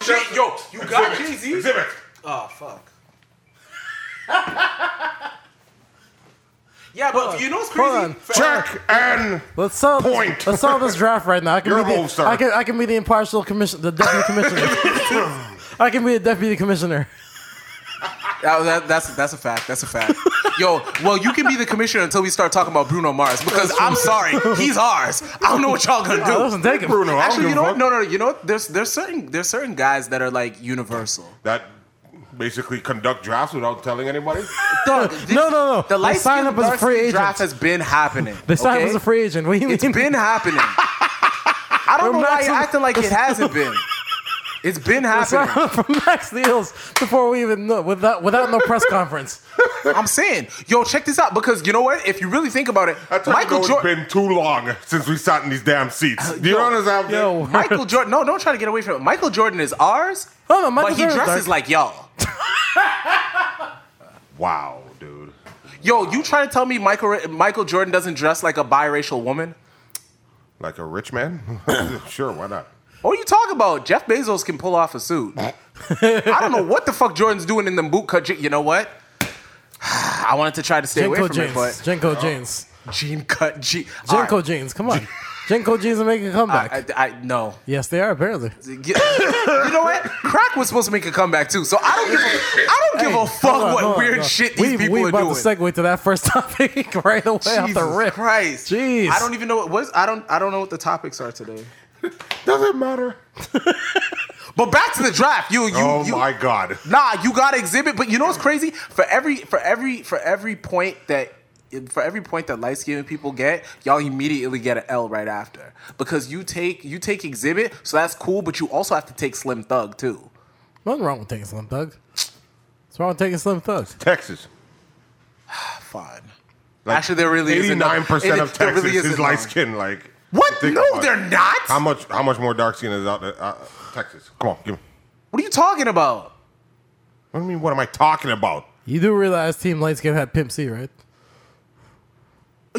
Jay- Yo, you got Jay Z. Exhibit. Oh fuck. yeah, but you know what's crazy? Hold on. For- Check and Let's solve Point. This, let's solve this draft right now. I can You're be the, old, sir. I can I can be the impartial commission, the deputy commissioner. I can be the deputy commissioner. That- that- that's that's a fact. That's a fact. Yo, well, you can be the commissioner until we start talking about Bruno Mars because I'm sorry, he's ours. I don't know what y'all gonna I do. wasn't taking Bruno. I don't Actually, give you a know what? fuck. No, no, no. You know what? There's there's certain there's certain guys that are like universal. That basically conduct drafts without telling anybody. Dog, this- no, no. The They light signed up as a free agent. draft has been happening. They signed okay? him as a free agent. What do you It's mean? been happening. I don't know We're why you're maximum- acting like it hasn't been. It's been Signed happening. him from Max Deals before we even know without without no press conference. I'm saying, yo, check this out because you know what? If you really think about it, That's Michael Uh, Michael it's Jordan. been too long since we sat in these damn seats. Do you understand? what I'm saying? Yo, Michael Jordan. No, don't try to get away from it. Michael Jordan is ours, Oh, no, Michael but he Jordan's dresses dark. like y'all. Wow, dude. Yo, you trying to tell me Michael Michael Jordan doesn't dress like a biracial woman? Like a rich man? sure, why not? What are you talking about? Jeff Bezos can pull off a suit. Uh. I don't know what the fuck Jordan's doing in them bootcut. Je- you know what? I wanted to try to stay away Jenko from jeans. it, but Jenko jeans. jean cut jean. Jenko jeans. Come on. Jenko jeans are making a comeback. I, I, I no. yes, they are apparently. You you know what? Crack was supposed to make a comeback too, so I don't give a, I don't give Hey, a fuck hold on, what hold on, weird hold on. shit these we, people we are about doing. to segue to that first topic right away off the Jesus rip. Christ, Jeez. I don't even know what was. I don't I don't know what the topics are today. Doesn't matter. But back to the draft. You you oh you, my god. Nah, you got to exhibit. But you know what's crazy? For every for every for every point that for every point that light skinned people get, y'all immediately get an L right after because you take you take exhibit, so that's cool. But you also have to take Slim Thug too. Nothing wrong with taking Slim Thug. What's wrong with taking Slim Thug? Texas. Fine. Like, Actually, there really isn't no- eighty-nine percent it- of there Texas really is isn't light none. skin. Like What? think No, about it. they're not. How much? How much more dark skin is out there? Uh, Texas. Come on, give me. what are you talking about? What do you mean? What am I talking about? You do realize Team Lightscape had Pimp C, right?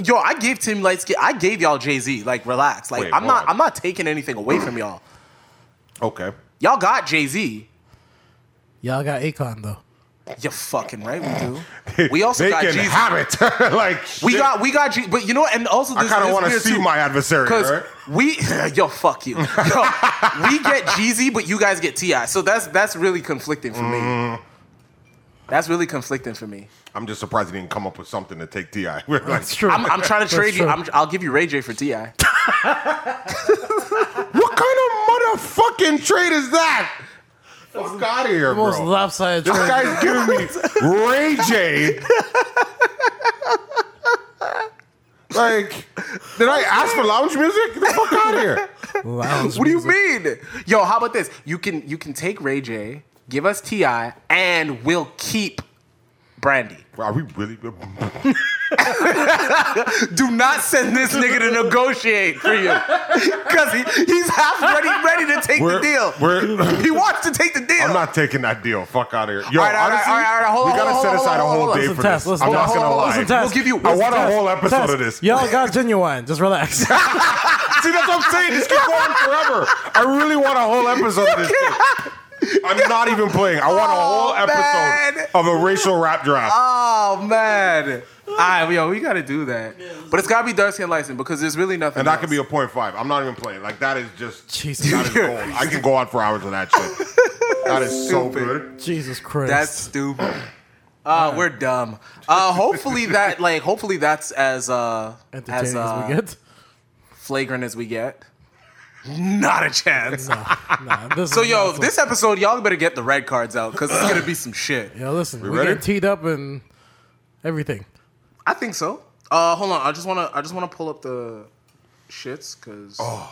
Yo, I gave Tim Lightskin. I gave y'all Jay Z. Like, relax. Like, Wait, I'm hold not. on. I'm not taking anything away from y'all. Okay. Y'all got Jay Z. Y'all got Akon though. You're fucking right. We do. We also they got can Jeezy. have it. like We shit. got we got G, but you know what? And also, I this, kind of want to see my adversary. because Right? we yo fuck you. Yo, we get Jeezy, but you guys get Ti. So that's that's really conflicting for Mm. me. That's really conflicting for me. I'm just surprised he didn't come up with something to take Ti. We're like, That's true. I'm, I'm trying to That's trade you. true. I'm, I'll give you Ray J for Ti. what kind of motherfucking trade is that? Fuck out of here, most bro. lopsided This trade. guy's giving me Ray J. Like, did I ask for lounge music? Get the fuck out of here. Lounge What do you music. mean? Yo, how about this? You can you can take Ray J, give us Ti, and we'll keep Brandy. Are we really? Do not send this nigga to negotiate for you, because he, he's half ready ready to take We're- the deal. we're- he wants to take the deal. I'm not taking that deal. Fuck out of here. Yo, All right, all right, honestly, all right, all right, hold we on, gotta hold on, set hold on, aside a hold on, whole hold on. day Listen, for Tess, this. listen, I'm not Tess, gonna hold on, lie. Listen, Tess. We'll give you- I want a Tess, whole episode Tess, of this. Y'all got genuine. Just relax. See, that's what I'm saying. This keep going forever. I really want a whole episode of this. Thing. I'm not even playing. I want a whole Oh, episode man. of a racial rap draft. Oh man. All right, yo, we gotta do that. But it's gotta be dark skin license because there's really nothing. and that could else. be a point five. I'm not even playing. Like that is just Jesus. That is gold. I can go on for hours on that shit. That is so Stupid. good. Jesus Christ. That's stupid. Uh, we're dumb. Uh, hopefully that like hopefully that's as uh entertaining as, as, uh, we get. flagrant as we get. Not a chance. Nah, this So is yo, nonsense. this episode y'all better get the red cards out because it's gonna be some shit. Yo, listen, we ready? get teed up and everything. I think so. Uh, hold on, I just wanna I just wanna pull up the shits because Oh.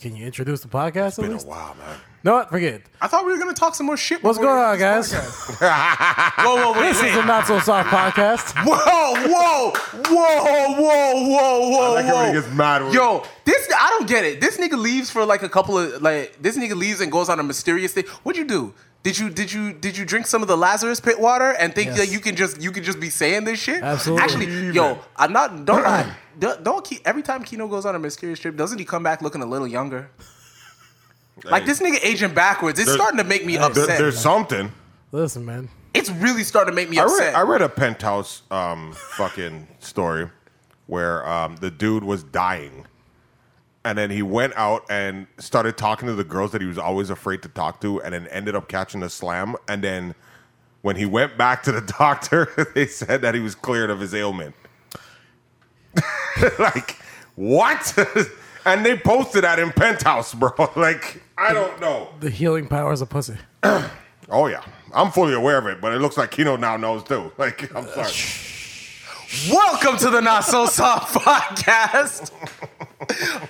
Can you introduce the podcast at Been a least? while, man. No, what? Forget. it. I thought we were gonna talk some more shit. What's before going we on, ended this guys? podcast. whoa, whoa, wait, This wait. is the Not So Soft Podcast. Whoa, whoa, whoa, whoa, whoa, whoa, like it whoa. when he gets mad when- Yo, this I don't get it. This nigga leaves for like a couple of like this nigga leaves and goes on a mysterious thing. What'd you do? Did you did you did you drink some of the Lazarus pit water and think Yes. that you can just you can just be saying this shit? Absolutely. Actually, yo, I'm not don't lie. Don't, don't Ke- every time Kino goes on a mysterious trip, doesn't he come back looking a little younger? Like this nigga aging backwards. It's There's- starting to make me There- upset. there's something. Listen, man. it's really starting to make me I read, upset. I read a penthouse um, fucking story where um, the dude was dying. And then he went out and started talking to the girls that he was always afraid to talk to, and then ended up catching a slam. And then when he went back to the doctor, they said that he was cleared of his ailment. like, what? and they posted that in Penthouse, bro. Like, I don't know. The healing powers of pussy. Oh, yeah. I'm fully aware of it, but it looks like Kino now knows too. Like, I'm sorry. Welcome to the Not So Soft podcast.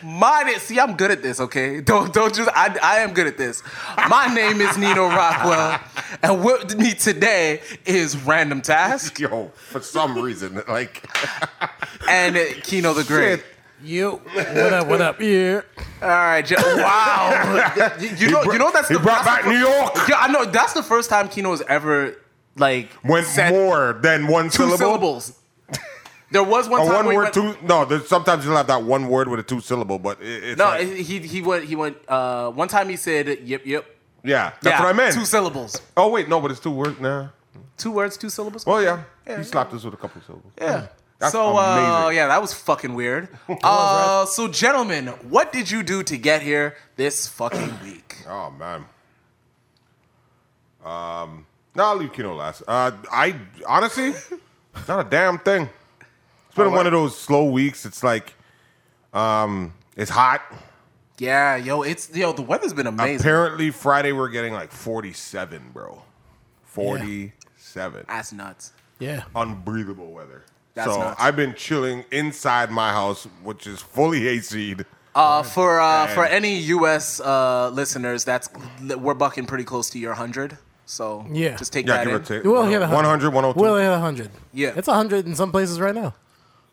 My name, see, I'm good at this. Okay, don't don't just. I, I am good at this. My name is Nino Rockwell, and with me today is Random Task Yo, for some reason, like and Kino the Great. Shit. You. What up? What up? Yeah. All right, Jo- wow. you, you know, you know that's he the brought that's back the New York. fir- Yeah, I know that's the first time Kino has ever like Went said more than one two syllable. syllables. There was one A time one where he word, went- two. No, there's, sometimes you'll have that one word with a two syllable, but it, it's No, like- he he went he went. Uh, one time he said yep yep. yeah, that's Yeah, what I meant. Two syllables. oh wait, no, but it's two words. Nah. Two words, two syllables. Well, yeah, he slapped us with a couple syllables. yeah. That's so uh, amazing. yeah, that was fucking weird. Uh, so gentlemen, what did you do to get here this fucking week? Oh man. Um. No, I'll leave Kino last. Uh, I honestly, not a damn thing. It's been one of those slow weeks. It's like, um, it's hot. Yeah, yo, it's yo, the weather's been amazing. Apparently Friday we're getting like 47, bro. 47. That's nuts. Yeah. Unbreathable weather. That's so nuts. I've been chilling inside my house, which is fully AC'd. Uh, for uh, for Man. any U.S. Uh, listeners, that's we're bucking pretty close to your hundred. So Yeah. just take Yeah, that give in. or take. We'll hit a 100, 102. We'll hit 100. Yeah. It's 100 in some places right now.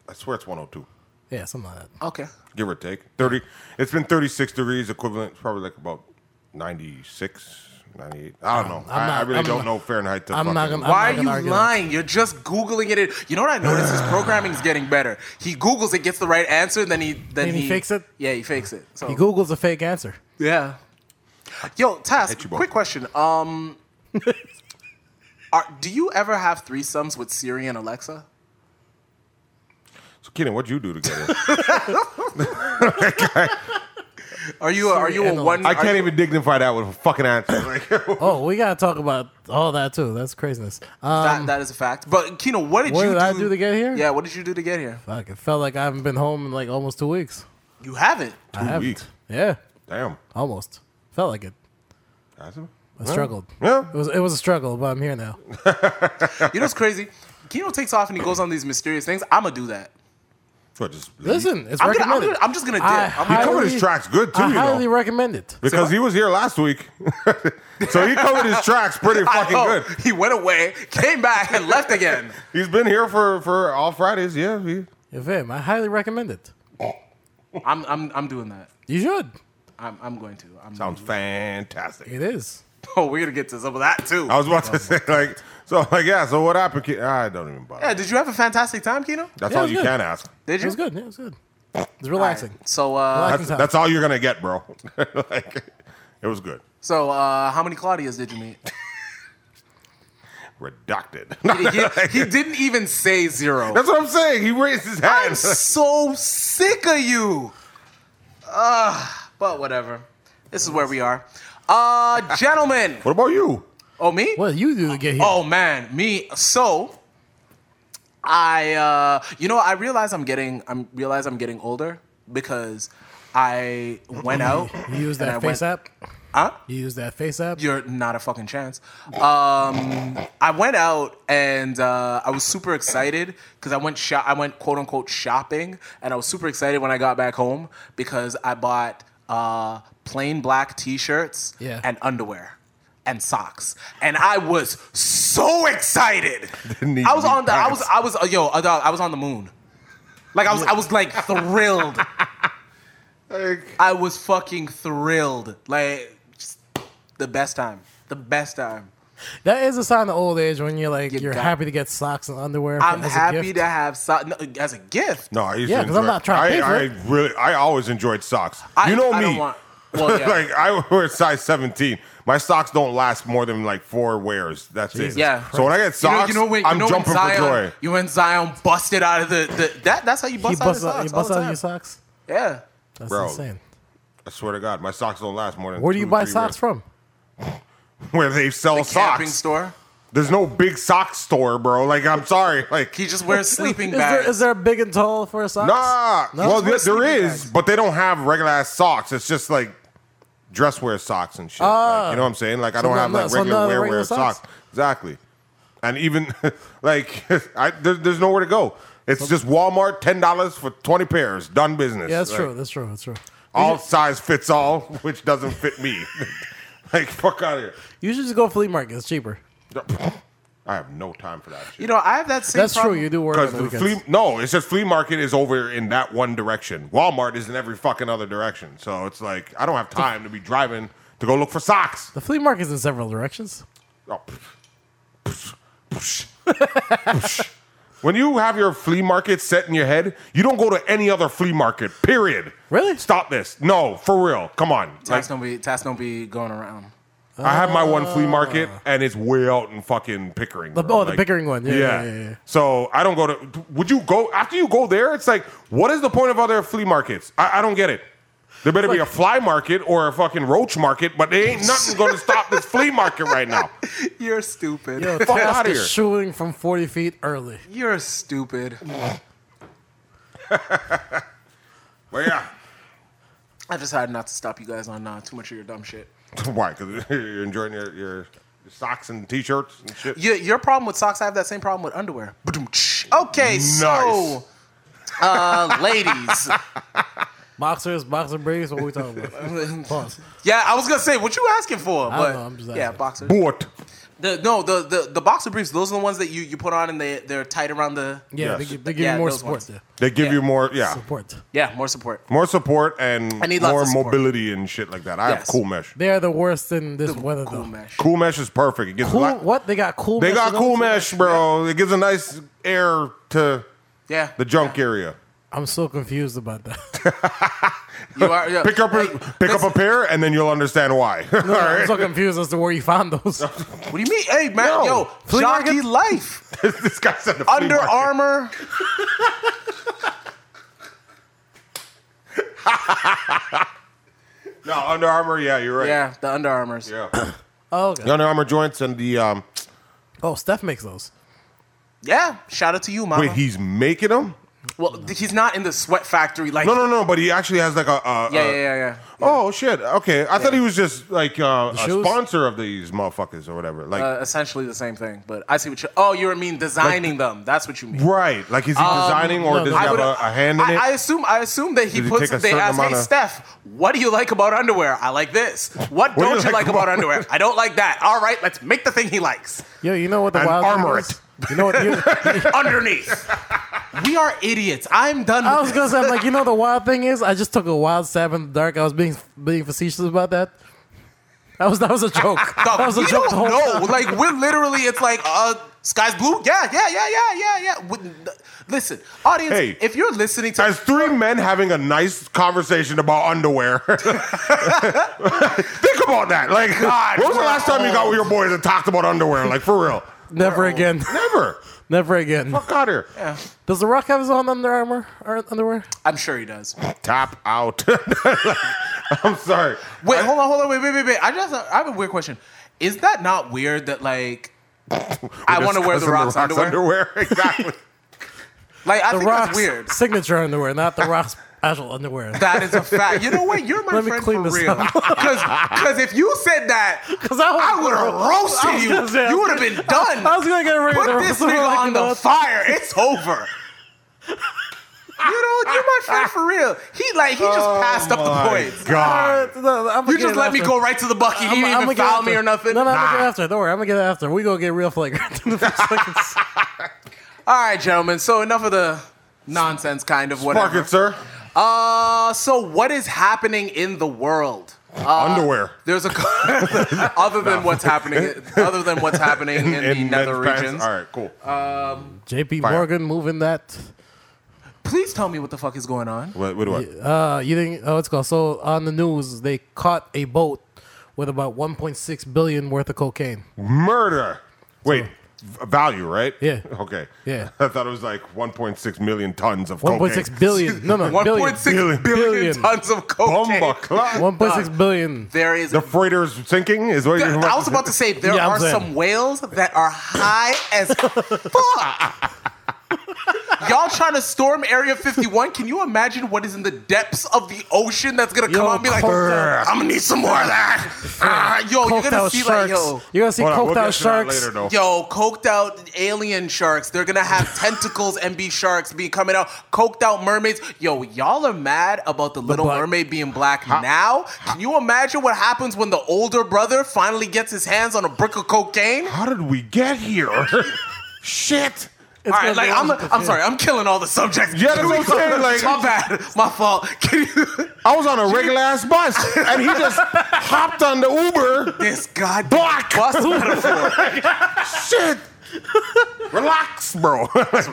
I swear it's 102. Yeah, something like that. Okay, Give or take. 30. It's been 36 degrees equivalent. It's probably like about 96, 98. I don't know. I, I not- really I'm don't not- know Fahrenheit to I'm not fucking- gonna- Why are not you argue that. lying? You're just googling it. You know what I noticed? His programming's getting better. He googles it, gets the right answer, and then he then And he fakes it? Yeah, he fakes it. So He Google's a fake answer. yeah. Yo, Hit Task. you both. Quick question. Um, are, do you ever have threesomes with Siri and Alexa? So, Kenan, what'd you do to get here? Are you a, are you Siri a and one? I are can't you- even dignify that with a fucking answer. Like, Oh, we gotta talk about all that too. That's craziness. Um, That, that is a fact. But Kino, what did What you did do? I do to get here? Yeah, what did you do to get here? fuck, it felt like I haven't been home in like almost two weeks. You haven't. I haven't. weeks. Yeah, damn. almost. Felt like it. That's it. I struggled. Yeah. It was it was a struggle, but I'm here now. You know what's crazy? Kino takes off and he goes on these mysterious things. I'm gonna do that. So just leave. Listen, it's I'm gonna- I'm recommended. gonna- I'm just gonna dip. I I'm- He covered his highly- tracks good too, I you know. highly recommend it. Because he was here last week. so he covered his tracks pretty fucking I know. good. He went away, came back, and left again. He's been here for, for all Fridays, yeah. He, If him, I highly recommend it. I'm I'm I'm doing that. You should. I'm I'm going to. I'm sounds fantastic. It is. Oh, we're gonna get to some of that too. I was about to say, like, so like yeah, so what happened? Ke- I don't even bother. yeah, did you have a fantastic time, Kino? That's Yeah, all it was you good. can ask. Did It you? was good. Yeah, it was good. It's relaxing. So uh, That's, Fucking that's all you're gonna get, bro. like it was good. so uh, how many Claudias did you meet? Redacted. He, he didn't even say zero. that's what I'm saying. He raised his I'm hand. so sick of you. Ah, but whatever. This is where we are. Uh, gentlemen. what about you? Oh me? What do you do to get here? Oh man, me. So I, uh, you know, I realize I'm getting, I'm realize I'm getting older because I went out. you use and I that face went- app. Huh? You use that face app. You're not a fucking chance. Um, I went out and uh, I was super excited because I went shop, I went quote unquote shopping, and I was super excited when I got back home because I bought uh, plain black T-shirts Yeah. and underwear. And socks, and I was so excited. Didn't even I was on the, I pass. was, I was, uh, yo, uh, dog, I was on the moon. Like I was, I was like thrilled. Like, I was fucking thrilled. Like just the best time. The best time. That is a sign of old age when you're like you're got- happy to get socks and underwear. I'm as a happy gift. to have so- no, as a gift. No, I used Yeah, to 'cause I'm enjoy- not trying I, to pay for I really, I always enjoyed socks. I- you know I me. don't want- Well, yeah. like I wear size 17. My socks don't last more than like four wears. That's it. Yeah. So when I get You know, socks, you know when you I'm know jumping when Zion, for joy. You and Zion busted out of the, the that that's how you bust he out busts your out, he socks. busts all out the your time. socks. Yeah. That's Bro. insane. I swear to God, my socks don't last more than. Where do you two, buy three socks from? wears. Where they sell Camping socks? store. There's no big sock store, bro. Like I'm sorry, like He just wears sleeping Is there, bags. is there a big and tall for a socks? nah. No? Well, there, Just wear there sleeping is, bags. but they don't have regular ass socks. It's just like dress wear socks and shit. Like, you know what I'm saying? Like I don't not- have like Ah. so not regular wear regular wear socks? socks. Exactly. And even like I, there, there's nowhere to go. It's just Walmart, ten dollars for twenty pairs. Done business. Yeah, that's Like, true. That's true. That's true. All size fits all, which doesn't fit me. like fuck out of here. You should just go flea market. It's cheaper. I have no time for that shit. you know, I have that same. That's problem. true. You do work on Because the the weekends. flea, no, it's just flea market is over in that one direction. Walmart is in every fucking other direction. So it's like I don't have time to be driving to go look for socks. the flea market's in several directions. Oh, pff, pff, psh, psh. when you have your flea market set in your head, you don't go to any other flea market. Period. Really? Stop this. No, for real. Come on. Like, Tax don't be tax don't be going around. I have my one flea market, and it's way out in fucking Pickering. Ah. The- bro. oh, the Pickering one. Yeah, yeah, yeah, yeah. So I don't go to. Would you go after you go there? It's like, what is the point of other flea markets? I, I don't get it. There better be a fly market or a fucking roach market, but there ain't nothing going to stop this flea market right now. You're stupid. Yo, Fuck Task outta is here. shooting from 40 feet early. You're stupid. But yeah, I decided not to stop you guys on uh, too much of your dumb shit. why? Because you're enjoying your, your socks and t-shirts and shit. Your, your problem with socks, I have that same problem with underwear. Ba-dum-tsh. Okay, so uh, ladies. Boxers, boxer briefs. What we talking about? Pause. yeah, I was gonna say what you asking for, I but don't know, I'm just yeah, asking. boxers. Boot. The, no, the, the the boxer briefs. Those are the ones that you, you put on and they they're tight around the Yes. Yeah, they, gi- they give Yeah, you more those support. ones. There. They give Yeah. you more, yeah, Support. yeah more support. more support and need lots more of support. mobility and shit like that. I have Yes. cool mesh. They are the worst in this weather Cool though. mesh. Cool mesh is perfect. It gives Cool. lot- What they got? Cool. They mesh got in those? cool mesh, bro. It gives a nice air to Yeah, the junk area. I'm so confused about that. you are. Yeah. Pick up a, Like, pick up a pair, and then you'll understand why. All I'm right, so confused as to where you found those. What do you mean? Hey man, No. yo, Flea market? jockey life, this guy said the flea Under market. Armour. No, Under Armour. Yeah, you're right. Yeah, the Under Armours. Yeah. yeah. Oh, okay. The Under Armour joints and the um. oh, Steph makes those. shout out to you, mama. Wait, he's making them? well, th- he's not in the sweat factory like. No, no, no. But he actually has like a. Yeah, a a- yeah, yeah, yeah. Oh shit! Okay, I thought he was just like uh, a shoes? sponsor of these motherfuckers or whatever. Like, Uh, essentially the same thing, but I see what you. Oh, you mean designing them? That's what you mean. right? Like, is he designing or no, does no. he I have would- a, a hand in um, I, it? I assume. I assume that he Does he puts. take a They certain ask, "Hey, amount of- Steph, what do you like about underwear?" I like this. What don't you like, about, underwear? I don't like that. All right, let's make the thing he likes Yo, you know what the And wild armor thing is? You know what? You, underneath. we are idiots. I'm done. I was with gonna say, I'm like, you know, the wild thing is, I just took a wild stab in the dark. I was being being facetious about that. That was that was a joke. that was a we joke. The don't whole know. time. Like we're literally, it's like uh, sky's blue. Yeah, yeah, yeah, yeah, yeah, yeah. Wouldn't- Listen, audience, Hey. if you're listening to As three men having a nice conversation about underwear. Think about that. Like, God, when was the we're last time you got old. with your boys and talked about underwear? Like, for real. Never again. Never. Never again. Fuck out here. Does The Rock have his own Under Armour or underwear? I'm sure he does. Tap out. I'm sorry. Wait, hold on, hold on, wait, wait, wait, wait. I just, I have a weird question. Is that not weird that like I want to wear the Discussing Rock's underwear? Exactly. Like I The think Rock's that's weird. signature underwear, not The Rock's actual underwear. That is a fact. You know what? You're my Let me friend clean for this real. up. Because if you said that, 'Cause I was- I would have I roasted was you. gonna say- you would have been done. I was gonna get rid of Put the this Rock, nigga like, on you the know. fire. It's over. You know, you're my friend for real. He like he just passed up the points. God. You just let me go right to the bucket. He didn't even foul me or nothing. No, no, I'm gonna get after. it. Don't worry, I'm gonna get after. it. We gonna get real flagrant in the first seconds. All right, gentlemen. So enough of the nonsense, kind of Mark whatever. it, sir. Uh, so what is happening in the world? underwear. There's a other than what's happening, other than what's happening in, the nether Uh, men's pants. regions. All right, cool. JP Fire. Morgan moving that Please tell me what the fuck is going on. What? What? what? Uh, you think? Oh, it's called. So on the news, they caught a boat with about 1.6 billion worth of cocaine. Murder. Wait. v- Value, right? Yeah. Okay. Yeah. I thought it was like 1.6 million tons of cocaine. 1.6 billion. No, no, billion. 1.6 billion, Billion. tons of cocaine. Bomba clot. 1.6 billion. There is. The freighter's sinking is what I you're was about to say there Yeah, I'm are saying. some whales that are high as fuck. Y'all trying to storm Area 51? Can you imagine what is in the depths of the ocean that's gonna come Yo, out and be like, cocktail- I'm gonna need some more of that. Ah, yo, you're Coked gonna out see like sharks. yo. You're gonna see Hold on, coked we'll out get to that sharks. later, though. Yo, coked out alien sharks. They're gonna have tentacles and be sharks be coming out. Coked out mermaids. Yo, y'all are mad about the, Little black- Mermaid being black now. Can you imagine what happens when the older brother finally gets his hands on a brick of cocaine? How did we get here? Shit. all right, gonna like be I'm, all over the I'm sorry, I'm killing all the subjects. Yeah, that's what I'm saying, like- my bad, my fault. Can you, I was on a regular ass bus and he just hopped on the Uber. this goddamn Block. bus metaphor. Shit. Relax, bro. That's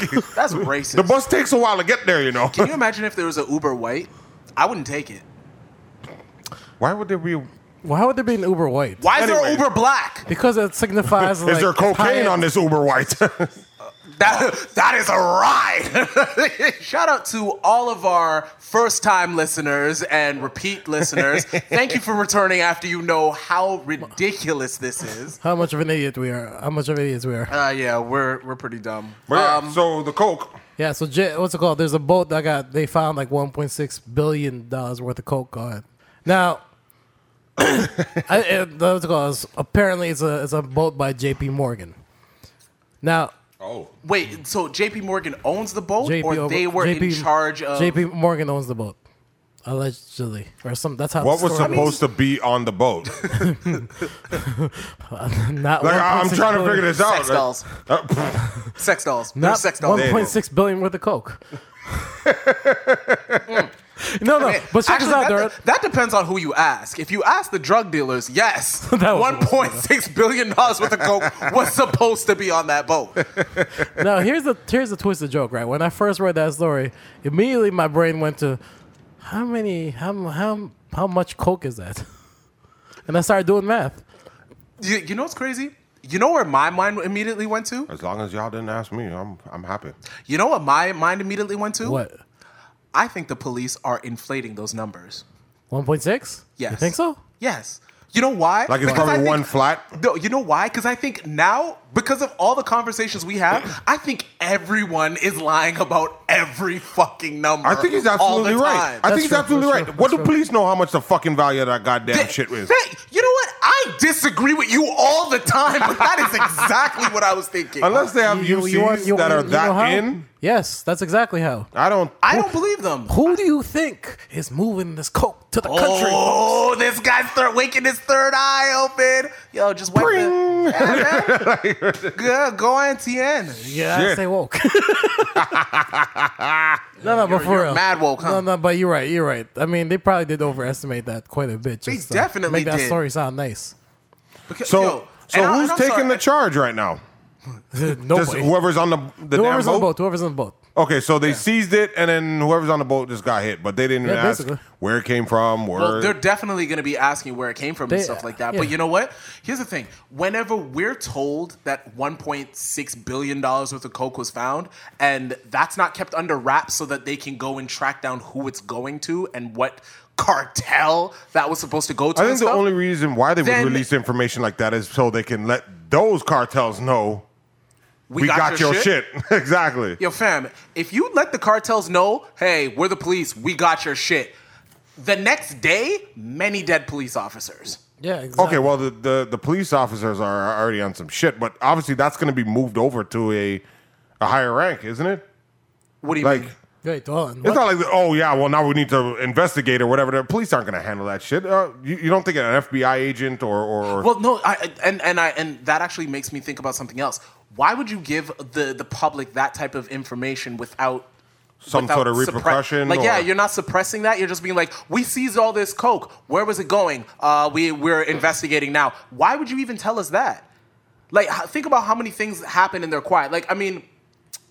racist. the bus takes a while to get there, you know. Can you imagine if there was an Uber White? I wouldn't take it. Why would there be? Why would there be an Uber White? Why is there Anyway. an Uber Black? Because it signifies. Is there cocaine on this Uber White? That, that is a ride. Shout out to all of our first time listeners and repeat listeners. Thank you for returning after you know how ridiculous this is. How much of an idiot we are? How much of idiots we are? Uh, yeah, we're, we're pretty dumb. But yeah, Um, so the coke. Yeah. So J- what's it called? There's a boat that got. They found like 1.6 billion dollars worth of coke on. it. Now, I, it, what's it called? It's- apparently, it's a it's a boat by J.P. Morgan. Now, Oh, wait, so JP Morgan owns the boat J.P. or over- they were in JP charge of. J.P. Morgan owns the boat, allegedly, or some. That's how. what the was story- supposed to be on the boat? Not Like I- I'm 1.6 trying to billion. figure this out. Sex dolls. Sex dolls. They're Not sex dolls. 1.6 billion worth of coke. No, no, but check Actually, this out, that, Dirt. that depends on who you ask. If you ask the drug dealers, yes, That was- one point six billion dollars worth of coke was supposed to be on that boat. Now here's the here's the twisted joke, right? When I first read that story, immediately my brain went to how many how m- how m- how much coke is that? And I started doing math. You, you know what's crazy? You know where my mind immediately went to? As long as y'all didn't ask me, I'm I'm happy. You know what my mind immediately went to? What? I think the police are inflating those numbers. 1.6? You Yes. think so? Yes. You know why? Like Because it's I probably think- one flat. No, you know why? Because I think now, because of all the conversations we have, I think everyone is lying about every fucking number. I think he's all the absolutely right. time. I That's think he's true, absolutely that's right. true, What do that's true. police know how much the fucking value of that goddamn That- shit is? that- you know what? I disagree with you all the time, but that is exactly what I was thinking. Unless they have UCs that are you know how? that in, Yes, that's exactly how. I don't. I don't believe them. Who do you think is moving this coke to the country? Oh, this guy's third waking his third eye open. Yo, just wipe it. Yeah, man. Good, go on TN. Yeah, I Shit. stay woke. no, no, but for you're real. mad woke, huh? No, no, but you're right. You're right. I mean, they probably did overestimate that quite a bit. Just to definitely make that did. story sound nice. Because- So yo, so and I- who's and I'm taking sorry, the charge right now? Just Nobody. whoever's on the the damn Oh, Whoever's on the boat. boat. Whoever's on the boat. Okay, so they seized it, and then whoever's on the boat just got hit, but they didn't even Yeah, ask basically. where it came from. Where Well, they're definitely going to be asking where it came from and They- stuff like that. yeah. But you know what? Here's the thing. Whenever we're told that $1.6 billion worth of coke was found, and that's not kept under wraps so that they can go and track down who it's going to and what cartel that was supposed to go to. I and think the stuff, only reason why they Then- would release information like that is so they can let those cartels know we, got, your, shit. exactly. Yo, fam, if you let the cartels know, hey, we're the police, we got your shit, the next day, many dead police officers. Yeah, exactly. Okay, well the, the the police officers are already on some shit, but obviously that's going to be moved over to a a higher rank, isn't it? What do you Like mean? Wait, hold on. it's What? not like oh yeah, well now we need to investigate or whatever. The police aren't going to handle that shit. Uh, you, you don't think an FBI agent or or Well, no, I I- and and I and that actually makes me think about something else. Why would you give the the public that type of information without some without sort of suppre- repercussion? like, yeah, or- you're not suppressing that. You're just being like, we seized all this coke. Where was it going? Uh, we we're investigating now. Why would you even tell us that? Like, h- think about how many things happen in their quiet. Like, I mean,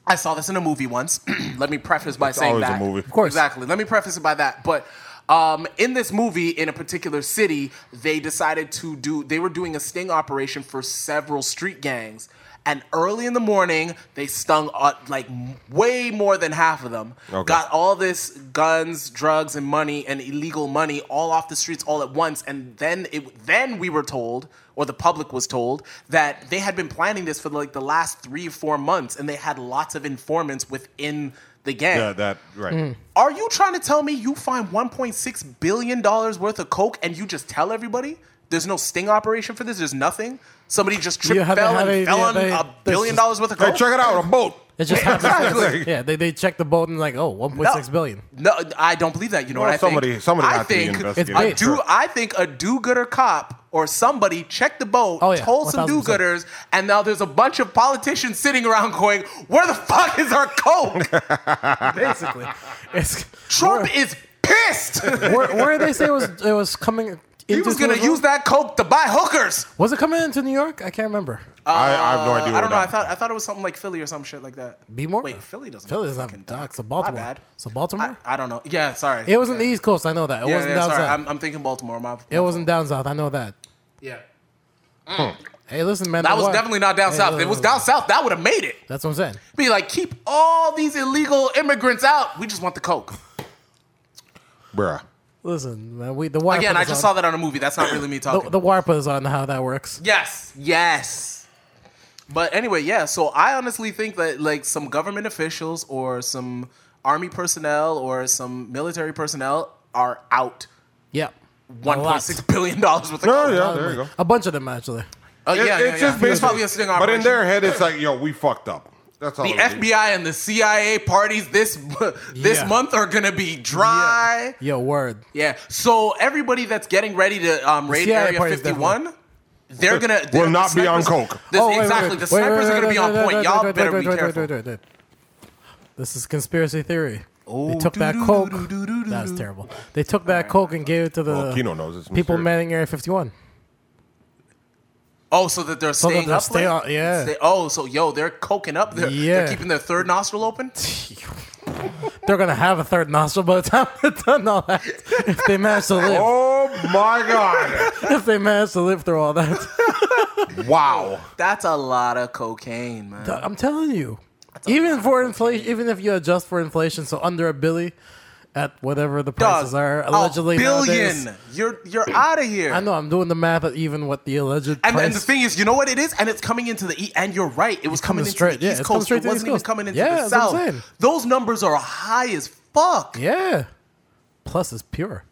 I saw this in a movie once. Let me preface by It's saying always a that. movie. Of course. Exactly. Let me preface it by that. But um, in this movie, in a particular city, they decided to do, they were doing a sting operation for several street gangs. And early in the morning, they stung uh, like m- way more than half of them. Okay. Got all this guns, drugs, and money and illegal money all off the streets all at once. And then it, then we were told, or the public was told, that they had been planning this for like the last three four months, and they had lots of informants within the gang. Yeah, that right. Are you trying to tell me you find 1.6 billion dollars worth of coke and you just tell everybody? There's no sting operation for this. There's nothing. Somebody just tripped, haven't fell, had and any- fell yeah, on they- a there's billion just- dollars worth of Hey, coke. check it out, a boat. It just happens. Exactly. yeah, they, they check the boat and like, oh, 1.6 billion. No, I don't believe that. You know Well, what I somebody- think? somebody I had to be think investigated. a It's do. bait. I think a do-gooder cop or somebody checked the boat, Oh, yeah, told some 1000%. do-gooders, and now there's a bunch of politicians sitting around going, "Where the fuck is our coke?" Basically, it's Trump is pissed. where, where did they say it was it was coming? he into was gonna Jerusalem? use that coke to buy hookers. Was it coming into New York? I can't remember. Uh, I, I have no idea. I don't what know. I that- thought I thought it was something like Philly or some shit like that. Bmore? Wait, Philly doesn't. Philly doesn't fucking have dock. docks. So My Baltimore. bad. So Baltimore. I, I don't know. Yeah, sorry. it was in the East Coast. I know that. It Yeah, wasn't yeah, down sorry. south. I'm, I'm thinking Baltimore. My, it wasn't down south. I know that. Yeah. Hey, listen, man. That the was wa- definitely not down Hey, south. look, If it was look, down look. south, that would have made it. That's what I'm saying. Be like, keep all these illegal immigrants out. We just want the coke. Bruh. Listen, man. We the wire. Again, put I us just saw on, that on a movie. That's not really me talking. the, the wire put us on how that works. Yes. Yes. But anyway, yeah, so I honestly think that like some government officials or some army personnel or some military personnel are out Yeah. one A lot. point six billion dollars worth of Oh, coke. yeah, there you go. A bunch of them actually. Oh, It- yeah, yeah, it's yeah. just It's basically- probably a sting But in operation. their head, it's like, yo, we fucked up. That's all. the it is. FBI and the CIA parties this this Yeah. month are gonna be dry. Yeah. Yo, word. So everybody that's getting ready to um, raid CIA Area parties Fifty One, they're gonna Will they're- the not be on snipers- coke. This, Oh, wait, wait, exactly. The wait. Wait, wait, snipers wait, are gonna wait, be on wait, point. wait, Y'all wait, wait, better wait, be wait, careful. wait, wait, wait. This is conspiracy theory. they Oh, took that coke. doo-doo-doo-doo-doo-doo. That's terrible. They took that coke and gave it to the Well, Kino knows it's people mysterious. manning Area 51. Oh, so that they're staying they're up. stay late? up, yeah. Stay- oh, so yo, they're coking up. They're, Yeah. they're keeping their third nostril open. They're gonna have a third nostril by the time they're done all that. If they manage to live, Oh my god! if they manage to live through all that, wow. That's a lot of cocaine, man. I'm telling you. Even for inflation, even if you adjust for inflation, so under a billy, at whatever the prices Dog, are allegedly a billion. nowadays- You're you're out of here. I know I'm doing the math at even what the alleged And, price. and the thing is, you know what it is, and it's coming into the east. And you're right, it was coming into straight- the yeah, east it's coming coast. straight It to the wasn't East even Coast. coming into Yeah, the that's what I'm saying. south. Those numbers are high as fuck. yeah, plus it's pure,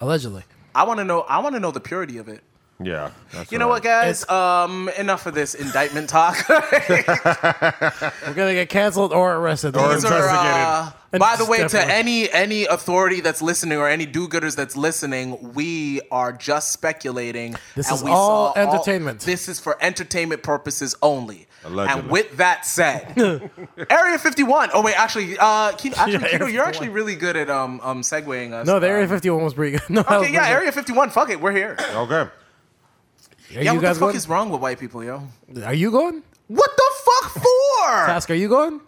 allegedly. I want to know. I want to know the purity of it. Yeah. that's You know what, guys? It's- um, enough of this indictment talk. We're gonna get canceled or arrested. Or These are, uh, And by the way, to definitely- any any authority that's listening or any do-gooders that's listening, we are just speculating. This is we all saw entertainment. this is for entertainment purposes only. Allegedly. And with that said, Area 51. Oh wait, actually, uh, Kino, actually, Yeah, Kino, Area you're 51. actually really good at um um segueing us. no, the Area Um, 51 was pretty good. No, that was Okay, yeah, pretty good. Area 51. Fuck it, we're here. right. Okay. Are Yeah, you what the guys fuck going? is wrong with white people, yo? Are you going? What the fuck for? Ask, are you going?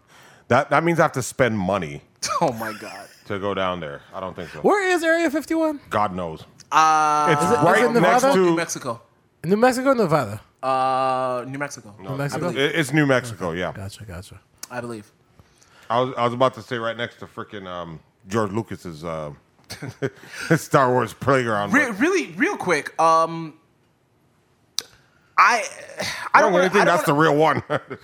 That that means I have to spend money oh my god. to go down there. I don't think so. Where is Area 51? God knows. Uh, It's it- right is it next Nevada? New to. Mexico. New Mexico, Nevada. Uh, New Mexico. New Mexico. It- It's New Mexico. Yeah. Gotcha, gotcha. I believe. I was I was about to say right next to freaking um, George Lucas's uh, Star Wars playground. Re- but- really, real quick. Um, I, I don't Wrong, want I think that's to. the real one.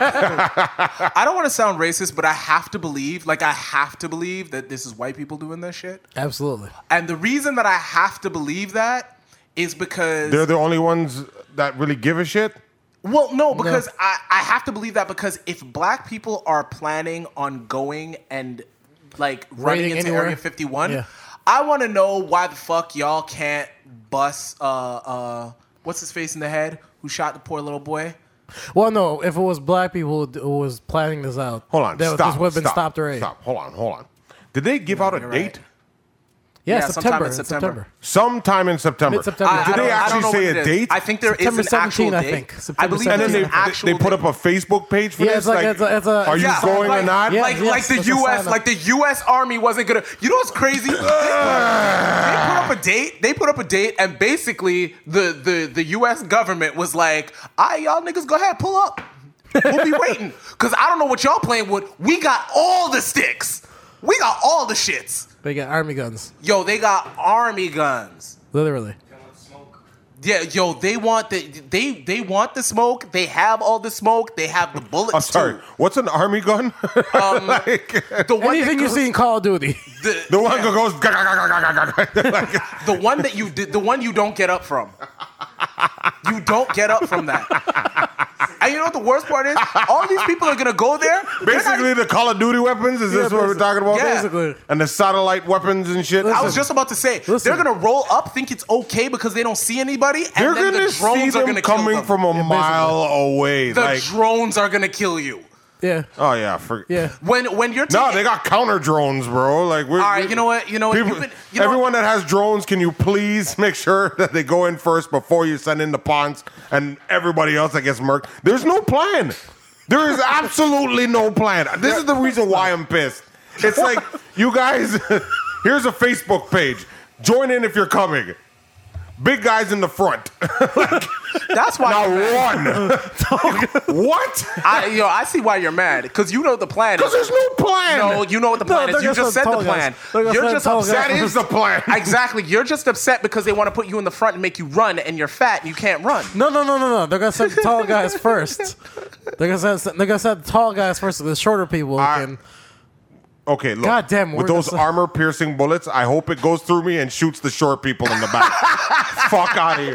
I don't want to sound racist, but I have to believe, like, I have to believe that this is white people doing this shit. Absolutely. And the reason that I have to believe that is because, They're the only ones that really give a shit. well, no, because I, I have to believe that because if black people are planning on going and like running Raiding into anywhere. Area 51, Yeah. I want to know why the fuck y'all can't bust uh uh what's his face in the head who shot the poor little boy. Well, no, if it was black people who was planning this out, Hold on. that stop. this would have been stop, stopped already. Stop. Hold on. Hold on. Did they give out a you're date? right. Yeah, Yeah, sometime September, in in September. September. Sometime in September. Mid-September. Did I they don't- I actually know say what it a is. date? I think there is September an actual 17, I date. think. I September believe and then there's they, an actual they put date. up a Facebook page for Yeah, this. it's like- it's a- it's a- are you Yeah, going like, or not? Yeah, like, yes, like the it's a U.S. sign-up. Like the U.S. Army wasn't gonna. You know what's crazy? they, put, they put up a date. They put up a date, and basically the the the U.S. government was like, "All right, y'all niggas, go ahead, pull up. We'll be waiting." Because I don't know what y'all playing with. We got all the sticks. We got all the shits. They got army guns, Yo, they got army guns. literally. Yeah, yo, they want the they they want the smoke. They have all the smoke. They have the bullets. I'm Oh, sorry. Too. What's an army gun? like, The one Anything that you goes- see in Call of Duty. the, the one that goes. "Gah, gah, gah, gah, gah, gah, gah," like, the one that you did, the one you don't get up from. You don't get up from that. And you know what the worst part is? All these people are gonna go there. They're not- basically, the Call of Duty weapons. Is Yeah, this what we're basi- talking about? yeah. Basically. And the satellite weapons and shit. I was just about to say Listen. they're gonna roll up, think it's okay because they don't see anybody, and They're then gonna the drones see are them gonna coming kill them. from a mile away. the like, drones are gonna kill you. Yeah, oh yeah, for, yeah. When when you're No, taking- they got counter drones, bro. Like, we're, all right. You know what? You know what? People, You've been- you know what? everyone that has drones, can you please make sure that they go in first before you send in the pawns and everybody else that gets murked? There's no plan. There is absolutely no plan. This is the reason why I'm pissed. It's like, you guys, here's a Facebook page. Join in if you're coming. Big guys in the front. That's why. Not you're mad. one. what? I, yo, I see why you're mad because you know the plan. Because there's no plan. No, you know what the plan No, is. You like I just said, said the tall plan. guys. Like I You're said, just tall upset. that is the plan. Exactly. You're just upset because they want to put you in the front and make you run, and you're fat and you can't run. No, no, no, no, no. They're gonna send the tall guys first. They're gonna send. They're gonna send the tall guys first. So the shorter people I- can. Okay, look. God damn, with we're those just- armor piercing bullets, I hope it goes through me and shoots the short people in the back. Fuck out of here.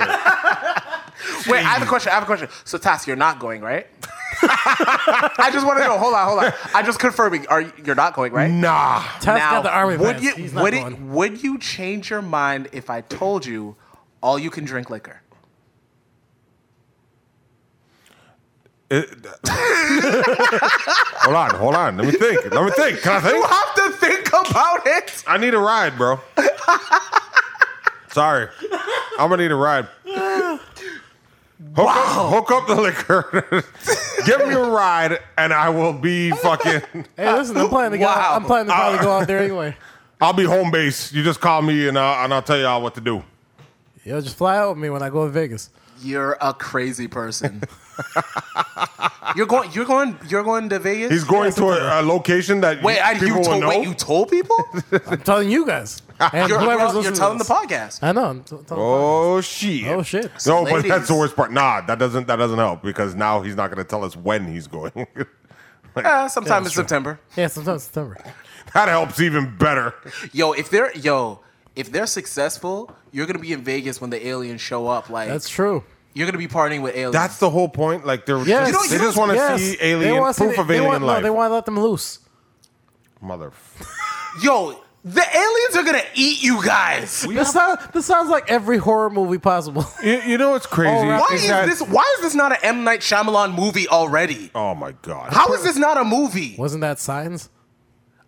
Wait, I have a question. I have a question. So, Tass, you're not going, right? I just want to know. Hold on, hold on. I'm just confirming. Are you, you're not going, right? Nah. Task got Mm, the army would plans. you He's not would it, going. would you change your mind if I told you all you can drink liquor? Eh, Hold on, hold on. Let me think. Let me think. Can I You think? have to think about it. I need a ride, bro. Sorry. I'm gonna need a ride. Hook, up, hook up the liquor. Give me a ride, and I will be fucking. Hey, listen, I'm planning to go. Wow. I'm planning to probably go out there anyway. I'll be home base. You just call me, and I'll, and I'll tell y'all what to do. Yo, just fly out with me when I go to Vegas. You're a crazy person. you're going. You're going. You're going to Vegas. He's going to a, a location that wait, I, you people will told. know. Wait, you told people? I'm telling you guys. And You're, whoever's you're, listening to telling the this. podcast. I know. I'm t- telling Oh shit! Oh, shit. No, but Ladies. that's the worst part. Nah, that doesn't that doesn't help because now he's not going to tell us when he's going. Eh, sometime in September. Yeah, sometimes September. that helps even better. Yo, if they're yo, if they're successful, you're gonna be in Vegas when the aliens show up. Like That's true. you're gonna be partying with aliens. That's the whole point. Like they're Yes. just, they just want to Yes. see They alien wanna proof see the- of they alien want, life. No, they want to let them loose. Mother. yo, the aliens are gonna eat you guys. This, sound, this sounds like every horror movie possible. You, you know what's crazy? All right. Why is that- this? Why is this not an M Night Shyamalan movie already? Oh my god! How is this not a movie? Wasn't that Signs?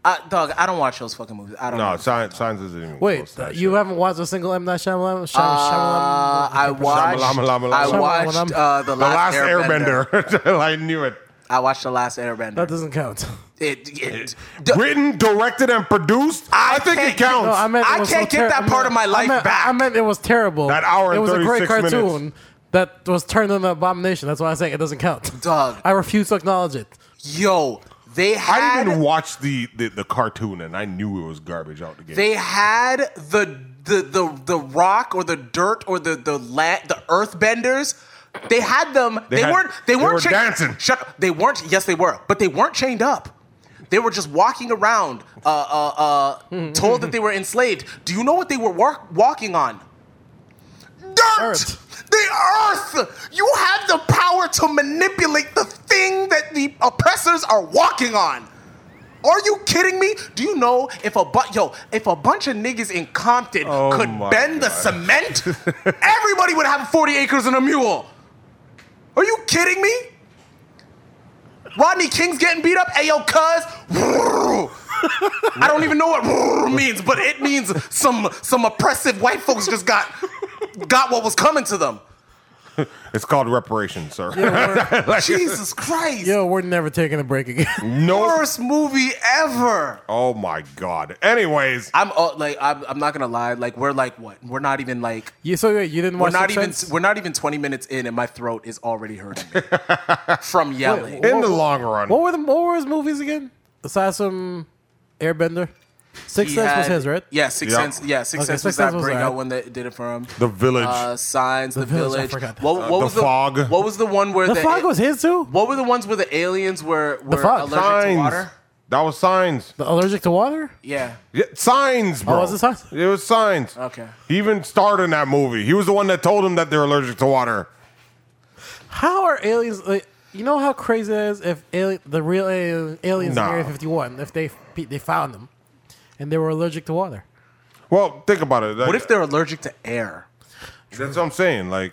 Uh, dog, I don't watch those fucking movies. I don't. No, know. science science isn't even close Wait, to that you shit. haven't watched a single M Night Shyamalan? Shyam- Uh, Shyamalan I watched. Shyamalan. I watched uh, the, the last last Airbender. Airbender. I knew it. I watched the last Airbender. that doesn't count. it, it, d- Written, directed, and produced. I, I think it can't- counts. No, I meant it I was can't so get that I part meant- of my life I meant, back. I meant it was terrible. That hour It and was a great 36 minutes. cartoon that was turned into an abomination. That's why I say it doesn't count. Dog. I refuse to acknowledge it. yo, they I had. didn't even watch the, the, the cartoon, and I knew it was garbage out the gate. They had the the the the rock or the dirt or the the la- the earthbenders. They had them. They, had- weren't. They they weren't were chain- dancing. Shut. up. They weren't. Yes, they were. But they weren't chained up. They were just walking around, uh, uh, uh, told that they were enslaved. Do you know what they were wa- walking on? Dirt. Earth. The earth. You have the power to manipulate the thing that the oppressors are walking on. Are you kidding me? Do you know if a bu- yo if a bunch of niggas in Compton Oh could my bend the God. cement, everybody would have 40 acres and a mule. Are you kidding me? Rodney King's getting beat up. Hey yo, cuz. I don't even know what "rrrr" means, but it means some some oppressive white folks just got got what was coming to them. It's called reparations, sir. Jesus Christ. Yo, we're never taking a break again. No. Worst movie ever. Oh my God. Anyways, I'm uh, like I'm, I'm not gonna lie. Like we're like what? We're not even like you so wait, you didn't we're watch not Sixth even Sense? we're not even 20 minutes in, and my throat is already hurting me from yelling. in the long run, What were the what were his movies again? Aside from Airbender, Six He Sense was had- his, right? Yeah, Six Yeah. Sense. Yeah, Six Okay, Sense Sixth was Sense that was breakout alright. one that did it for him. the village. uh, signs, the, Village, I village. forgot that. What, what The was Fog. What was the one where The the, fog was his too. What were the ones where the aliens were were Fog. allergic to signs. water? That was signs. The allergic to water. Yeah. Yeah, signs, bro. Oh, was it signs? It was signs. Okay. He even starred in that movie. He was the one that told him that they're allergic to water. How are aliens? Like, you know how crazy it is if ali- the real alien, aliens Nah. in Area 51, if they they found them, and they were allergic to water. Well, think about it. Like, What if they're allergic to air? that's what I'm saying? Like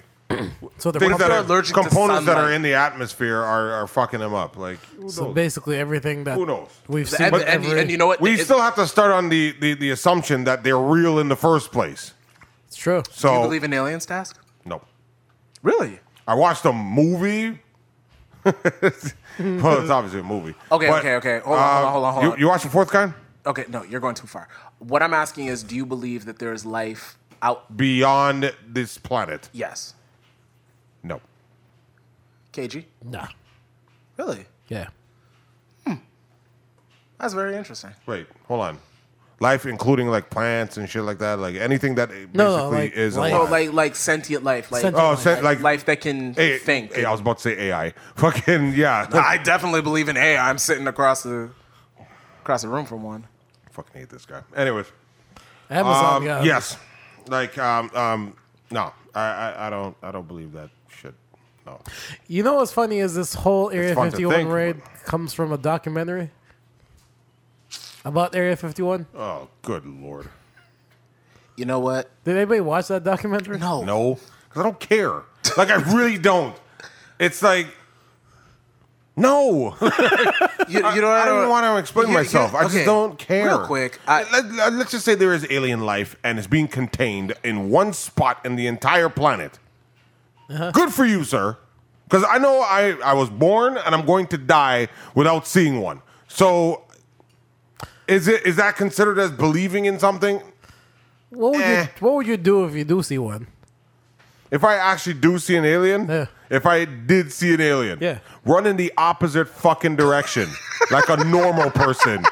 So they're things that they're are allergic to components that are sunlight. in the atmosphere are, are fucking him up. Like who so knows? basically everything that Who knows? we've The- seen. and, and, every- and you know what? we It's- still have to start on the, the, the assumption that they're real in the first place. it's true. So Do you believe in aliens, Task? no, Really? I watched a movie. well, it's obviously a movie. Okay, But, okay, okay. Hold on, uh, hold on, hold on, hold on. You, you watched the fourth kind Okay, no, you're going too far. What I'm asking is, do you believe that there is life out? beyond this planet? Yes. No. KG? Nah. Really? Yeah. That's very interesting. Wait, hold on. Life, including like plants and shit like that, like anything that basically No, no, like, is like- alive. Oh, like like sentient life, like uh, Sentient- oh, sent, like, life, that can A- think. A- I was about to say AI. Fucking yeah. I definitely believe in AI. I'm sitting across the across the room from one. I fucking hate this guy. Anyways, Amazon. um, yeah. yes, like um um no, I, I I don't I don't believe that shit. No. You know what's funny is this whole Area fun to 51 think, raid comes from a documentary about Area 51. Oh, good lord. You know what? Did anybody watch that documentary? No. No, because I don't care. Like I really don't. It's like. No, You, you know what? I don't even want to explain You- you- myself. I just okay, don't care. Real quick, I, let, us just say there is alien life and it's being contained in one spot in the entire planet. Uh-huh. Good for you, sir. Because I know I, I was born and I'm going to die without seeing one. So is it is that considered as believing in something? What would Eh. you What would you do if you do see one? If I actually do see an alien, Yeah. if I did see an alien, Yeah. run in the opposite fucking direction like a normal person.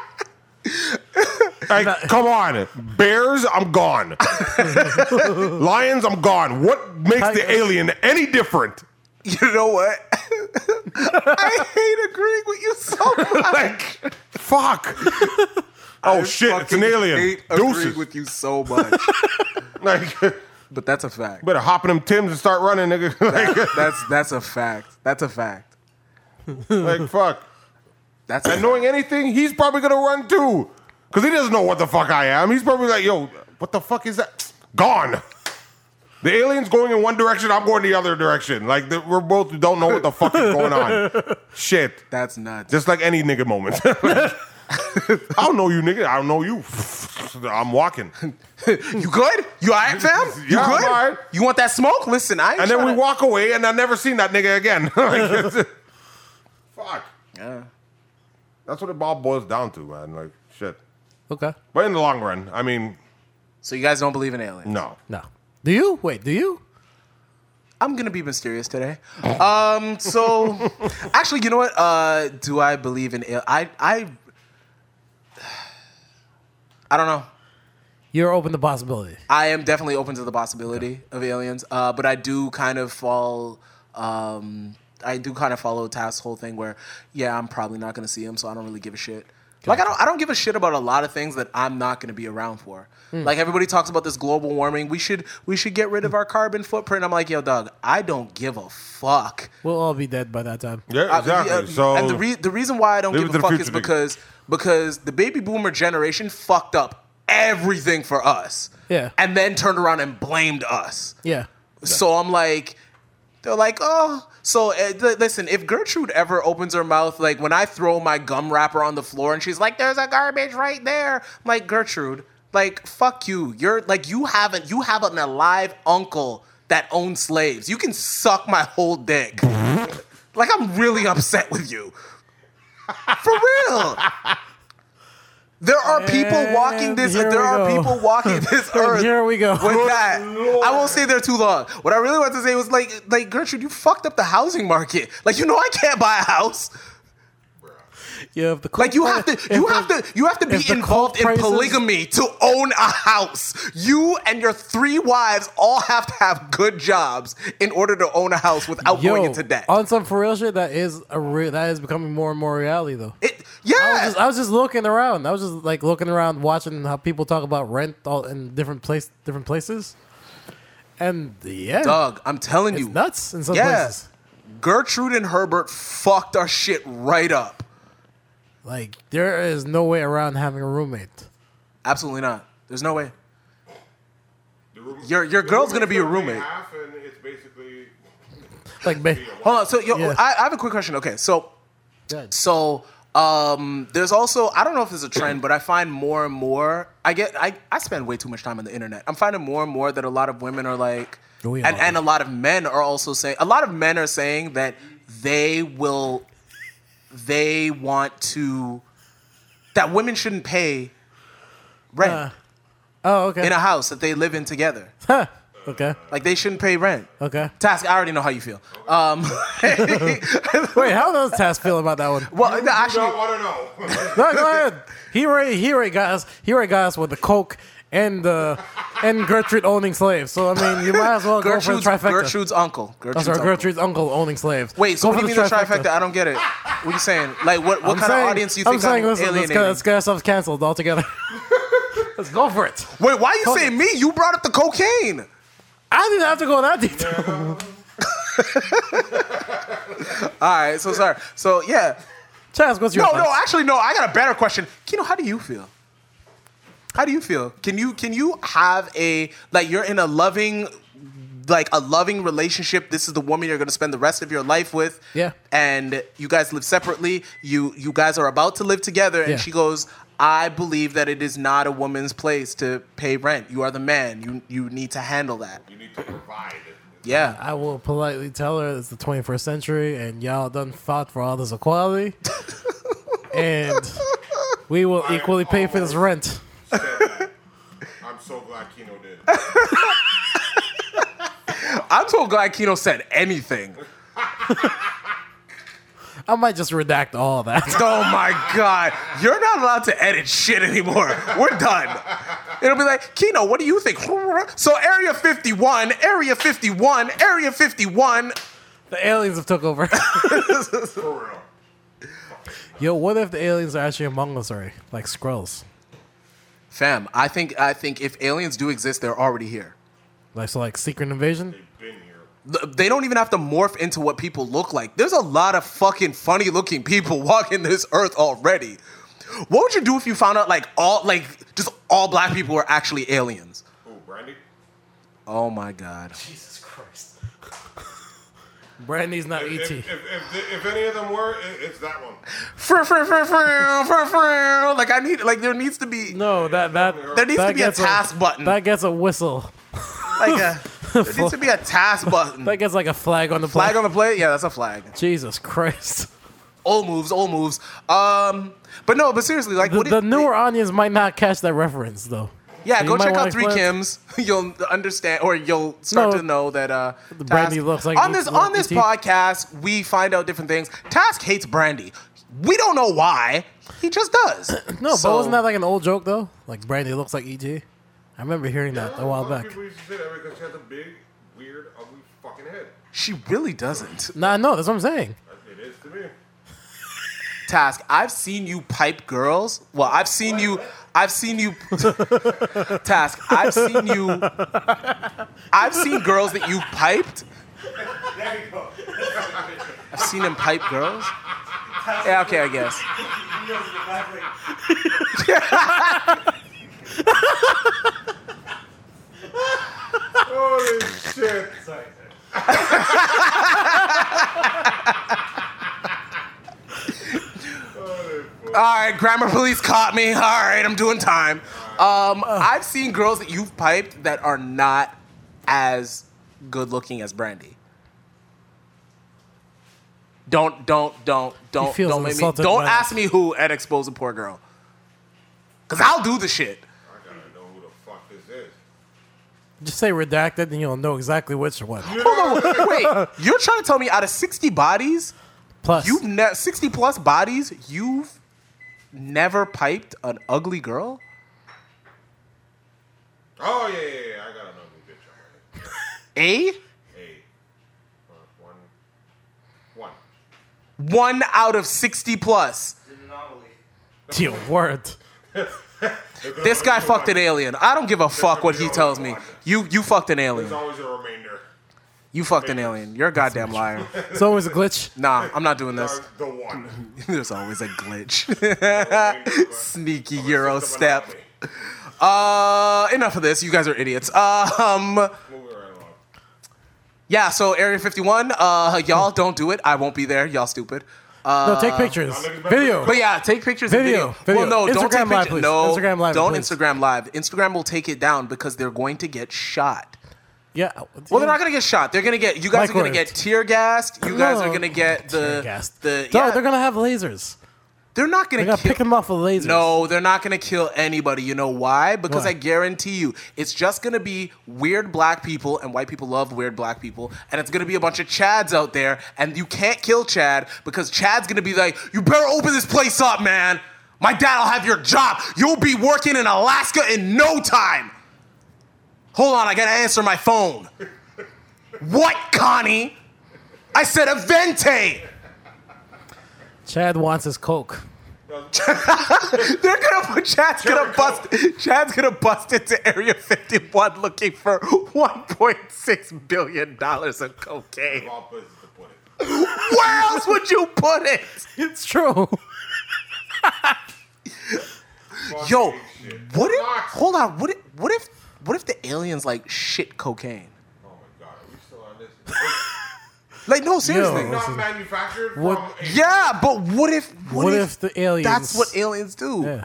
Like, come on, bears, I'm gone. Lions, I'm gone. What makes the Tigers. alien any different? you know what? I hate agreeing with you so much. Like, fuck. Oh shit, it's an fucking alien. Hate agreeing Deuces. with you so much, like, but that's a fact. better hop in them Tims and start running, nigga. like, that's that's a fact. That's a fact. like, fuck. That's a And knowing anything, he's probably gonna run too. Cause he doesn't know what the fuck I am. He's probably like, yo, what the fuck is that? Gone. The alien's going in one direction, I'm going the other direction. Like the, we're both don't know what the fuck is going on. Shit. that's nuts. Just like any nigga moment. I don't know you nigga. I don't know you. I'm walking. you good? You all right, fam? You Yeah, I'm good? all right. You want that smoke? Listen, I. Ain't And then we tryna- walk away and I've never seen that nigga again. Like, it's- fuck. Yeah. That's what it all boils down to, man. Like shit. Okay. But in the long run, I mean, So you guys don't believe in aliens? no. No. Do you? Wait. Do you? I'm gonna be mysterious today. Um, so actually, you know what? Uh, do I believe in al- I I I don't know. You're open to possibility. I am definitely open to the possibility of aliens, uh, but I do kind of fall. Um, I do kind of follow Task's whole thing where, yeah, I'm probably not gonna see him, so I don't really give a shit. Like I don't, I don't give a shit about a lot of things that I'm not gonna be around for. Like everybody talks about this global warming, we should we should get rid of our carbon footprint. I'm like, yo, dog, I don't give a fuck. We'll all be dead by that time. Yeah, exactly. Uh, the- uh, so and the, re- the reason why I don't Leave give a it to the fuck future is nigga. because because the baby boomer generation fucked up everything for us. Yeah. And then turned around and blamed us. Yeah. So I'm like, they're like, oh, So uh, li- listen, if Gertrude ever opens her mouth, like when I throw my gum wrapper on the floor and she's like, "There's a garbage right there," I'm like Gertrude, like fuck you. You're like you haven't you have an alive uncle that owns slaves. You can suck my whole dick. like I'm really upset with you. For real. There are people walking this. here There we are go. people walking this earth. Here we go. With that, I won't stay there too long. What I really wanted to say was like, like Gertrude, you fucked up the housing market. Like, you know, I can't buy a house. Yeah, if the coke Like, you pri- have if to, you the- have to, you have to if be the involved coke in prices- polygamy to own a house. You and your three wives all have to have good jobs in order to own a house without going into debt. On some for real shit, that is a re- that is becoming more and more reality though. It- yeah. I was, just, I was just looking around. I was just like looking around, watching how people talk about rent all in different place, different places, and yeah, Doug, I'm telling it's you, nuts in some Yeah. places. Gertrude and Herbert fucked our shit right up. Like there is no way around having a roommate. Absolutely not. There's no way. Your your girl's gonna be your roommate. Half and it's basically Like, ba- Hold on. So yo, Yeah. I, I have a quick question. Okay, so God. so um, there's also I don't know if there's a trend, but I find more and more. I get I, I spend way too much time on the internet. I'm finding more and more that a lot of women are like, We and, all and a lot of men are also saying. A lot of men are saying that they will, they want to, that women shouldn't pay rent Uh, oh, okay, in a house that they live in together. Huh. okay, Like they shouldn't pay rent. okay. Task, I already know how you feel. Um, Wait, how does Taz feel about that one? well, no, actually, don't want to know. No, go ahead. He already, he already got us. He already got us with the coke and the and Gertrude owning slaves. So I mean, you might as well go for the Gertrude's, trifecta. Gertrude's uncle. I'm Gertrude's sorry, uncle. Gertrude's uncle owning slaves. Wait, so Go what do for you mean the trifecta? I don't get it. What are you saying? Like, what, what I'm kind saying- of audience do you think I'm saying? I'm listen, let's alienating? get, let's get ourselves canceled altogether. let's go for it. Wait, why you saying me? You brought up the cocaine. I didn't have to go that detail. All right, so sorry. So yeah, Chaz, what's your no, thoughts? no. Actually, no. I got a better question. Kino, how do you feel? How do you feel? Can you can you have a like you're in a loving like a loving relationship. This is the woman you're going to spend the rest of your life with. Yeah. And you guys live separately. You you guys are about to live together and Yeah. she goes, "I believe that it is not a woman's place to pay rent. You are the man. You you need to handle that." you need to provide. Yeah. I will politely tell her it's the 21st century and y'all done fought for all this equality, and we will equally pay for this rent. Said that. I'm so glad Kino did. I'm so glad Kino said anything. I might just redact all that. Oh my God. You're not allowed to edit shit anymore. We're done. It'll be like, Kino, what do you think? So, Area 51, Area 51, Area 51. the aliens have took over. For real. Yo, what if the aliens are actually among us already, like Skrulls? Fam, I think, I think if aliens do exist, they're already here. Like so, like secret invasion. They've been here. Th- They don't even have to morph into what people look like. There's a lot of fucking funny looking people walking this earth already. What would you do if you found out like all like just all black people were actually aliens? Who, Brandy? Oh my god. Jesus Christ. Brandy's not E If, ET. if, if, if any of them were, it, it's that one. Frou, frou, frou, frou, frou, frou. like I need like there needs to be No, that that there needs that to be a gets task button. That gets a whistle. like a, there needs to be a task button. That gets like a flag on the flag plate. on the plate? Yeah, that's a flag. Jesus Christ. Old moves, old moves. Um but no, but seriously, like The, what the it- newer onions might not catch that reference though. Yeah, you go might check wanna out Three explain Kims. You'll understand, or you'll start No. to know that uh, Brandy looks like E on Luke- this on Luke this E.T.. podcast we find out different things. Task hates Brandy. We don't know why. He just does. No, So- but wasn't that like an old joke though? Like Brandy looks like ET. I remember hearing that a while Other back. People used to say that because she has a big, weird, ugly fucking head. she really doesn't? Nah, no, that's what I'm saying. It is to me. task. I've seen you pipe girls. Well, I've seen you. I've seen you. task. I've seen you. I've seen girls that you piped. I've seen him pipe girls. Yeah, okay, I guess. Holy shit. All right, grammar police caught me. All right, I'm doing time. Um, I've seen girls that you've piped that are not as good looking as Brandy. Don't don't don't don't feels don't make me, insulted don't by ask me who at expose a poor girl. Cause I'll do the shit. I gotta know who the fuck this is. Just say redacted, and you'll know exactly which one. Hold on, wait. You're trying to tell me out of 60 bodies, Plus, you've ne- 60 plus bodies, you've never piped an ugly girl? Oh yeah, yeah, yeah. I got another bitch on A? my head. Hey, uh, one, one. One out of 60 plus. deal word. This guy fucked an alien. I don't give a fuck what he tells me. You you fucked an There's alien. always a remainder. You fucked an alien. You're a goddamn liar. It's always a glitch. Nah, I'm not doing this. There's the one. There's always a glitch. Remainder, Sneaky bro. Euro It's the step. monotony. Uh, enough of this. You guys are idiots. Um, Moving right along. yeah. So Area 51. Uh, y'all don't do it. I won't be there. Y'all stupid. No, Uh, take pictures. I'll make it Video. But yeah, take pictures. Video, and video. video. Well, no, don't Instagram take Live, pictures. please. No, Instagram Live, Don't please. Instagram live. Instagram will take it down because they're going to get shot. Yeah. Well, they're not gonna get shot. They're gonna get. You guys are gonna Microwaved. get tear gassed. You guys are No. gonna get the Uh, Gassed. the. No, yeah, they're gonna have lasers. they're not gonna They're gonna kill. pick them off with lasers. no, they're not gonna kill anybody. You know why? Because Why? I guarantee you, it's just gonna be weird black people, and white people love weird black people, and it's gonna be a bunch of Chads out there, and you can't kill Chad because Chad's gonna be like, you better open this place up, man. My dad'll have your job. You'll be working in Alaska in no time. Hold on, I gotta answer my phone. What, Connie? I said a vente. Chad wants his coke. They're gonna put Chad's gonna Jericho. bust. Chad's gonna bust into Area 51 looking for 1.6 billion dollars of cocaine. All places to put it. Where else would you put it? It's true. Fuck Yo, this shit. what if? Fuck. Hold on. What if? What if? What if the aliens like shit cocaine? Oh my god, are we still on this? It's Like no, seriously. Yo. not manufactured What- from a Yeah, but what if? What, What, if, the aliens? That's what aliens do. Yeah.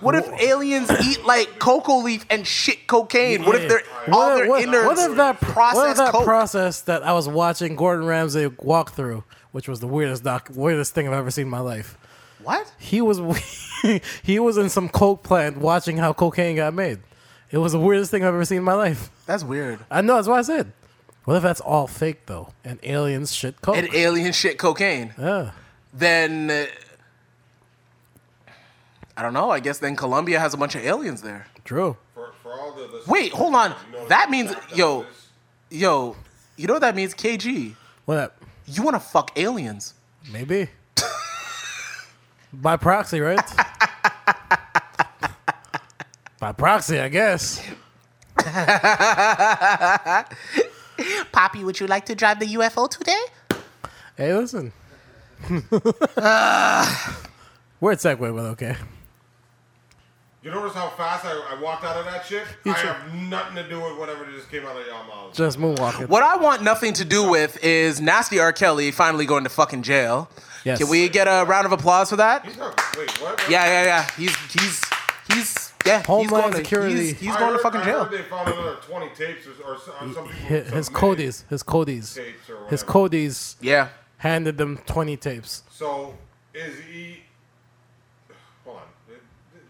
What if aliens eat like cocoa leaf and shit cocaine? What if Yeah. they're all What, their what- innards what if that process what if that coke? process that I was watching Gordon Ramsay walk through, which was the weirdest doc, weirdest thing I've ever seen in my life. what? He was he was in some coke plant watching how cocaine got made. It was the weirdest thing I've ever seen in my life. That's weird. I know that's what I said. What if that's all fake though, and aliens shit coke? and alien shit cocaine, yeah. then uh, I don't know. I guess then Colombia has a bunch of aliens there. True. For, for all the listeners- Wait, hold on. You know That the means fact of yo, this- yo. You know what that means? KG, What? up? you want to fuck aliens? Maybe. By proxy, right? By proxy, I guess. Poppy, would you like to drive the UFO today? Hey, listen. Weird segue, but okay. You notice how fast I, I walked out of that shit? I too. have nothing to do with whatever just came out of y'all mouths. Just moonwalking. What I want nothing to do with is nasty R. Kelly finally going to fucking jail. Yes. Can we get a round of applause for that? He's not, wait, what? Yeah, yeah, yeah. He's he's he's yeah. he's Homeland going to, Security. He's, he's I going heard, to fucking I jail. Heard they found another 20 tapes or, or some, some people. His, some his made Cody's, his Cody's, Tapes or his whatever. Cody's Yeah. handed them 20 tapes. So, is he. Hold on. Did,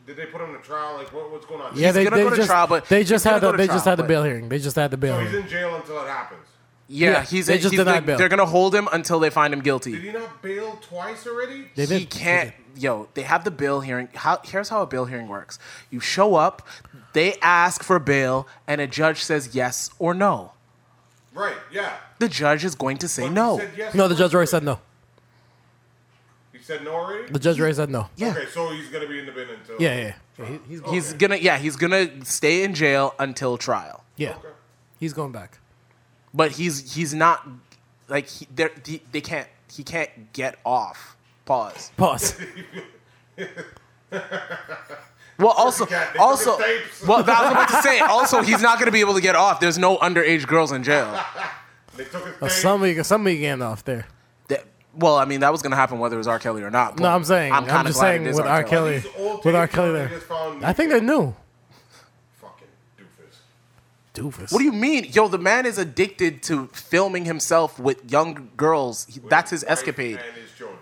did they put him to trial? Like, what, what's going on? Yeah, they, gonna they go to just trial, but they he's just gonna had go the to they trial, just had the but- bail hearing. They just had the bail So he's hearing. in jail until it happens. Yeah, Yeah, he's, they just he's denied they're, bail. they're gonna hold him until they find him Did guilty. he not bail twice already? He They did. They can't. did. Yo, they have the bill hearing. How, here's how a bill hearing works: you show up, they ask for bail, and a judge says yes or no. Right, yeah. The judge is going to say But he no. said yes No, the judge already already. said no. He said no already? The judge already said no. Yeah. Okay, so he's going to be in the bin until. Yeah, yeah, yeah. He- he's He's gonna. Yeah, he's gonna stay in jail until trial. yeah. Okay. He's going back. But he's he's not like he, they're- he, they can't he can't get off. Pause. Pause. Well, also, got the- also, the tapes. well, I was about to say. Also, he's not going to be able to get off. There's no underage girls in jail. They took his Uh, tape. somebody, somebody getting off there. That- Well, I mean, that was going to happen whether it was R. Kelly or not. but No, I'm saying. I'm, kinda just glad saying it is with R. Kelly. These old With R. tapes, Kelly they there. just found- I think they're new. Fucking doofus. Doofus. What do you mean? Yo, the man is addicted to filming himself with young girls. He- That's his Wife escapade. And his children.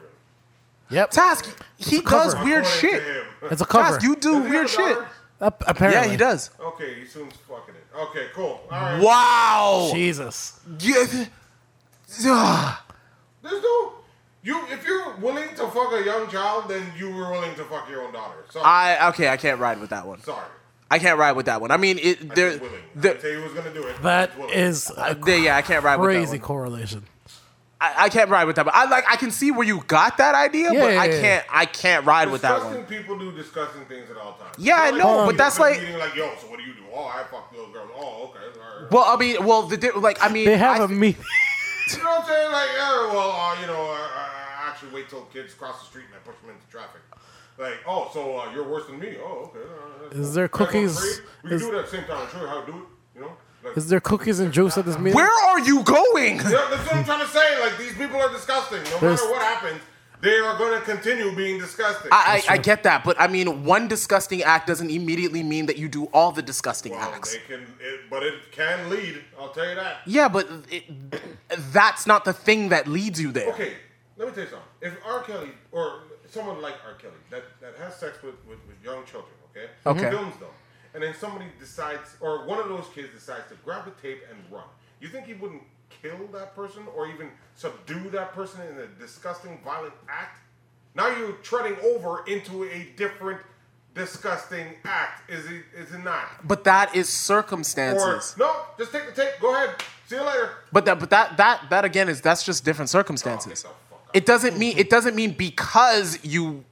Yep. Task, he does cover. weird According shit. to him. It's a cover. Task, you do Does he weird have a shit. daughter? Ap- apparently. Yeah, he does. Okay, he soon's fucking it. Okay, cool. All right. Wow. Jesus. Yeah. Ugh. This dude, you if you're willing to fuck a young child, then you were willing to fuck your own daughter. So I okay. I can't ride with that one. sorry. I can't ride with that one. I mean, it. There, He's willing. I there, tell you who's gonna do it. That He's willing. is a there- yeah, I can't ride with that crazy one. correlation. I, I can't ride with that. But I like. I can see where you got that idea, Yeah, but yeah, I yeah. can't. I can't ride with that disgusting one. people do disgusting things at all times. Yeah, I They're know, like, but that's like- meeting like, yo, so what do you do? Oh, I fuck little girls. Oh, okay, all right. Well, I mean, well, the di- like. I mean, They have I a meet. You know what I'm saying? Like, yeah, well, uh, you know, uh, I actually wait till kids cross the street and I push them into traffic. Like, oh, so uh, you're worse than me? Oh, okay. all right. Is there Like, I'm cookies- afraid We can is- do it at the same time. I'll show you how to do it. You know. Like, Is there cookies and juice at this meeting? Where are you going? Yeah, that's what I'm trying to say. Like these people are disgusting. No There's- matter what happens, they are going to continue being disgusting. I, I, I get that, but I mean, one disgusting act doesn't immediately mean that you do all the disgusting well, acts. they can, it, but it can lead. I'll tell you that. Yeah, but it, that's not the thing that leads you there. Okay, let me tell you something. If R. Kelly or someone like R. Kelly that, that has sex with, with, with young children, okay, Okay. films them, and then somebody decides, or one of those kids decides to grab a tape and run, you think he wouldn't kill that person or even subdue that person in a disgusting, violent act? Now you're treading over into a different disgusting act. Is it? Is it not? But that is Or circumstances. no? Just take the tape. Go ahead. See you later. But that, but that, that, that again is that's just different Oh, circumstances. It doesn't mean it doesn't mean because you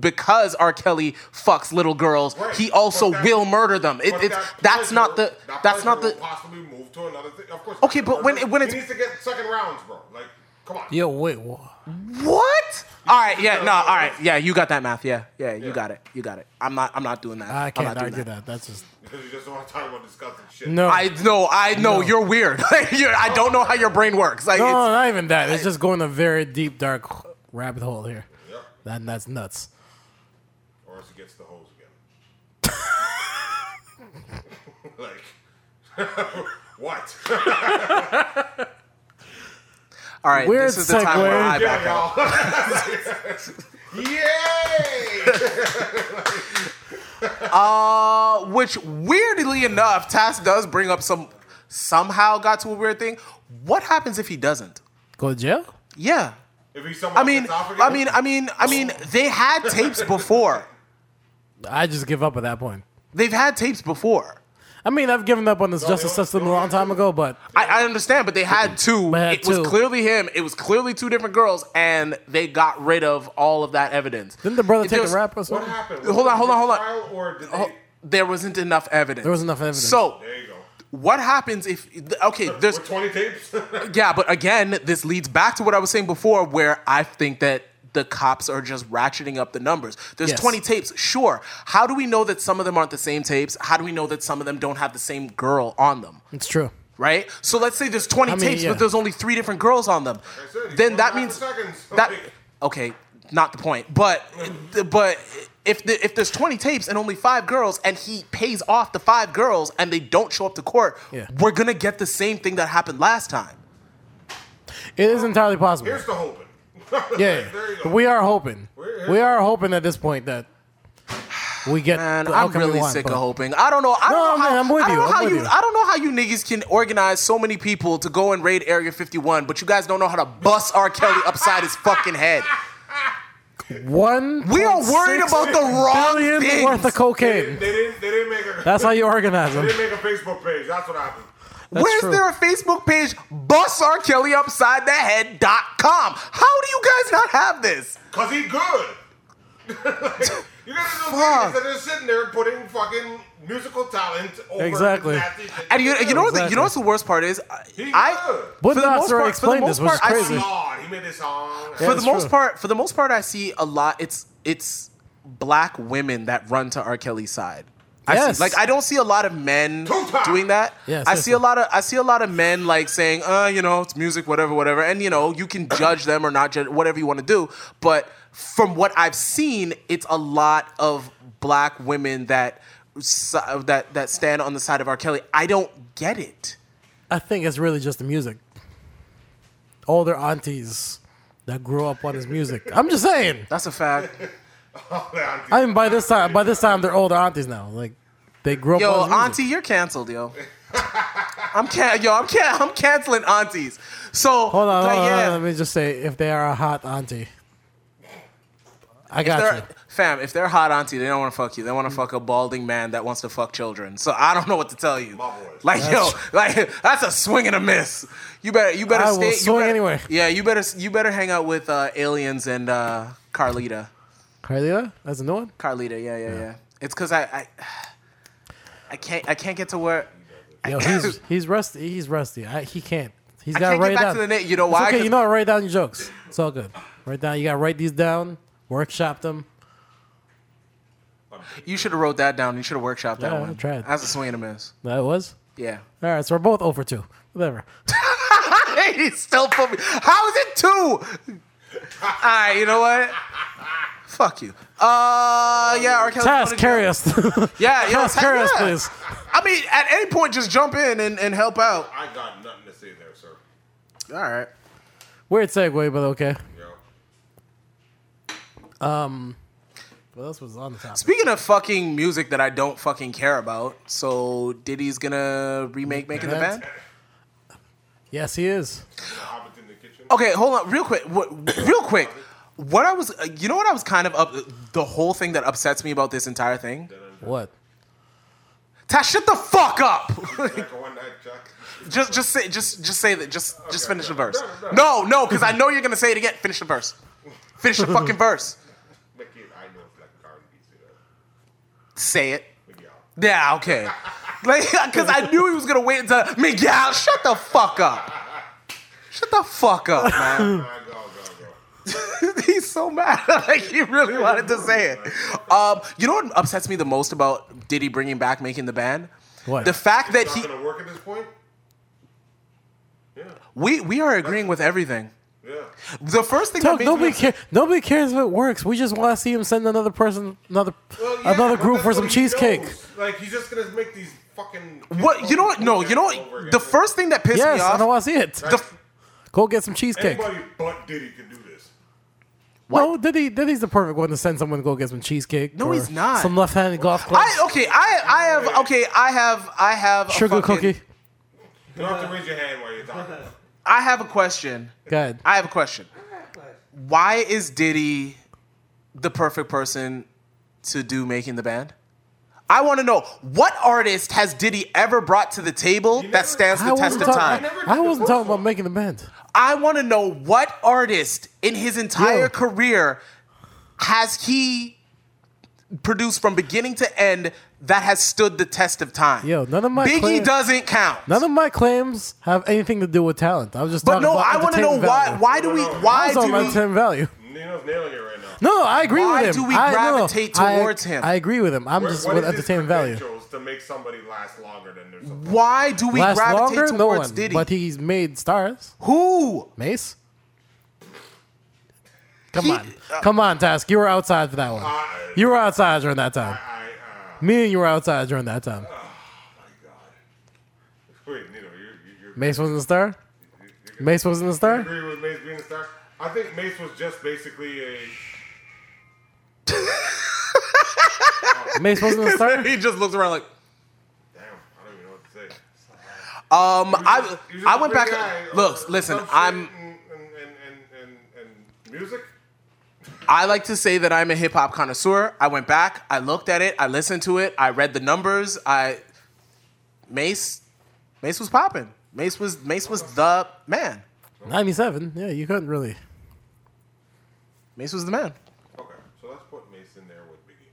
because R. Kelly fucks little girls, Right. he also But that- will murder them. It, But it's that that's pleasure- not the that that's not pleasure the will possibly move to another thing. Of course. Okay, but when- when it's- he needs to get second rounds, bro. Like, come on. Yo, wait. wha- what? All right, yeah, no, No, all no, right, no. yeah, you got that math, yeah, yeah, you Yeah. got it, you got it. I'm not, I'm not doing that. I I'm can't not doing argue that. That's just Because you just don't want to talk about disgusting shit. no. I know, I know, No. Uh, you're weird. You're- I don't know how your brain works. Like, no, it's, not even that. It's just going a very deep, dark rabbit hole here. Yep. That, that's nuts. Or else he gets the hose again. like, what? all right, Weird this is the time where segue. I back out. yeah, y'all. Yay! Uh, which weirdly enough, Task does bring up some somehow got to a weird thing. What happens if he doesn't? Go to jail? Yeah. If he's someone I mean, I mean, I mean, I mean, they had tapes before. I just give up at that point. They've had tapes before. I mean, I've given up on this justice no, system a no, long no. time ago, but I, I understand, but they had two. They had it was two. clearly him. It was clearly two different girls, and they got rid of all of that evidence. didn't the brother If take there's- a rap or something? what happened? Hold on, hold on, hold on. Trial or did they? Oh, There wasn't enough evidence. There wasn't enough evidence. So, There you go. what happens if? Okay, there's With 20 tapes? Yeah, but again, this leads back to what I was saying before, where I think that the cops are just ratcheting up the numbers. There's Yes. 20 tapes, sure. How do we know that some of them aren't the same tapes? How do we know that some of them don't have the same girl on them? It's true. Right? So let's say there's 20 I mean, tapes, yeah. but there's only three different girls on them. said, he's then that going means back for seconds. that Like- okay, not the point. But but if the, if there's 20 tapes and only five girls, and he pays off the five girls and they don't show up to court, Yeah. we're gonna get the same thing that happened last time. It is entirely possible. Here's the hoping. yeah, there you go. but we are hoping. We're- We are hoping at this point that we get. Man, the I'm outcome we really want, sick but- of hoping. I don't know. I don't No, know how, man, I'm with I don't you. know I'm how with you, you. I don't know how you niggas can organize so many people to go and raid Area 51, but you guys don't know how to bust R. Kelly upside his fucking head. One. We are worried about the wrong billion things. worth of They cocaine. didn't, they didn't. They didn't make a. That's how you organize they them. didn't make a Facebook page. That's what happened. That's Where's true. there a Facebook page? Bust R. Kelly upside the head.com. How do you guys not have this? Cause he good. you got to know Fuck. niggas that are sitting there putting fucking musical talent over Exactly. nasty shit. And you, you know what the, you Exactly. know what's the worst part is? I- He I good. But for the that's most part, already for the explained most this, which is part, I crazy. see Lord, Oh he made this song. for That's the most true. part, for the most part, I see a lot. It's it's black women that run to R. Kelly's side. Yes. Like I don't see a lot of men doing that. Yeah, I see seriously. a lot of I see a lot of men like saying, uh, you know, it's music, whatever, whatever. And you know, you can judge them or not judge whatever you want to do. But from what I've seen, it's a lot of black women that si- that that stand on the side of R. Kelly. I don't get it. I think it's really just the music. All their aunties that grew up on his music. I'm just saying. That's a fact. I mean, by this time, by this time, they're older aunties now. Like they grew up. Yo, on his music. auntie, you're canceled, yo. I'm can yo, I'm can I'm canceling aunties. So Hold on, like, hold on, yeah. hold on, let me just say, if they are a hot auntie, I got you. they're, fam, if they're hot auntie, they don't want to fuck you. They want to fuck a balding man that wants to fuck children. So I don't know what to tell you. Like yo, like that's a swing and a miss. You better, you better I will stay. you swing better- anyway. Yeah, you better, you better hang out with uh, aliens and uh, Carlita. Carlita, that's a new one. Carlita, yeah, yeah, yeah. It's because I, I, I can't, I can't get to where. Yo, he's he's rusty. He's rusty. I, he can't. He's I got to can't write get back down. to the name. You know It's why? okay, 'Cause- you know, write down your jokes. It's all good. Write down. You got to write these down. Workshop them. You should have wrote that down. You should have workshopped that Yeah, I one. tried. That's a swing and a miss. That was. Yeah. All right, so we're both over two. Whatever. he still put me. How is it two? All right, you know what? Fuck you. Uh, yeah, R. Kelly. Task carry us. Yeah, yo, Task carry us, yeah. please. I mean, at any point, just jump in and, and help out. I got nothing to say there, sir. All right. Weird segue, but okay. Yo. What else was on the top? Speaking of fucking music that I don't fucking care about, so Diddy's gonna remake Making the Band? Yes, he is. Hobbit in the Oh. kitchen. Okay, hold on, real quick. What, real quick. What I was, uh, you know what I was kind of up, the whole thing that upsets me about this entire thing? What? Tash, shut the fuck up! Jack of one night, Jack. Just, just say, just, just say that. Just, just Okay, finish the no, verse. no, No, no, because I know you're gonna say it again. Finish the verse. Finish the fucking verse. Mickey, I know it's like a garden piece of Say it. Miguel. Yeah, okay. Like, because I knew he was gonna wait until Miguel. Shut the fuck up. Shut the fuck up, man. I go, go, go. He's so mad. like he really wanted to say it. Um, you know what upsets me the most about Diddy bringing back making the band? What? The fact that It's he not gonna work at this point? Yeah. we we are agreeing with everything. Yeah. The first thing Look, that nobody makes me cares. Nobody cares if it works. We just want to see him send another person, another, Well, yeah, another but group that's for what some he cheesecake. knows. Like he's just gonna make these fucking. what you know what no you know Over what again. the first thing that pissed Yes, me I off don't want to see it. the, Go get some cheesecake. Anybody but Diddy can do this. No, Diddy, Diddy's the perfect one to send someone to go get some cheesecake. No, or he's not. Some left-handed golf clubs, I okay. I I have okay. I have I have a sugar fucking- cookie. You don't have to raise your hand while you're talking. I have a question. Go ahead. I have a question. Why is Diddy the perfect person to do making the band? I want to know what artist has Diddy ever brought to the table never- that stands the test wasn't, of talk- time? never did I the wasn't first talking one. about making the band. I want to know what artist in his entire Yo. career has he produced from beginning to end that has stood the test of time. Yo, none of my Biggie claim- doesn't count. None of my claims have anything to do with talent. I was just But talking no, about I want to know entertainment why. value. Why do we? No, no, no. Why I was do talking about we? entertainment value. Nino's nailing it right now. No, no, I agree Why with him. do we I, no, no, gravitate I- towards him? I agree with him. I'm Where- just what with is his entertainment value. credentials to make somebody last longer than their supposed Why do we Last gravitate longer, towards no one. Diddy? But he's made stars. Who? Mace? Come He- on. Come on, Task. You were outside for that one. I- you were outside during that time. I, uh, Me and you were outside during that time. my God. Wait, Nino, you, you, you, Mace wasn't a star? Mace wasn't a you star? agree with Mace being a star? I think Mace was just basically a. Mace wasn't a star? He just looks around like. Damn, I don't even know what to say. Um, I He was just I a went big back. guy, Look, uh, listen. some shit I'm. And, and, and, and, and music? I like to say that I'm a hip hop connoisseur. I went back. I looked at it. I listened to it. I read the numbers. I. Mace, Mace was popping. Mace was Mace was the man. 97. Yeah, you couldn't really. Mace was the man. Okay, so let's put Mace in there with Biggie.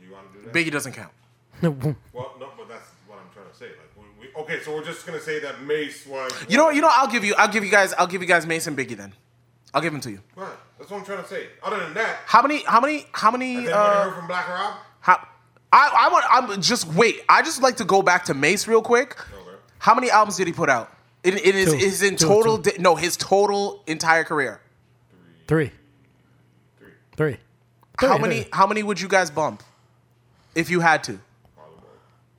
Do you want to do that? Biggie doesn't count. Well, no, but that's what I'm trying to say. Like, we, we, okay, so we're just gonna say that Mace was. You know. You know. I'll give you. I'll give you guys. I'll give you guys Mace and Biggie then. I'll give them to you. Right, that's what I'm trying to say. Other than that, How many? How many? How many? then Uh, heard from Black Rob. how, I, I want. I'm just wait. I just like to go back to Mace real quick. How many albums did he put out? It, it is Two. is in Two, total. two. Di- no, his total entire career. Three. Three. How Three, many? three. How many would you guys bump if you had to?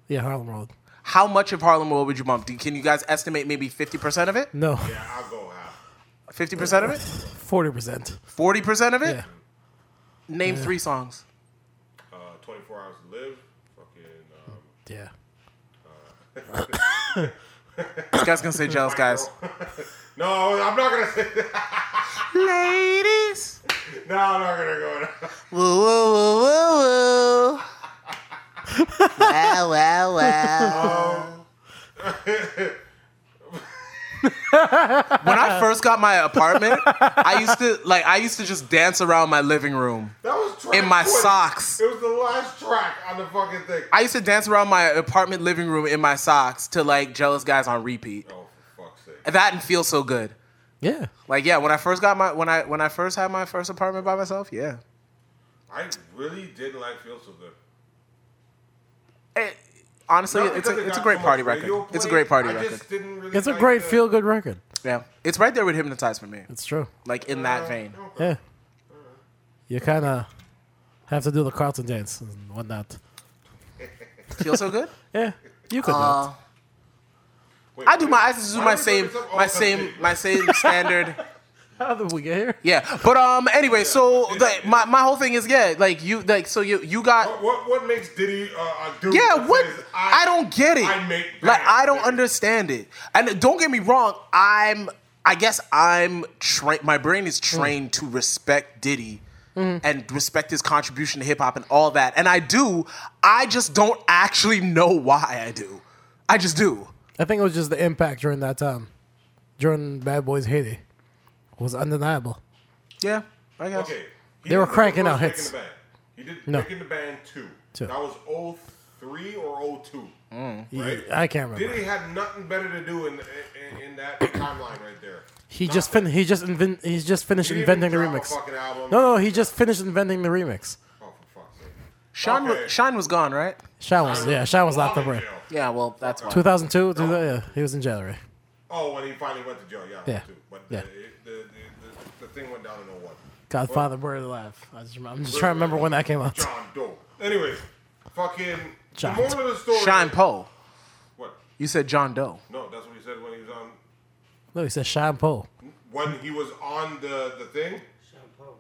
Yeah, Harlem Road. How much of Harlem World would you bump? Do- Can you guys estimate maybe fifty percent of it? No, Yeah, I'll go half. Fifty percent of it? forty percent. Forty percent of it? Yeah. Name three songs. Uh, 24 hours to live. Fucking. Um, Yeah. This guy's gonna say jealous guys. no, I'm not gonna say that. Ladies, No, I'm not gonna go. woo woo woo woo woo. wow wow wow. when I first got my apartment, I used to like I used to just dance around my living room. That was track In my 20. socks. It was the last track on the fucking thing. I used to dance around my apartment living room in my socks to like jealous guys on repeat. oh, for fuck's sake. And That didn't feel so good. Yeah. Like yeah, when I first got my when I when I first had my first apartment by myself, yeah. I really didn't like Feel So Good. It- Eh, honestly, No, it's because it a it's a got great so party much record. radio It's a play. great party I record. Just didn't really It's a like great the- feel good record. Yeah, it's right there with hypnotize for me. It's true. Like in Uh, that vein. Yeah. You kind of have to do the Carlton dance and whatnot. Feel so good. Yeah. You could do it. Uh, Wait, I do my I just do why are my we same doing some my old same country? my same standard. How did we get here? Yeah, but um anyway, so like my, my whole thing is yeah, like you like so you you got What, what what makes Diddy uh, a dude? Yeah, that what? says, I, don't get it. I make like bands, I don't nigga." understand it. And don't get me wrong, I'm I guess I'm trained my brain is trained to respect Diddy Mm-hmm. and respect his contribution to hip hop and all that. And I do. I just don't actually know why I do. I just do. I think it was just the impact during that time, during Bad Boys Haiti, was undeniable. Yeah, I guess. Okay. He They were didn't do cranking the out first Rick hits. in the Band. He did No. Rick in the Band 2. Two. That was 03 or 02. Mm. Right? I can't remember. Diddy had nothing better to do in in, in that timeline right there. He just fin- he just invent- he's just finished He didn't inventing the even drop remix. a fucking album. No, no, he just finished inventing the remix. Oh, for fuck's sake. Sean Okay. was, Sean was gone, right? Sean was yeah, Sean was locked up Fucking right. jail. Yeah, well, that's why. 2002, two- yeah, he was in jail right. Oh, when he finally went to jail, yeah. Yeah. Too. But Yeah. The, the, the, the, the thing went down in 01. Godfather Buried Alive. I just, I'm just trying to remember when that came out. John Doe. Anyways, fucking. John The moral of the story. Sean Poe. What? You said John Doe. No, that's what he said when he was on. No, he said Sean Poe. When he was on the, the thing.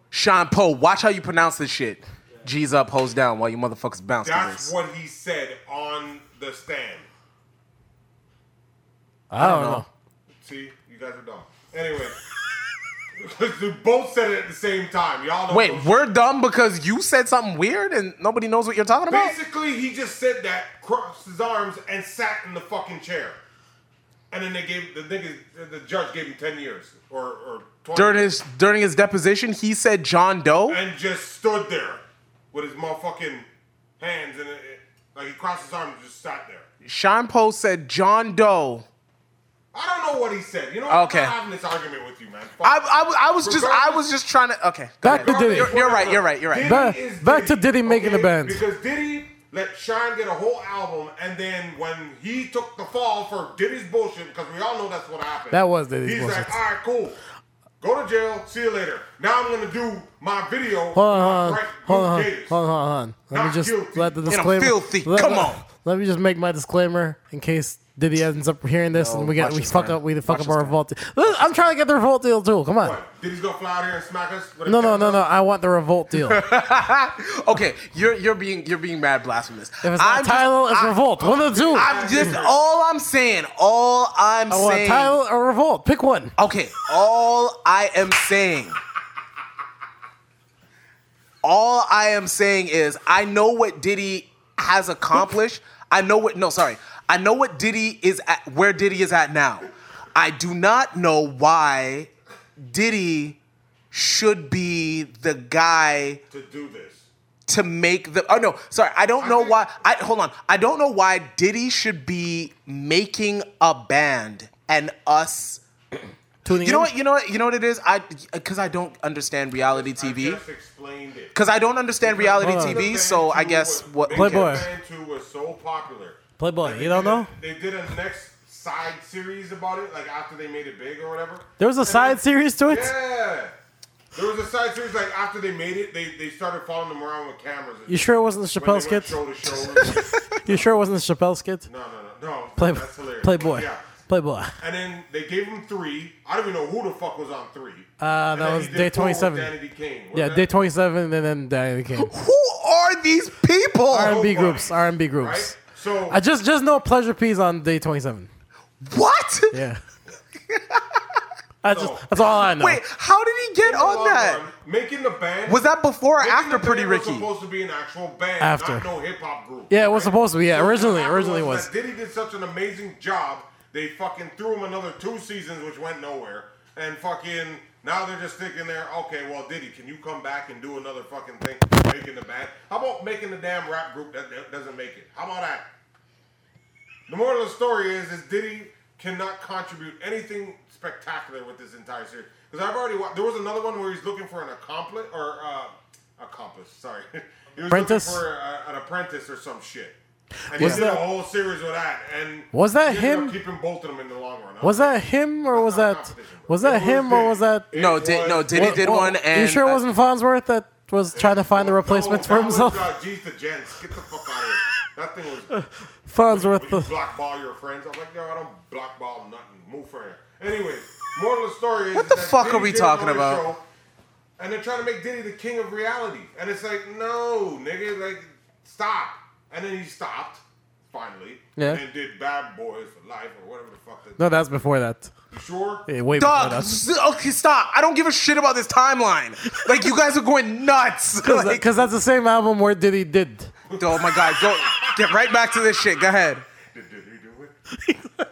Sean Poe. Watch how you pronounce this shit. G's up, hoes down while you motherfuckers bounce to That's this. what he said on the stand. I don't know. See, you guys are dumb. Anyway, you both said it at the same time. Y'all don't Wait, know. we're dumb because you said something weird and nobody knows what you're talking about? Basically, he just said that, crossed his arms, and sat in the fucking chair. And then they gave the nigga, the judge gave him ten years or or twenty. During his during his deposition, he said John Doe. and just stood there with his motherfucking hands and it, like he crossed his arms and just sat there. Sean Poe said John Doe. I don't know what he said. You know, what? Okay. I'm not having this argument with you, man. Fuck. I, I, I was just I was just trying to okay. go Back ahead. to Diddy. You're, you're right. You're right. You're right. Diddy Back- is back to Diddy making the band. Because Diddy let Shine get a whole album, and then when he took the fall for Diddy's bullshit, because we all know that's what happened. That was Diddy's He's bullshit. like, all right, cool. Go to jail. See you later. Now I'm gonna do my video. Hold on, right, hold on, hold on, Gator's. hold on, hold on. Let me Not just guilty. let the And I'm disclaimer. filthy. Let, Come let- on. Let me just make my disclaimer in case Diddy ends up hearing this No, and we get watch we this fuck man. up we fuck Watch up our this man. revolt. Look, I'm trying to get the revolt deal too. Come on. What? Diddy's gonna fly out here and smack us? with a No, no, no, camera? no. I want the revolt deal. if Okay, you're you're being you're being mad blasphemous. If it's not title, it's revolt. One of the two. I, I'm just all I'm saying. All I'm want saying. title or revolt. Pick one. Okay, all I am saying. All I am saying is I know what Diddy has accomplished. I know what no, sorry. I know what Diddy is at where Diddy is at now. I do not know why Diddy should be the guy To do this. to make the oh no sorry i don't know why i hold on i don't know why diddy should be making a band and us tuning You know in? what? You know what? You know what it is? I because I don't understand reality I TV. just explained it. Because I don't understand reality Hold on. TV, so I guess what. Playboy. Band 2 was so popular. Playboy, Like, you they don't did a- know? They did a next side series about it, like after they made it big or whatever. There was a And side then- series to it. Yeah. There was a side series, like after they made it, they, they started following them around with cameras. And You sure it wasn't the when they Chappelle's went Kids? Show to show. You sure it wasn't the Chappelle's Kids? no, no, no, no. Play, that's hilarious. Playboy. Yeah. Playboy. And then they gave him three. I don't even know who the fuck was on three. And Uh, that then was he did day four with 27. Danny DeCane. Wasn't Yeah, that- day 27 and then Danny King. Who are these people? R&B Nobody. groups, R&B groups. Oh Right? So I just just know Pleasure P's on day 27. What? Yeah. I just, No. that's all I know. Wait, how did he get on Hold that? on. Making the band Was that before or Making after the Pretty Band was Ricky? supposed to be an actual band, After. not no hip hop group. Yeah, it was supposed to be. Yeah, So originally, what happened originally was. that Diddy did such an amazing job. They fucking threw him another two seasons, which went nowhere. And fucking now they're just thinking there. Okay, well, Diddy, can you come back and do another fucking thing? Making the band. How about making the damn rap group that, that doesn't make it? How about that? The moral of the story is, is Diddy cannot contribute anything spectacular with this entire series. Because I've already watched. There was another one where he's looking for an accomplice or uh, accomplice. Sorry, he was Apprentice? looking for a, an apprentice or some shit. And he Was did that- a whole series with that. And Was that he ended up him? Keeping both of them in the long run. Was that him or was not that competition, bro. was that It was him or Diddy. was that? It No, did, no, was- Diddy What- did what- one, and you sure it I- wasn't Farnsworth that was trying to find a replacement No, for that himself? Was, uh, Jeez the gents, get the fuck out of here. That thing was Farnsworth. When uh, you blackball your friends. I'm like, yo, I don't blackball nothing. Move for it. Anyways, moral of the story is What the that fuck Diddy are we did another talking about? show, and they're trying to make Diddy the king of reality, and it's like, no, nigga, like, stop. And then he stopped, finally, Yeah. and did Bad Boys for Life or whatever the fuck. That, No, that's before that. You sure? Yeah, Way before Dog, that. s- okay, stop. I don't give a shit about this timeline. Like, you guys are going nuts. Like, Because that's the same album where Diddy did. oh my god, go get right back to this shit. Go ahead. Did Diddy do it?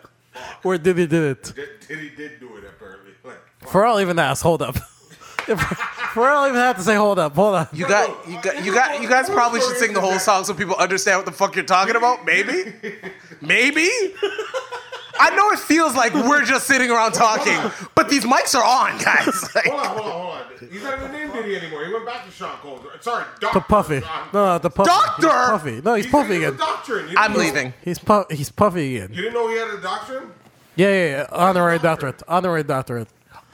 Where Diddy did it. Did, Diddy did do it apparently. Like, Pharrell even asked, hold up. Pharrell even had to say, hold up, hold on. You got, you got, you got, you guys probably should sing the whole song so people understand what the fuck you're talking about. Maybe, maybe. I know it feels like we're just sitting around talking, but these mics are on, guys. Like, hold on, hold on, hold on. He's not even named Diddy anymore. He went back to Sean Cole. Sorry, Doctor. To Puffy. Sean- No, no, to Puffy. Doctor! He's puffy. No, he's He said Puffy he was again. Doctrine. He I'm didn't- leaving. He's pu- he's Puffy again. You didn't know he had a doctrine? Yeah, yeah, yeah. Honorary doctorate. Honorary doctorate.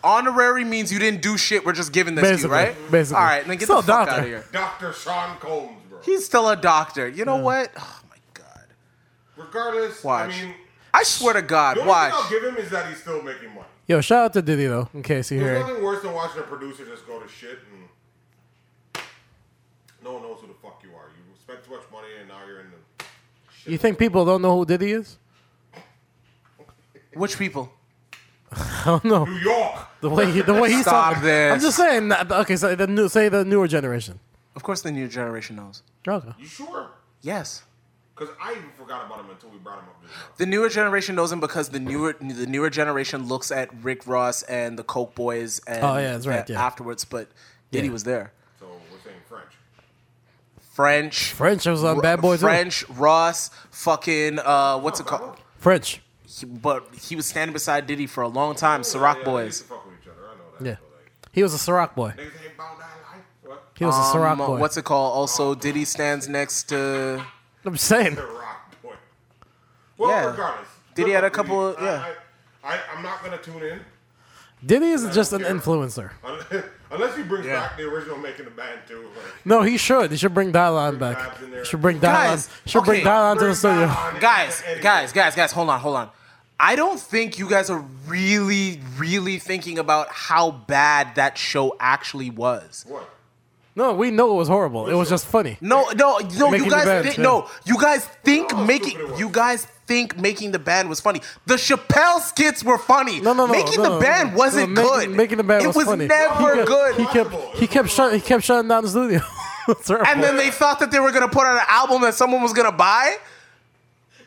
Honorary means you didn't do shit. We're just giving this to Basically, you, right? basically. All right, then get Still the a fuck doctor. out of here. Dr. Sean Combs, bro. He's still a doctor. You know what? Oh my god. Regardless, Watch. I mean, I swear to God, the only watch. thing I'll give him is that he's still making money. Yo, shout out to Diddy though, in case you hear There's it. nothing worse than watching a producer just go to shit and no one knows who the fuck you are. You spent too much money and now you're in the. You think people don't know who Diddy is? Which people? I don't know. New York! The way he, the way he's Stop talking. this. I'm just saying. That, okay, so the new, say the newer generation. Of course, the new generation knows. Okay. You sure? Yes. Because I even forgot about him until we brought him up. just now. The newer generation knows him because the newer the newer generation looks at Rick Ross and the Coke Boys and Oh, yeah, that's right, that yeah. afterwards, but Diddy Yeah. was there. So we're saying French. French, French was on Ro- Bad Boys. French. French Ross, fucking uh, what's it called? French. He- but he was standing beside Diddy for a long time. Ciroc Yeah, They used Boys. to fuck with each other. I know that. Yeah. but, like, He was a Ciroc boy. Niggas ain't bound to high life. What? He was a Ciroc Um, boy. what's it called? Also, Diddy stands next to. I'm saying. The Rock boy. Well, Yeah. regardless. Did he good had a luck with couple you. of- yeah. I, I, I, am not gonna tune in Diddy isn't just an care. influencer. Un- unless he brings Yeah. back the original making the band too. Like, No, he should. He should bring Dylan Bring back. Babs in there. Should bring Dylan. Guys, Should bring okay, Dylan to bring the studio. Dylan. guys, Anyway. guys, guys, guys, hold on, hold on. I don't think you guys are really, really thinking about how bad that show actually was. What? No, we know it was horrible. It was just funny. No, no, no. Making you the guys, band, think, yeah. no, you guys think Oh, how making, stupid it was. you guys think making the band was funny. The Chappelle skits were funny. No, no, no. Making no, the no, band no. wasn't No, making- good. Making the band it was was funny. never he kept, good. He kept he kept shut, he kept shutting down the studio. It's horrible. and then they thought that they were gonna put out an album that someone was gonna buy.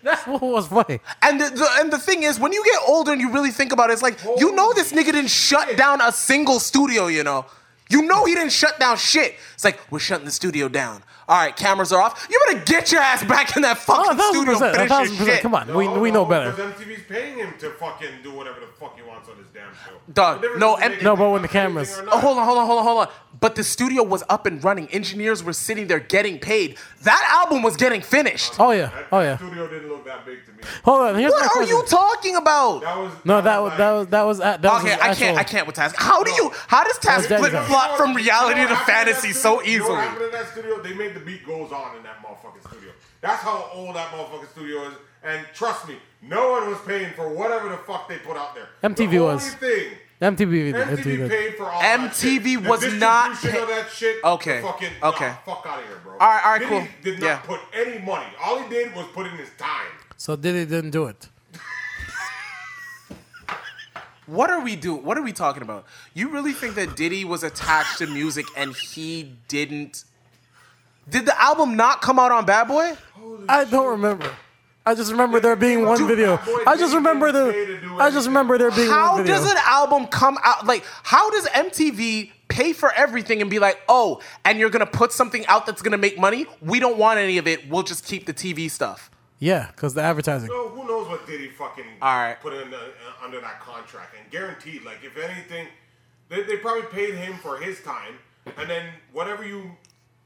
that's what was funny. And the, the and the thing is, when you get older and you really think about it, it's like you know this nigga didn't shut down a single studio. You know, You know he didn't shut down shit. It's like we're shutting the studio down. All right, cameras are off. You better get your ass back in that Oh, a fucking thousand studio. and percent. A finish thousand your percent. shit. Come on. we, we know better. Because MTV's paying him to fucking do whatever the fuck he wants on his damn show. Dog, The difference no, is M- they No, can but when do the cameras- anything or Oh, not. hold on, hold on, hold on, hold on. But the studio was up and running. Engineers were sitting there getting paid. That album was getting finished. Oh, yeah. That Oh, yeah. Studio didn't look that big to me. Hold on. Here's my What are question. you talking about? That was no, that was, like- that was, that was, that was Okay, his I can't. actual- I can't with Taz. How do you? How does Taz That was flip Denzel. flop from reality You to know what happened in that fantasy studio? so You know what easily? happened in that studio? They made the beat goes on in that motherfucking studio. That's how old that motherfucking studio is. And trust me, no one was paying for whatever the fuck they put out there. MTV the was. Only thing, MTV. MTV MTV. paid for all MTV that shit. was the not distribution pay- of that shit. Okay, Fucking, okay. Nah, fuck out of here, bro. All right, all right, cool. Did not Yeah. put any money. All he did was put in his time. So Diddy didn't do it. What are we doing? What are we talking about? You really think that Diddy was attached to music and he didn't? Did the album not come out on Bad Boy? I don't remember. I just remember there being one video. I just remember there. I just remember there being How one video. does an album come out? Like, how does MTV pay for everything and be like, oh, and you're gonna put something out that's gonna make money? We don't want any of it. We'll just keep the TV stuff. Yeah, because the advertising. So who knows what Diddy fucking All right. put in uh, uh, under that contract and guaranteed. Like if anything, they, they probably paid him for his time, and then whatever you,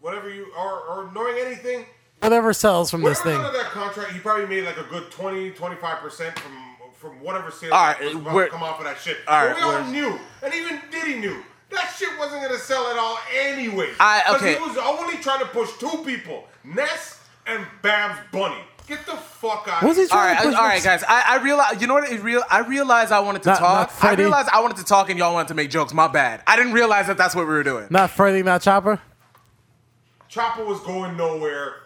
whatever you or or knowing anything, Whatever sells from this whatever thing. under that contract, he probably made like a good 20, 25 percent from from whatever sales All right, was about we're- to come off of that shit. all But right, we all we're- knew, and even Diddy knew. That shit wasn't gonna sell at all anyway. I- 'Cause okay. He was only trying to push two people, Ness and Babs Bunny. Get the fuck out. Was he here. All trying right, to push all right, this- guys. I, I realize you know what it real. I realized I wanted to Not- talk. not I Freddy. realized I wanted to talk, and y'all wanted to make jokes. My bad. I didn't realize that that's what we were doing. Not Freddy, not Chopper. Chopper was going nowhere.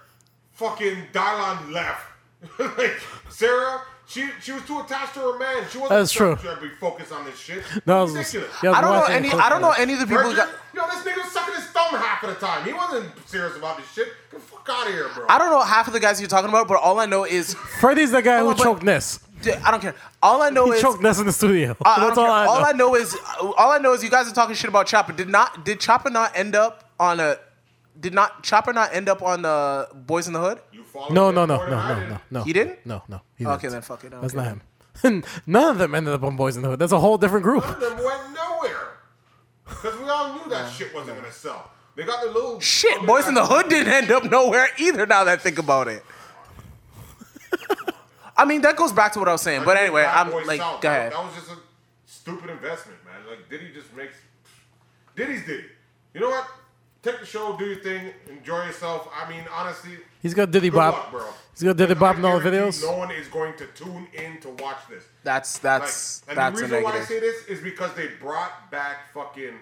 Fucking Dylan left. like Sarah, she she was too attached to her man. She wasn't That's trying true. to be focused on this shit. No, I was- ridiculous. yeah, I don't know watching any. Coach I don't know Brown. any of the people. Virgil, Who got, yo, this nigga was sucking his thumb half of the time. He wasn't serious about this shit. Get the fuck out of here, bro. I don't know half of the guys you're talking about, but all I know is Freddy's the guy who Oh, but- choked Ness. Yeah, I don't care. All I know He is choked Ness in the studio. I- I don't That's care. all I know. is all I know is you guys are talking shit about Chopper. Did not did Chopper not end up on a did not Chopper not end up on uh, Boys in the Hood? You followed no, that no, no, more no, than I no, did. no, no. He didn't? No, no. He Okay, didn't. then fuck it. That's Okay. not him. None of them ended up on Boys in the Hood. That's a whole different group. None of them went nowhere. Because we all knew that shit wasn't gonna sell. They got their little Shit, Boys in the Hood didn't end up nowhere either. Now that I think about it. I mean, that goes back to what I was saying. But Like, anyway, Bad I'm Boy like, South, go that- ahead. That was just a stupid investment, man. Like Diddy just makes Diddy's Diddy. You know what? Take the show, do your thing, enjoy yourself. I mean, honestly, He's got Diddy good Bop. luck, bro. He's got Diddy I Bop in all the guarantee No videos. one is going to tune in to watch this. That's Like, that's and that's the a reason why I say negative. this is because they brought back fucking.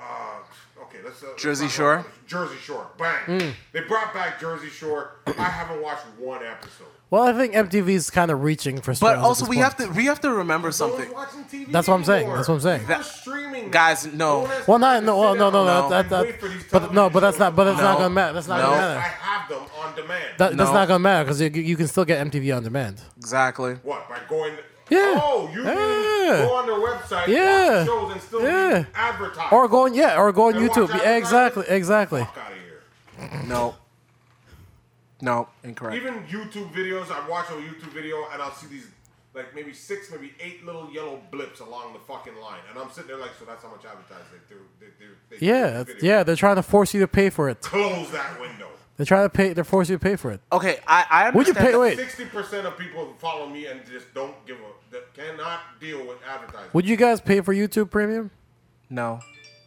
Uh, okay, let's. Uh, let's Jersey talk about- Shore? Jersey Shore, bang! They brought back Jersey Shore. I haven't watched one episode. Well, I think MTV's kind of reaching for. But also, we have to we have to remember something. No one's watching TV That's what I'm saying. anymore. That's what I'm saying. People are streaming. Guys, no. one has Well, time not to no, sit well, no, down no, No. no. That, Wait that, for these but no, but that's not. But that's not No. gonna matter. That's not No. gonna and I matter. have them on demand. That, That's No. not gonna matter because you, you can still get MTV on demand. Exactly. what by going? Yeah. Oh, you Yeah. can go on their website, yeah. Yeah. watch shows, and still Yeah. be advertised. Or go on, yeah, or go on And watch YouTube. Yeah, exactly, advertisements? exactly. Fuck out of here. No. No. Incorrect. Even YouTube videos, I watch a YouTube video and I'll see these like maybe six, maybe eight little yellow blips along the fucking line, and I'm sitting there like, so that's how much advertising they do. They, they, they Yeah, do this that's- video. yeah. They're trying to force you to pay for it. Close that window. They're trying to pay. They're forcing you to pay for it. Okay, I, I understand. Would you pay? that- Wait, Sixty percent of people follow me and just don't give a that cannot deal with advertising. would you guys pay for YouTube Premium? No.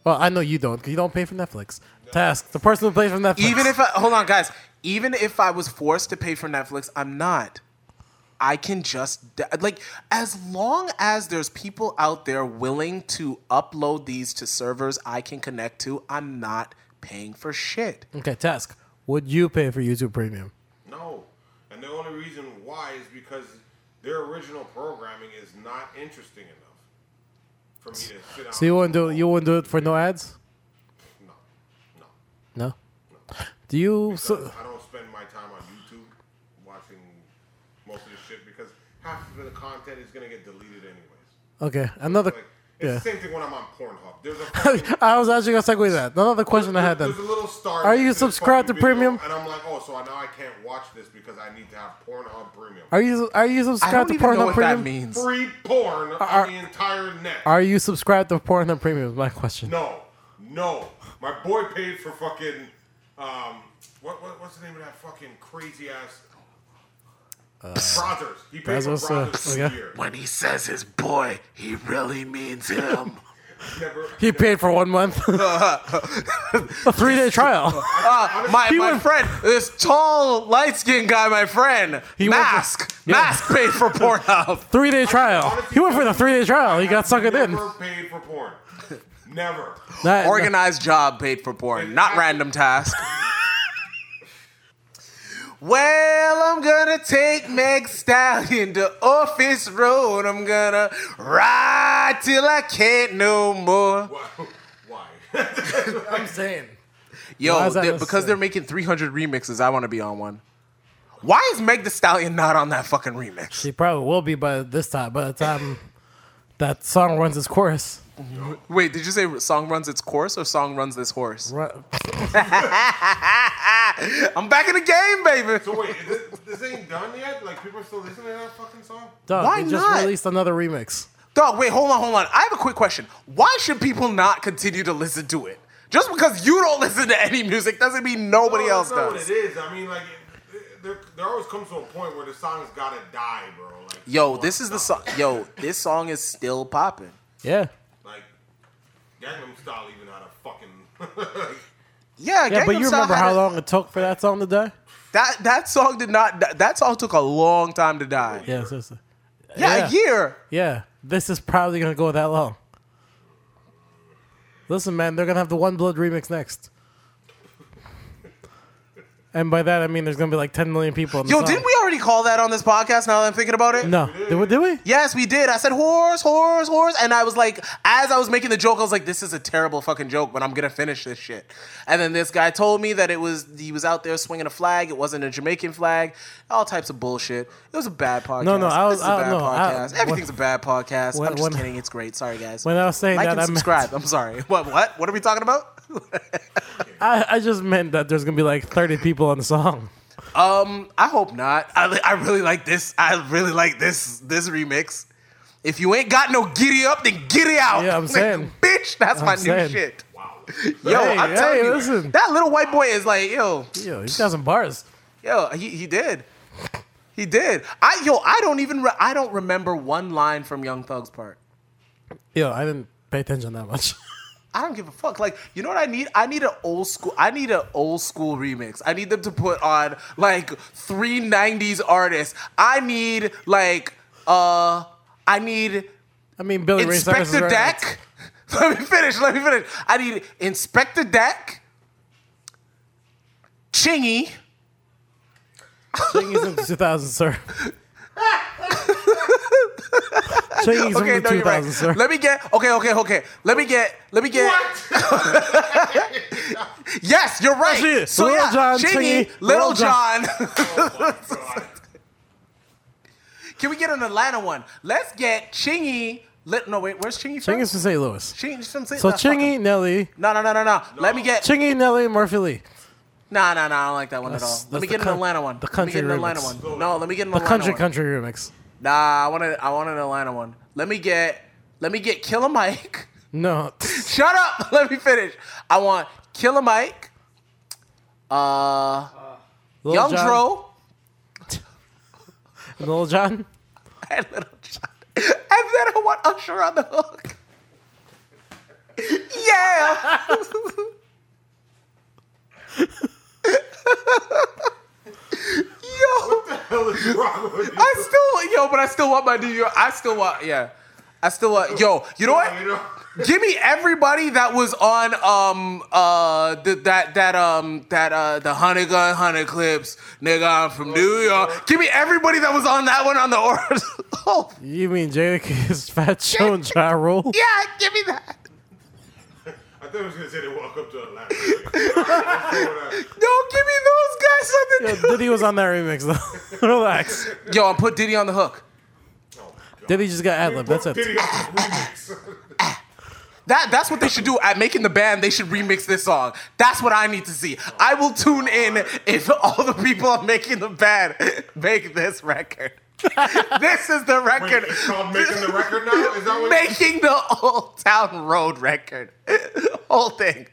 Well, I know you don't. 'cause You don't pay for Netflix. Task the person who plays for Netflix. Even if I hold on, guys. Even if I was forced to pay for Netflix, I'm not. I can just d- like as long as there's people out there willing to upload these to servers I can connect to. I'm not paying for shit. okay, task. Would you pay for YouTube Premium? No, and the only reason why is because their original programming is not interesting enough for me to sit down. So you wouldn't do you wouldn't do it for no ads? No, no. No. Do you? So, So, I don't spend my time on YouTube watching most of this shit because half of the content is gonna get deleted anyways. okay, another. Like, Yeah. It's the same thing when I'm on Pornhub. There's a fucking, I was actually gonna segue that. Another question I had then. there's a little star. Are you next to the subscribed fucking to video, premium? And I'm like, oh, so I- now I can't watch this because I need to have Pornhub premium. Are you are you I subscribed don't to even know Pornhub what that Premium? means. Free porn Are- on the entire net. Are you subscribed to Pornhub Premium? Is my question. No, no. My boy paid for fucking. Um, what, what what's the name of that fucking crazy ass? Brothers. He paid for Brazos, uh, Brothers okay. this year. When he says his boy, he really means him. Never. He paid for one month, a three day trial. Uh, my He my went- friend, this tall, light skinned guy, my friend, went to- mask, mask paid for Pornhub. Three day trial. He went for the three day trial. He got suckered in. Never paid for porn. Never. Not- Organized job paid for porn, not random task. well, I'm gonna take Meg Stallion to Office Road. I'm gonna ride till I can't no more. Why? Why? I'm saying. Why Yo, is that they- necessary? because they're making 300 remixes, I want to be on one. Why is Meg the Stallion not on that fucking remix? She probably will be by this time. By the time that song runs its course, Wait, did you say song runs its course or song runs this horse? Ru- I'm back in the game, baby. so wait, this, this ain't done yet. Like people are still listening to that fucking song. Dog, Why they just not? released another remix. Dog, wait, hold on, hold on. I have a quick question. Why should people not continue to listen to it? Just because you don't listen to any music doesn't mean nobody No, else that's not does. what it is. I mean, like, it- it- there, there always comes to a point where the song's gotta die, bro. Like, Yo, come this on, is the stop. song. Yo, this song is still popping. Yeah. Like, Gangnam Style even had a fucking. Yeah, Yeah, Gangnam but you Style remember had how a- long it took for that song to die? that that song did not. That, that song took a long time to die. Yeah, Yeah, seriously. a year. Yeah, this is probably gonna go that long. Listen, man, they're gonna have the One Blood remix next, and by that I mean there's gonna be like 10 million people. In the Yo, song. didn't we already call that on this podcast? Now that I'm thinking about it. No, did we? Did we? Yes, we did. I said horse, horse, horse, and I was like, as I was making the joke, I was like, this is a terrible fucking joke, but I'm gonna finish this shit. And then this guy told me that it was he was out there swinging a flag. It wasn't a Jamaican flag. All types of bullshit. It was a bad podcast. no, I was- This is a I- bad no, I- podcast. Everything's a bad podcast. when- I'm just when- kidding. It's great. Sorry, guys. when I was saying like that, I and meant- subscribe. I'm sorry. What? What? What are we talking about? I, I just meant that there's gonna be like 30 people on the song. Um, I hope not. I, li- I really like this. I really like this this remix. If you ain't got no giddy up, then giddy out. Yeah, I'm Like, saying. bitch, that's my I'm saying. new shit. wow. Yo, Hey, I'm hey, telling you, listen. that little white boy is like, yo, Yo, he's got some bars. yo, he, he did, he did. I yo, I don't even re- I don't remember one line from Young Thug's part. Yo, I didn't pay attention that much. I don't give a fuck. Like, you know what I need? I need an old school. I need an old school remix. I need them to put on like three '90s artists. I need like uh, I need I mean, Billy Ray Cyrus is Inspector right. Dak. Let me finish. Let me finish. I need Inspector Dak, Chingy. Chingy's in the 2000s, sir. Chingy's Okay, in the no, 2000s, you're right. sir. Let me get. Okay, okay, okay. Let me get. Let me get. Yes, you're right. That's it. So Little yeah, John, Chingy, Chingy, Little Little John. John. Oh my god. Can we get an Atlanta one? Let's get Chingy. Let, no, wait, where's Chingy from? Chingy's from St. Louis. Chingy's from St. So Louis. Chingy, Nelly, No, no, no, no, no. Let me get. Chingy, Nelly, Murphy Lee. Nah, nah, nah. I don't like that one at all. That's- Let me that's get the an coun- Atlanta one. the Let me country get an Atlanta remix. one. No, let me get an The Atlanta country, one. country remix. Nah, I want to. I want an Atlanta one. Let me get. Let me get Killer Mike. No, Shut up. Let me finish. I want Killer Mike. Uh, Lil Young Jon, Dro. Lil John. and Little John. And then I want Usher on the hook. Yeah. yo, Hell is wrong with you? I still yo, but I still want my New York. I still want yeah. I still want yo. You know You what? know? Give me everybody that was on um uh th- that that um that uh the Hunter Gun Hunter clips. Nigga, I'm from New York. Give me everybody that was on that one on the order. oh You mean Jadakiss, Fat Joe, and Ja Rule? yeah, give me that. I thought I was gonna say they walk up to Atlanta. Like, What's No, give me those guys something. Yo, Diddy was on that remix, though. Relax. Yo, I put Diddy on the hook. going on? Oh my God. Diddy just got ad lib. That's it. Diddy on the remix. That that's what they should do at making the band. They should remix this song. That's what I need to see. I will tune in if all the people are making the band make this record. this is the Wait, record. it's called making the record now. Is that what? making the Old Town Road record. Whole thing.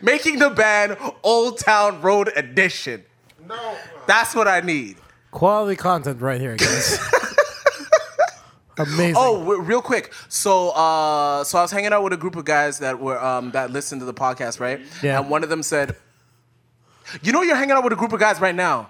Making the band Old Town Road edition. no. That's what I need. Quality content right here, guys. Amazing. Oh, w- real quick. So, uh, so I was hanging out with a group of guys that were um, that listened to the podcast, right? Yeah. And one of them said, "You know, you're hanging out with a group of guys right now."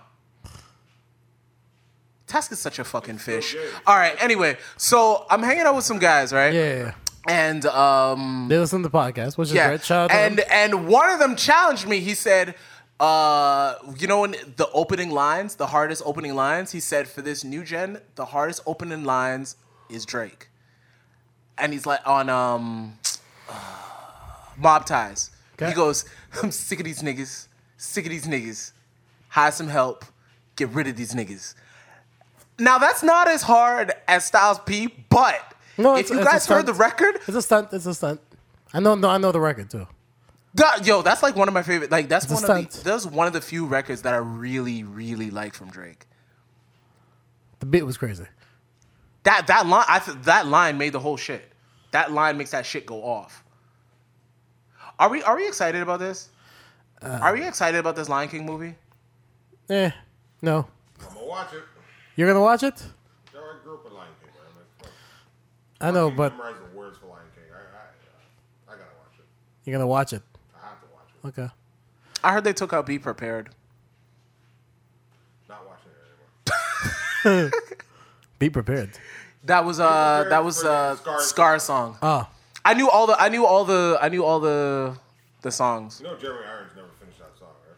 Task is such a fucking fish. All right. Anyway, so I'm hanging out with some guys, right? Yeah, yeah, yeah. And um, They listen to the podcast, which is yeah. great. Shout out to and them. and one of them challenged me. He said, uh, you know, in the opening lines, the hardest opening lines, he said for this new gen, the hardest opening lines is Drake. And he's like on um mob ties. Okay. He goes, I'm sick of these niggas, sick of these niggas. Hire some help, get rid of these niggas. Now that's not as hard as Styles P, but No, if it's- you it's a guys heard stunt. the record, It's a stunt. It's a stunt. I know. No, I know the record too. that, yo, that's like one of my favorite. Like that's a one of the stunt. that's one of the few records that I really, really like from Drake. The beat was crazy. That that line, I th- that line made the whole shit. That line makes that shit go off. Are we are we excited about this? are we excited about this Lion King movie? Eh, no. I'm gonna watch it. You're gonna watch it? Yo, I grew up with Lion King, man. Like, fuck. I know, I Oh, but memorize the words for Lion King. I, I, I gotta watch it. you're gonna watch it. I have to watch it. Okay. I heard they took out "Be Prepared." Not watching it anymore. Be prepared. That was uh Prepared that was for uh the Scar Scar song. Oh, I knew all the I knew all the I knew all the the songs. You know, Jeremy Irons never finished that song, right?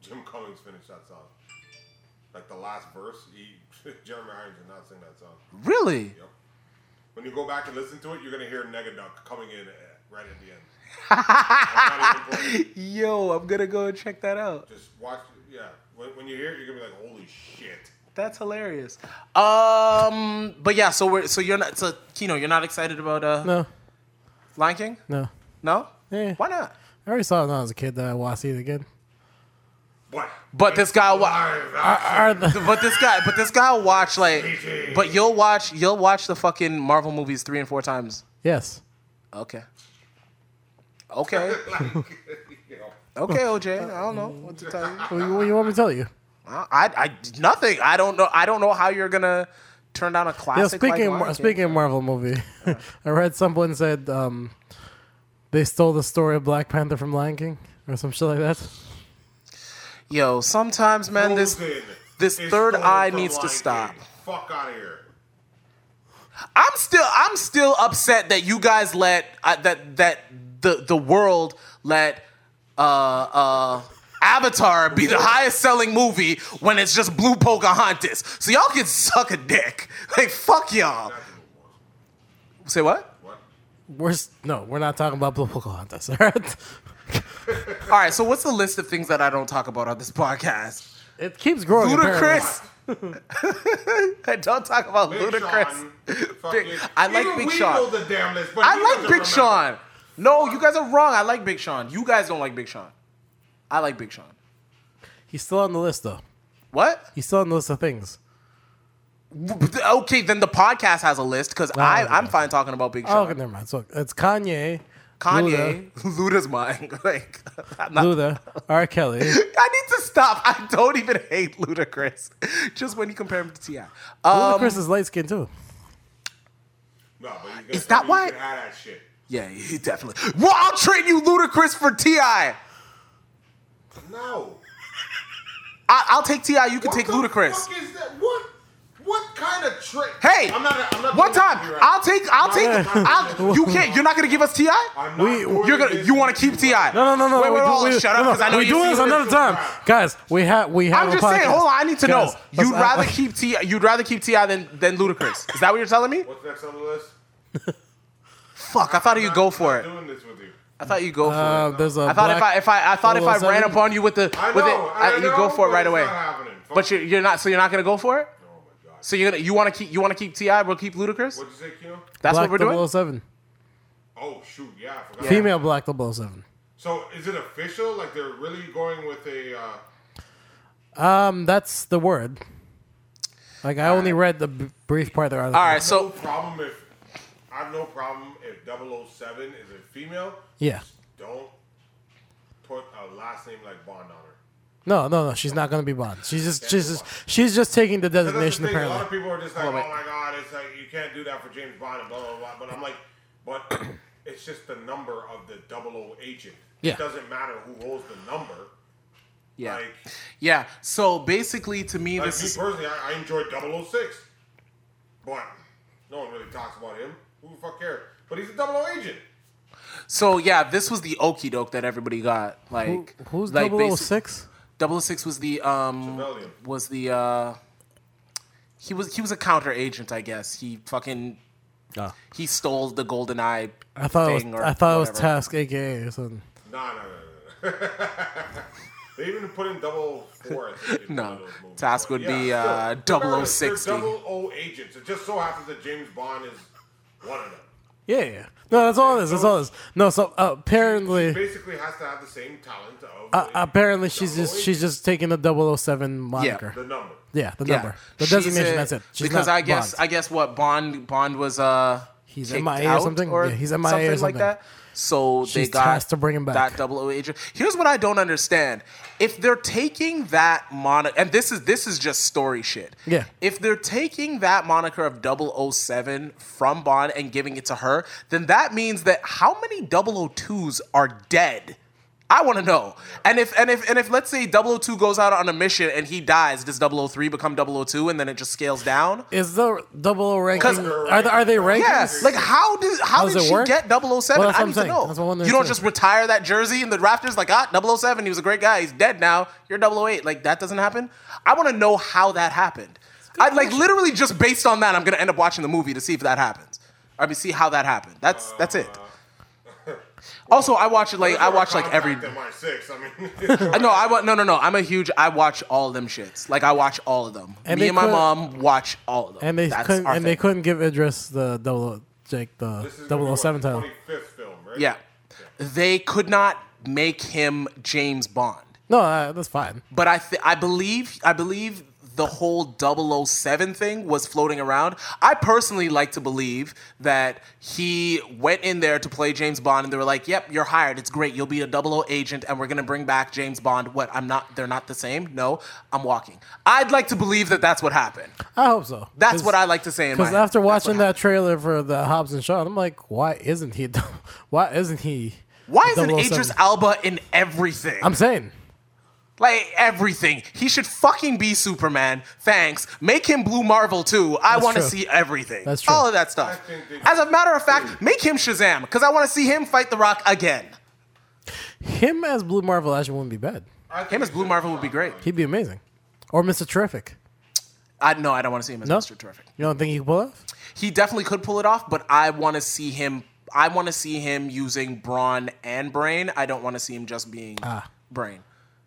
Jim Cummings finished that song. Like the last verse, he Jeremy Irons did not sing that song. Really? Yep. When you go back and listen to it, you're gonna hear Negaduck coming in at- right at the end. I'm not even playing. Yo, I'm gonna go and check that out. Just watch. it. Yeah. When, when you hear it, you're gonna be like, "Holy shit!" That's hilarious. Um, but yeah, so we're so you're not so Kino, you're not excited about uh no, Lion King? no. No? Yeah. Why not? I already saw it when I was a kid that I want to see it again. But But this guy wa- I, Are the- but this guy but this guy will watch like but you'll watch you'll watch the fucking Marvel movies three and four times. yes. Okay. Okay. you know, Okay, OJ. I don't know what to tell you. What do you, what do you want me to tell you? I, I nothing. I don't know I don't know how you're gonna turn down a Yeah, classic. like speaking Lion of, Mar- King. speaking of Marvel movie, I read someone said um, they stole the story of Black Panther from Lion King or some shit like that. Yo, sometimes man this Frozen this is third stolen eye from needs to Lion stop. King. Fuck out of here. I'm still I'm still upset that you guys let uh, that that the the world let uh uh Avatar be the highest selling movie when it's just Blue Pocahontas. So y'all can suck a dick. Like fuck y'all. Say what? What? We're s- no, we're not talking about Blue Pocahontas. All right, All right. So what's the list of things that I don't talk about on this podcast? it keeps growing. apparently. Ludacris. I don't talk about Ludacris. Big- Ludacris. I like Big Sean. I like Big Sean. No, you guys are wrong. I like Big Sean. You guys don't like Big Sean. I like Big Sean. He's still on the list though. What? He's still on the list of things. Okay, then the podcast has a list because I okay. I'm fine talking about Big Oh, Sean. okay, never mind. So it's Kanye, Kanye, Luda's mine. like, I'm not- Luda, R. Kelly. I need to stop. I don't even hate Ludacris. Just when you compare him to Ti. Um, Ludacris is light skinned too. No, but he's Is that why- That shit. yeah, he definitely. Well, I'll trade you Ludacris for Ti. I, No. I'll take Ti. You can What take the Ludacris. Fuck is that? What? What kind of trick? Hey, I'm not. I'm not one doing that time. to you right I'll take. I'll take. Alright. I'll, you can't. You're not gonna give us Ti. now. I'm we- doing You're gonna. this You want to to keep Ti? No, no, no, no. Wait, we wait, do- hold on. we- Shut up, no, no, because I know we you do this see- another time, guys. We have we have. I'm just a saying. podcast. Hold on, I need to Guys, know. You'd let's- I- rather I- keep Ti. You'd rather keep Ti than than Ludacris. Is that what you're telling me? What's next on the list? Fuck, I thought you'd go for I'm it. not doing this with you. I thought you'd go for Uh, it. there's a I thought if I black- if I I thought if I ran 007. upon you with the I know. with it, I I- know, you'd go for it but right it's away. Not happening. Fuck. But you're, you're not. So you're not gonna go for it. Oh my god. So you're gonna you want to keep you want to keep Ti, but keep Ludacris. What'd you say, Kino? That's what Black we're doing. 007. Oh shoot, yeah, I forgot. Female Black 007. So is it official? Like they're really going with a? Uh, Um, that's the word. Like I only read the b- brief part of the article. All right, no so problem if I have no problem if 007 is a female. Yeah. Don't put a last name like Bond on her. No, no, no. She's not gonna be Bond. She's just, she's just, she's just taking the But That's designation the thing. A lot apparently. of people are just like, Hold "Oh on, my god, it's like you can't do that for James Bond and blah blah blah." But I'm like, but it's just the number of the 00 agent. Yeah. It doesn't matter who holds the number. yeah, Like, yeah. So basically, to me, like this me is personally, I, I enjoy 006, but no one really talks about him. Who the fuck cares? But he's a 00 agent. so yeah. This was the okey doke that everybody got. Who, Like who's like basi- 006? 006 was the um Civilian. was the uh he was he was a counter agent, I guess. He fucking Oh. he stole the golden eye. I thought it was, thing or I thought it was whatever. Task, aka or something. Nah, nah, nah, nah. nah. they even put in 004. I think, in one No, of those movies. Task But would be still, uh, they're- 0060. They're 00 agents. It just so happens that James Bond is one of them. Yeah, yeah. No, that's all this. That's all this. No, so uh, apparently, Basically, has to have the same talent of uh, apparently she's just she's just taking the 007 moniker. the number. Yeah, the Yeah. number, the She's designation. a- that's it. She's because not I guess Bond. I guess what Bond Bond was uh He's kicked MIA or out something? or Yeah, he's MIA or something like something. that. So they She's got tasked to bring him back. That double O agent. Here's what I don't understand: if they're taking that moniker, and this is this is just story shit. Yeah. If they're taking that moniker of 007 from Bond and giving it to her, then that means that how many 002s are dead? I want to know. And if and if and if let's say 002 goes out on a mission and he dies, does 003 become 002 and then it just scales down? Is the double O ranking? 'Cause- Are, they- are they rankings? Yes. Like how does how does did it she work? get 007? Well, that's I what I'm need to saying. know. That's what I wanted to you don't say. just retire that jersey and the rafters like ah 007 he was a great guy he's dead now you're 008 like that doesn't happen. I want to know how that happened. I like literally just based on that I'm gonna end up watching the movie to see if that happens. I mean see how that happened. That's that's it. Also, I watch it like I watch like every. My six. I mean, I- No, I wa- no no no. I'm a huge. I watch all of them shits. Like I watch all of them. And Me they and my could- mom watch all of them. and they That's couldn't our and they thing. couldn't give Idris the double Jake the this is gonna be double what, 007 title. 25th film, right? Yeah, they could not make him James Bond. No, uh, that's fine. But I th- I believe I believe the whole 007 thing was floating around. I personally like to believe that he went in there to play James Bond and they were like, "Yep, you're hired. It's great. You'll be a 00 agent and we're going to bring back James Bond." What? I'm not they're not the same. No, I'm walking. I'd like to believe that that's what happened. I hope so. That's what I like to say in my Because after head. That's watching what that trailer for the Hobbs and Shaw, I'm like, why isn't he? Why isn't he? Why isn't 007? Idris Alba in everything? I'm saying like everything. He should fucking be Superman. Thanks. Make him Blue Marvel too. I want to true. see everything. That's true. All of that stuff. I think they- As a matter of fact, make him Shazam because I want to see him fight The Rock again. him as Blue Marvel actually wouldn't be bad. I Him think as Blue it's Marvel would be great. He'd be amazing. Or Mr. Terrific. I no, I don't want to see him as No? Mr. Terrific. You don't think he could pull it off? He definitely could pull it off, but I want to see him. I want to see him using brawn and brain. I don't want to see him just being brain.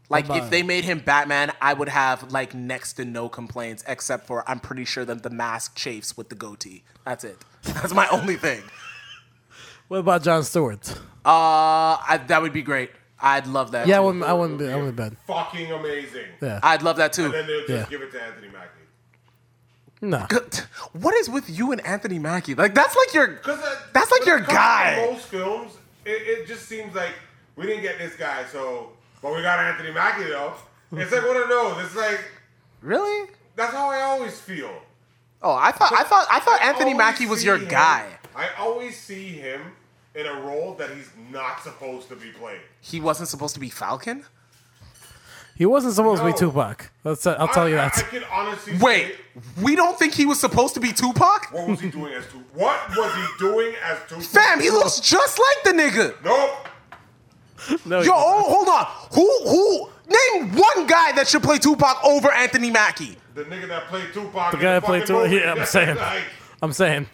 Like about- if they made him Batman, I would have like next to no complaints, except for I'm pretty sure that the mask chafes with the goatee. That's it. That's my only thing. What about John Stewart? Uh, I, that would be great. I'd love that. Yeah, I too. wouldn't. I wouldn't be. I wouldn't be bad. Fucking amazing. Yeah. I'd love that too. Then they'll just Yeah. give it to Anthony Mackie. No. What is with you and Anthony Mackie? Like that's like your Cause that- that's like when your it comes to guy. Most films, it, it just seems like we didn't get this guy, so but we got Anthony Mackie though. It's like one of those. It's like Really? that's how I always feel. Oh, I thought I thought I thought I Anthony always Mackie was see your him- guy. I always see him in a role that he's not supposed to be playing. He wasn't supposed to be Falcon. He wasn't supposed to No. be Tupac. That's. I'll tell you I- I- that. I, can honestly Wait, say, we don't think he was supposed to be Tupac? what was he doing as two? What was he doing as two? Fam, he looks just like the nigga. Nope. No. Yo, oh, hold on. Who who name one guy that should play Tupac over Anthony Mackie? The nigga that played Tupac. The guy that played Tupac, yeah, I'm saying. like, I'm saying.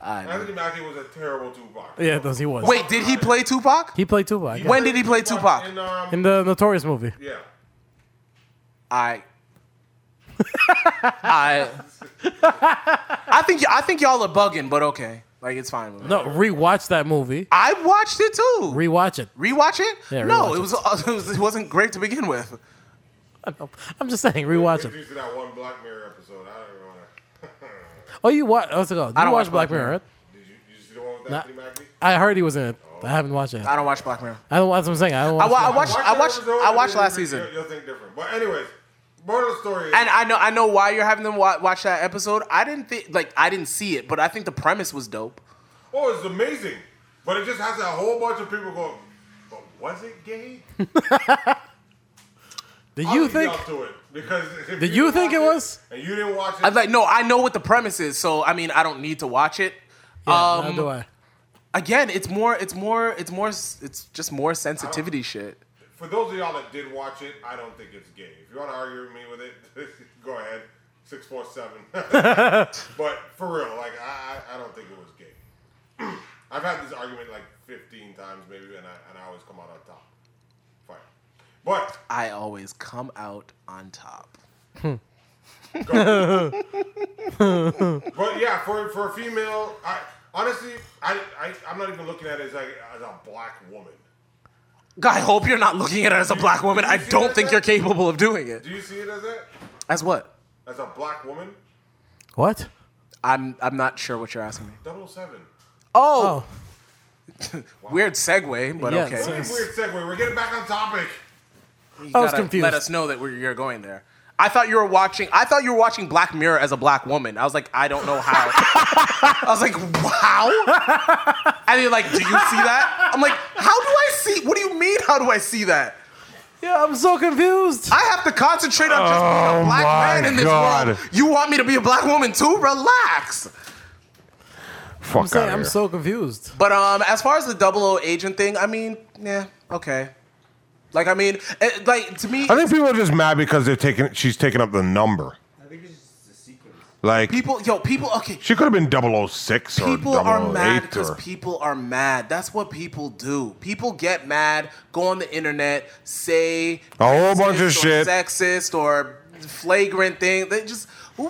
Anthony Mackie was a terrible Tupac. Yeah, those he was. Wait, did he play Tupac? He played Tupac. yeah. When did he play Tupac? In, um, in the Notorious movie. yeah. I I I think I think y'all are bugging, but okay. Like it's fine with me. No, rewatch that movie. I watched it too. Rewatch it. rewatch it? Yeah, no, rewatch it was, it was it wasn't great to begin with. I know. I'm just saying, rewatch it. Used to that one Black Mirror episode. I don't want to. Oh, you watch? What's it called? You don't watch watch Black Black Mirror. Mirror? right? Did you, you see the one with Nah. Anthony Mackie? I heard he was in it. I haven't watched it. I don't watch Black Mirror. I don't. That's what I'm saying. I don't. I, Watch wa- I Black Mirror. watched I that watched episode I and watched then last you'll- season. You'll think different. But anyways, moral of the story. Is, And I know I know why you're having them wa- watch that episode. I didn't think like I didn't see it, but I think the premise was dope. oh, it's amazing, but it just has a whole bunch of people going. But was it gay? Did I'll you Oh, leave think? y'all to it because if Did you didn't think watch it was? And you didn't watch it. I like no, I know what the premise is, so I mean I don't need to watch it. Yeah, um, neither do I. Again, it's more it's more it's more s- it's just more sensitivity shit. For those of y'all that did watch it, I don't think it's gay. If you want to argue with me with it, go ahead. Six four seven. but for real, like I, I I don't think it was gay. I've had this argument like fifteen times maybe, and I and I always come out on top. Fine. But I always come out on top. but yeah, for for a female, I honestly I, I I'm not even looking at it as like as a black woman. God, I hope you're not looking at it as a black woman. I don't think you're capable of doing it. Do you see it as that? As what? As a black woman? What? I'm I'm not sure what you're asking me. 007. Oh, Oh, weird segue, but Yeah, okay. so- Weird segue. We're getting back on topic. You I was gotta confused. Let us know that we're, you're going there. I thought you were watching. I thought you were watching Black Mirror as a black woman. I was like, I don't know how. I was like, wow. And you're like, do you see that? I'm like, how do I see? What do you mean? How do I see that? yeah. I'm so confused. I have to concentrate on just being a black Oh my man in this God. world. You want me to be a black woman too? Relax. Fuck I'm saying I'm so confused. But um, as far as the double O agent thing, I mean, yeah, okay. Like, I mean, it, like to me, I think people are just mad because they're taking she's taking up the number. I think it's just a sequence. Like people, yo, people, okay. she could have been 006 or People are mad 008 because or people are mad. That's what people do. People get mad, go on the internet, say A whole bunch of racist or shit. sexist or flagrant thing. They just who,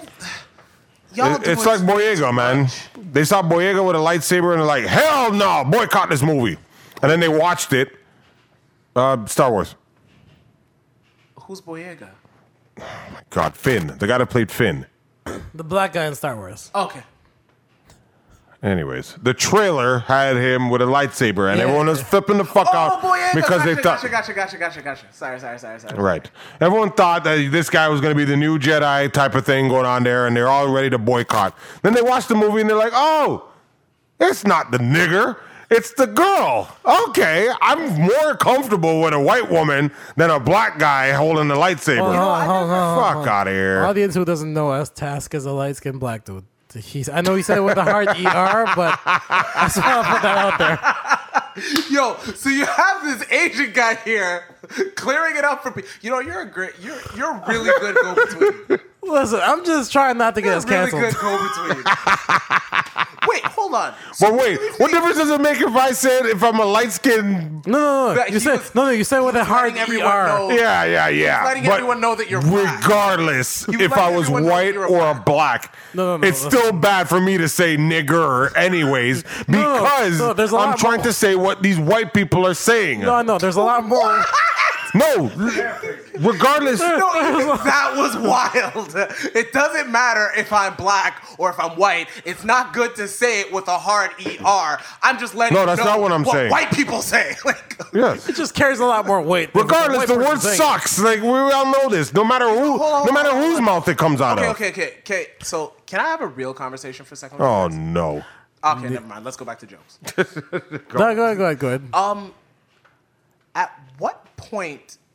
y'all. It- it's like doing- Boyega, man. They saw Boyega with a lightsaber and they're like, "Hell no, boycott this movie." And then they watched it. Uh, Star Wars. Who's Boyega? God, Finn, the guy that played Finn. The black guy in Star Wars. Okay. Anyways, the trailer had him with a lightsaber, and Yeah. everyone was flipping the fuck Oh, out Boyega. because gotcha, they thought Gotcha, gotcha, gotcha, gotcha, gotcha. Sorry, sorry, sorry, sorry. Right. Everyone thought that this guy was going to be the new Jedi type of thing going on there, and they're all ready to boycott. Then they watch the movie and they're like, oh, it's not the nigger, it's the girl. Okay, I'm more comfortable with a white woman than a black guy holding the lightsaber. Hold on, hold on, hold on. Fuck out of here. Audience who doesn't know us, Task is a light skinned black dude. He's, I know he said it with a hard ER, but I just want to put that out there. Yo, so you have this Asian guy here clearing it up for people. You know, you're a great, you're you're really good go between. Listen, I'm just trying not to get You're us really canceled. good go between. Wait, hold on. So But wait, you what think difference does it make if I said if I'm a light skinned? No, no, no. But You he said was- no, no. You said with a hard letting everyone ER. know- E Yeah, yeah, yeah. letting But everyone know that you're black. regardless He was if I letting was everyone know white you're a or a black. black. No, no, no. It's still bad for me to say nigger, anyways, because no, there's a lot I'm trying more- to say what these white people are saying. No, no. There's a lot more. No, regardless. No, that was wild. It doesn't matter if I'm black or if I'm white. It's not good to say it with a hard er. I'm just letting No, you that's know not what I'm saying. White people say like Yes. It just carries a lot more weight. than Regardless, what the a white word person saying. sucks. Like we all know this. No matter who, on, no hold matter on, whose mouth it comes out Okay, of. okay, okay, okay. So, can I have a real conversation for a second? Oh no. Okay, never mind. Let's go back to jokes. No, go ahead, go ahead, go ahead. Um, At what point?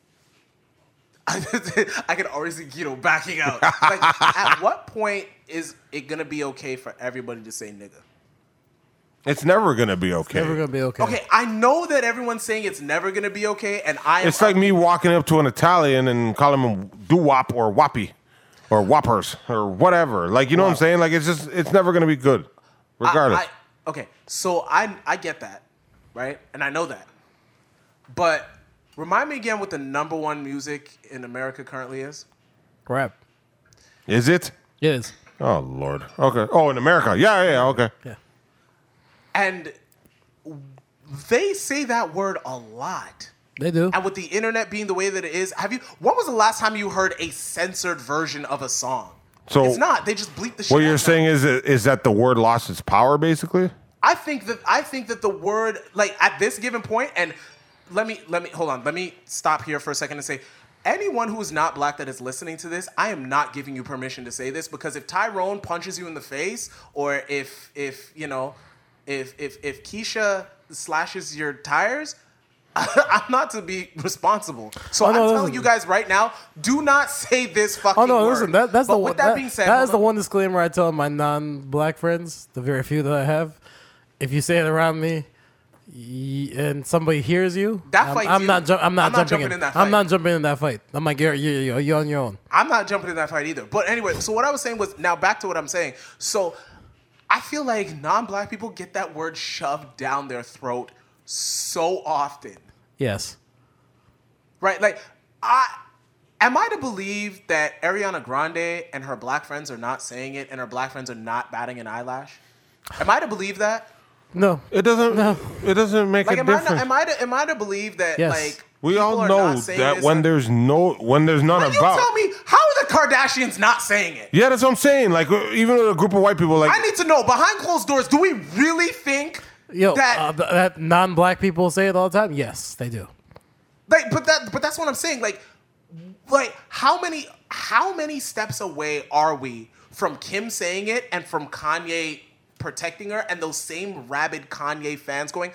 I can always see Guido backing out. Like, at what point is it gonna be okay for everybody to say nigga? It's never gonna be okay. Never gonna be okay. Okay, I know that everyone's saying it's never gonna be okay, and I. am It's like me walking up to an Italian and calling him doo wop or whoppy or whoppers or whatever. Like you know what I'm saying? Like it's just it's never gonna be good. Regardless. I- I- okay, so I I get that, right? And I know that, but remind me again what the number one music in America currently is. Crap. Is it? It is. Oh Lord. Okay. Oh, in America. Yeah, yeah, yeah, okay. Yeah. And they say that word a lot. They do. And with the internet being the way that it is, have you? When was the last time you heard a censored version of a song? So- it's not. They just bleep the shit. What out you're of it. saying is that, is that the word lost its power, basically? I think that I think that the word like at this given point and let me let me hold on let me stop here for a second and say anyone who is not black that is listening to this I am not giving you permission to say this because if Tyrone punches you in the face or if if you know if if if Keisha slashes your tires I'm not to be responsible. So Oh, no, I'm telling listen. you guys right now, do not say this fucking Oh no! word. Listen, that, that's But the with one. that, That, being said, that hold is the on. one disclaimer I tell my non-black friends, the very few that I have. If you say it around me, y- and somebody hears you, That I'm, fight's I'm you. not. ju- I'm not I'm not jumping, jumping in. in that I'm fight. not jumping in that fight. I'm like, you're you're, you're, you're on your own. I'm not jumping in that fight either. But anyway, so what I was saying was now back to what I'm saying. So I feel like non-black people get that word shoved down their throat so often. Yes. Right? Like I am I to believe that Ariana Grande and her black friends are not saying it and her black friends are not batting an eyelash? Am I to believe that? No. It doesn't. It doesn't make Like a am I, difference. to, am I to am I to believe that Yes. like we people all are know not saying that this when or- there's no, when there's none Can you about. tell me how are the Kardashians not saying it? Yeah, that's what I'm saying. Like uh, even with a group of white people, like I need to know behind closed doors. Do we really think Yo, that? uh, th- that non-black people say it all the time. Yes, they do. like, but that, but that's what I'm saying. Like, like how many, how many steps away are we from Kim saying it and from Kanye protecting her and those same rabid Kanye fans going,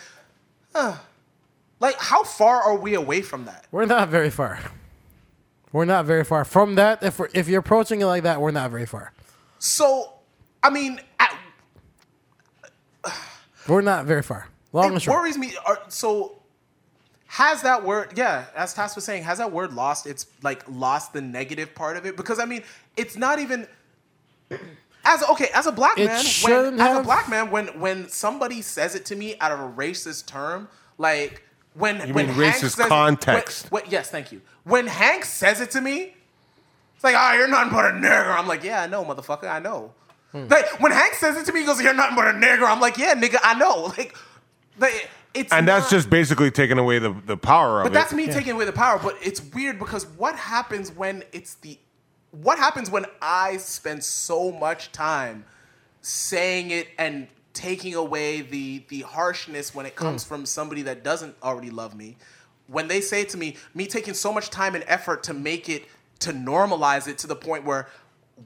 huh? Like, how far are we away from that? We're not very far. We're not very far from that. If we're, if you're approaching it like that, we're not very far. So, I mean, at, We're not very far. Long and it short. worries me. Are, so has that word? Yeah, as Tas was saying, has that word lost its like lost the negative part of it? Because I mean, it's not even. As okay, as a black It man, shouldn't when, as a have. black man, when when somebody says it to me out of a racist term, like when you when mean Hank racist says it- context. when- when- yes, thank you. When Hank says it to me, it's like, oh, you're nothing but a nigger. I'm like, yeah, I know, motherfucker, I know. Like when Hank says it to me, he goes, "You're nothing but a nigger." I'm like, "Yeah, nigga, I know." Like, like it's and that's not- just basically taking away the, the power of but it. that's me taking away the power. But it's weird because what happens when it's the what happens when I spend so much time saying it and taking away the the harshness when it comes from somebody that doesn't already love me. When they say it to me, me taking so much time and effort to make it to normalize it to the point where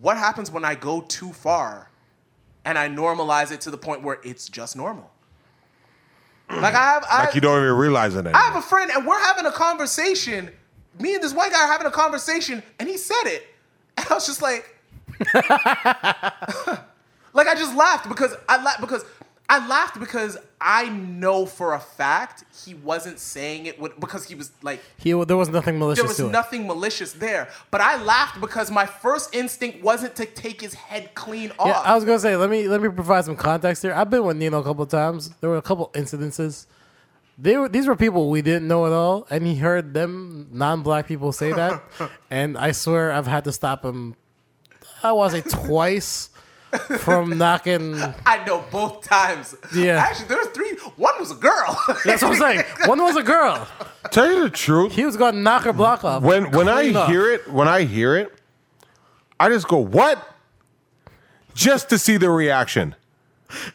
what happens when I go too far and I normalize it to the point where it's just normal. Like I have I, like you don't even realize it. I have a friend and we're having a conversation. Me and this white guy are having a conversation, and he said it. And I was just like, like I just laughed because I laughed because I laughed because I know for a fact he wasn't saying it with, because he was like He, there was nothing malicious there was to it. nothing malicious there. But I laughed because my first instinct wasn't to take his head clean off. Yeah, I was gonna say let me let me provide some context here. I've been with Nino a couple of times. There were a couple incidences. They were these were people we didn't know at all, and he heard them non-black people say that, and I swear I've had to stop him. I want to say twice from knocking. I know both times. Yeah. actually, there were three. One was a girl. That's what I'm saying. One was a girl. Tell you the truth, He was gonna knock her block off. when when Clean I up. hear it, when I hear it, I just go what, just to see the reaction,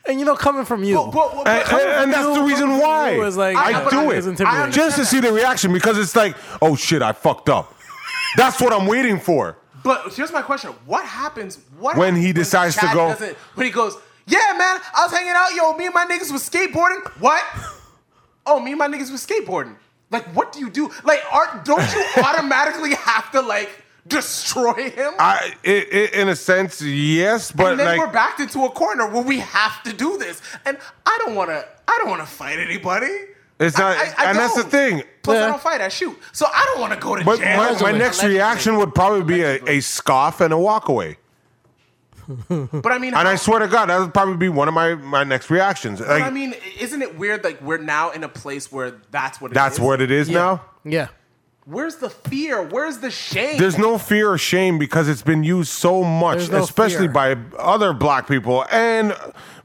and you know, coming from you, But- but- but- and, and- and that's the reason why It was like I I uh, do it it. was intimidating. I understand just to see the reaction because it's like, oh shit, I fucked up. That's what I'm waiting for. But here's my question: What happens? What When he happens decides to go- doesn't- When he goes, yeah, man, I was hanging out, yo. Me and my niggas was skateboarding. What? Oh, me and my niggas was skateboarding. Like, what do you do? Like, are don't you automatically have to like destroy him? I, it, it, in a sense, yes, but and then like, we're backed into a corner where we have to do this. And I don't want to. I don't want to fight anybody. It's not- and that's the don't. thing. Plus, Yeah. I don't fight. I shoot. So I don't want to go to But jail. my, my next Allegedly. reaction would probably be a, a scoff and a walk away. But I mean, And how- I swear to God, that would probably be one of my, my next reactions. Like, But I mean, isn't it weird? Like we're now in a place where that's what it that's is? what it is Yeah. now. yeah. Where's the fear? Where's the shame? There's no fear or shame because it's been used so much, There's no especially fear. by other black people, and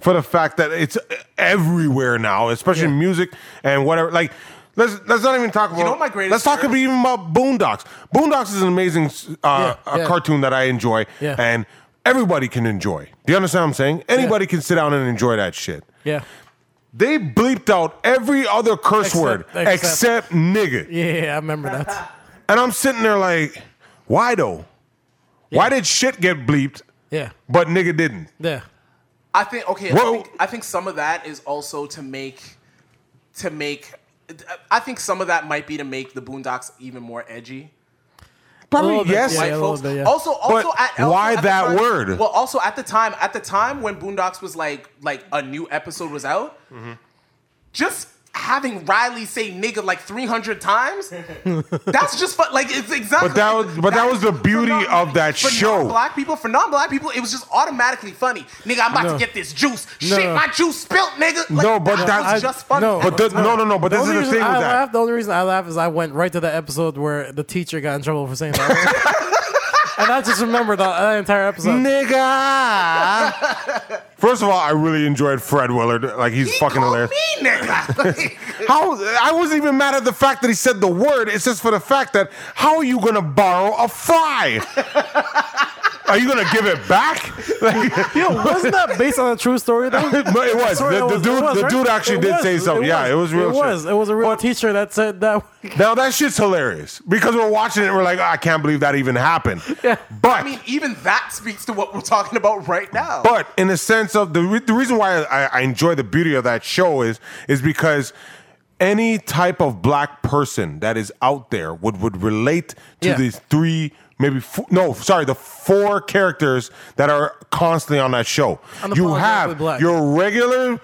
for the fact that it's everywhere now, especially in music and whatever. Like, let's let's not even talk about. know what my greatest let's talk fear about even about Boondocks. Boondocks is an amazing uh, Yeah, a yeah. cartoon that I enjoy, Yeah. and everybody can enjoy. Do you understand what I'm saying? Anybody can sit down and enjoy that shit. Yeah. They bleeped out every other curse Except- word except- except nigga. Yeah, I remember that. And I'm sitting there like, why though? Why did shit get bleeped, Yeah. but nigga didn't? Yeah. I think okay. I Whoa. think, I think some of that is also to make to make. I think some of that might be to make the Boondocks even more edgy. little Probably bit, yes. yeah. White a little folks. bit, yeah. Also, also But at, also why at the that time- word? Well, also at the time, at the time when Boondocks was like like a new episode was out, Mm-hmm. just having Riley say nigga like three hundred times, that's just fu- like it's exactly. But that was- but that was the for beauty of that for show. Non-black people, for non-black people, it was just automatically funny. Nigga, I'm about No. to get this juice. No. Shit, my juice spilt, nigga. Like, No, but that that- was I- just funny. no, But the, no, no, no. But this is only the reason thing with I that. laugh. The only reason I laugh is I went right to the episode where the teacher got in trouble for saying that. word. and I just remembered that, that entire episode. Nigga. First of all, I really enjoyed Fred Willard. Like he's He fucking called hilarious. Me, nigga. How I wasn't even mad at the fact that he said the word. It's just for the fact that how are you gonna borrow a fry? are you gonna give it back? Like, Yo, wasn't that based on a true story though? but it was Sorry, the, it the was- dude. it was, the right? dude actually It did was, say something. yeah, it was real. It shit. was. It was a real teacher that said that. Now that shit's hilarious because we're watching it. and We're like, "Oh, I can't believe that even happened. Yeah. But I mean, even that speaks to what we're talking about right now. but in the sense of the re- the reason why I, I enjoy the beauty of that show is is because any type of black person that is out there would would relate to Yeah. these three. Maybe four, no, sorry, the four characters that are constantly on that show. You Unapologetically have black. your regular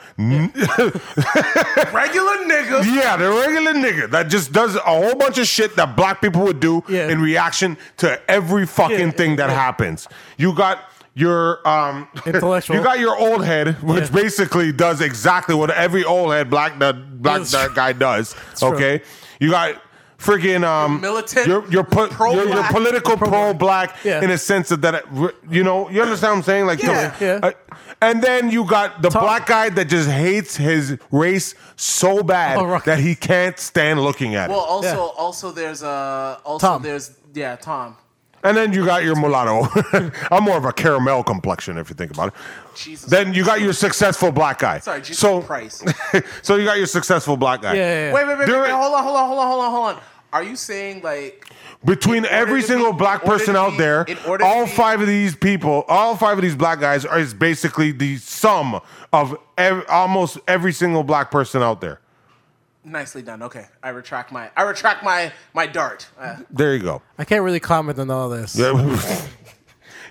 regular niggas. Yeah, the regular nigga that just does a whole bunch of shit that black people would do Yeah. in reaction to every fucking Yeah, thing that happens. You got your um Intellectual. you got your old head, which Yeah. basically does exactly what every old head black that black That's that true. guy does. true. Okay, you got. Freaking um, militant, Your your, po- pro-black. your, your political pro black Yeah. in a sense of that it re- you know you understand what I'm saying like Yeah. the- Yeah. uh, and then you got the black guy that just hates his race so bad Oh, right. that he can't stand looking at Well, it. also, Yeah. also there's uh, also Tom. there's yeah, Tom. And then you got your mulatto. I'm more of a caramel complexion if you think about it. Jesus. Then you got your successful black guy. Sorry, Jesus so, Christ. so you got your successful black guy. Yeah, yeah, yeah. Wait, wait, wait, wait, During- wait, hold on, hold on, hold on, hold on, hold on. Are you saying like Between order every to single be- black in order person to out be- there, in order to all be- five of these people, all five of these black guys are is basically the sum of ev- almost every single black person out there. nicely done? Okay, I retract my I retract my my dart. Uh, There you go. I can't really comment on all this.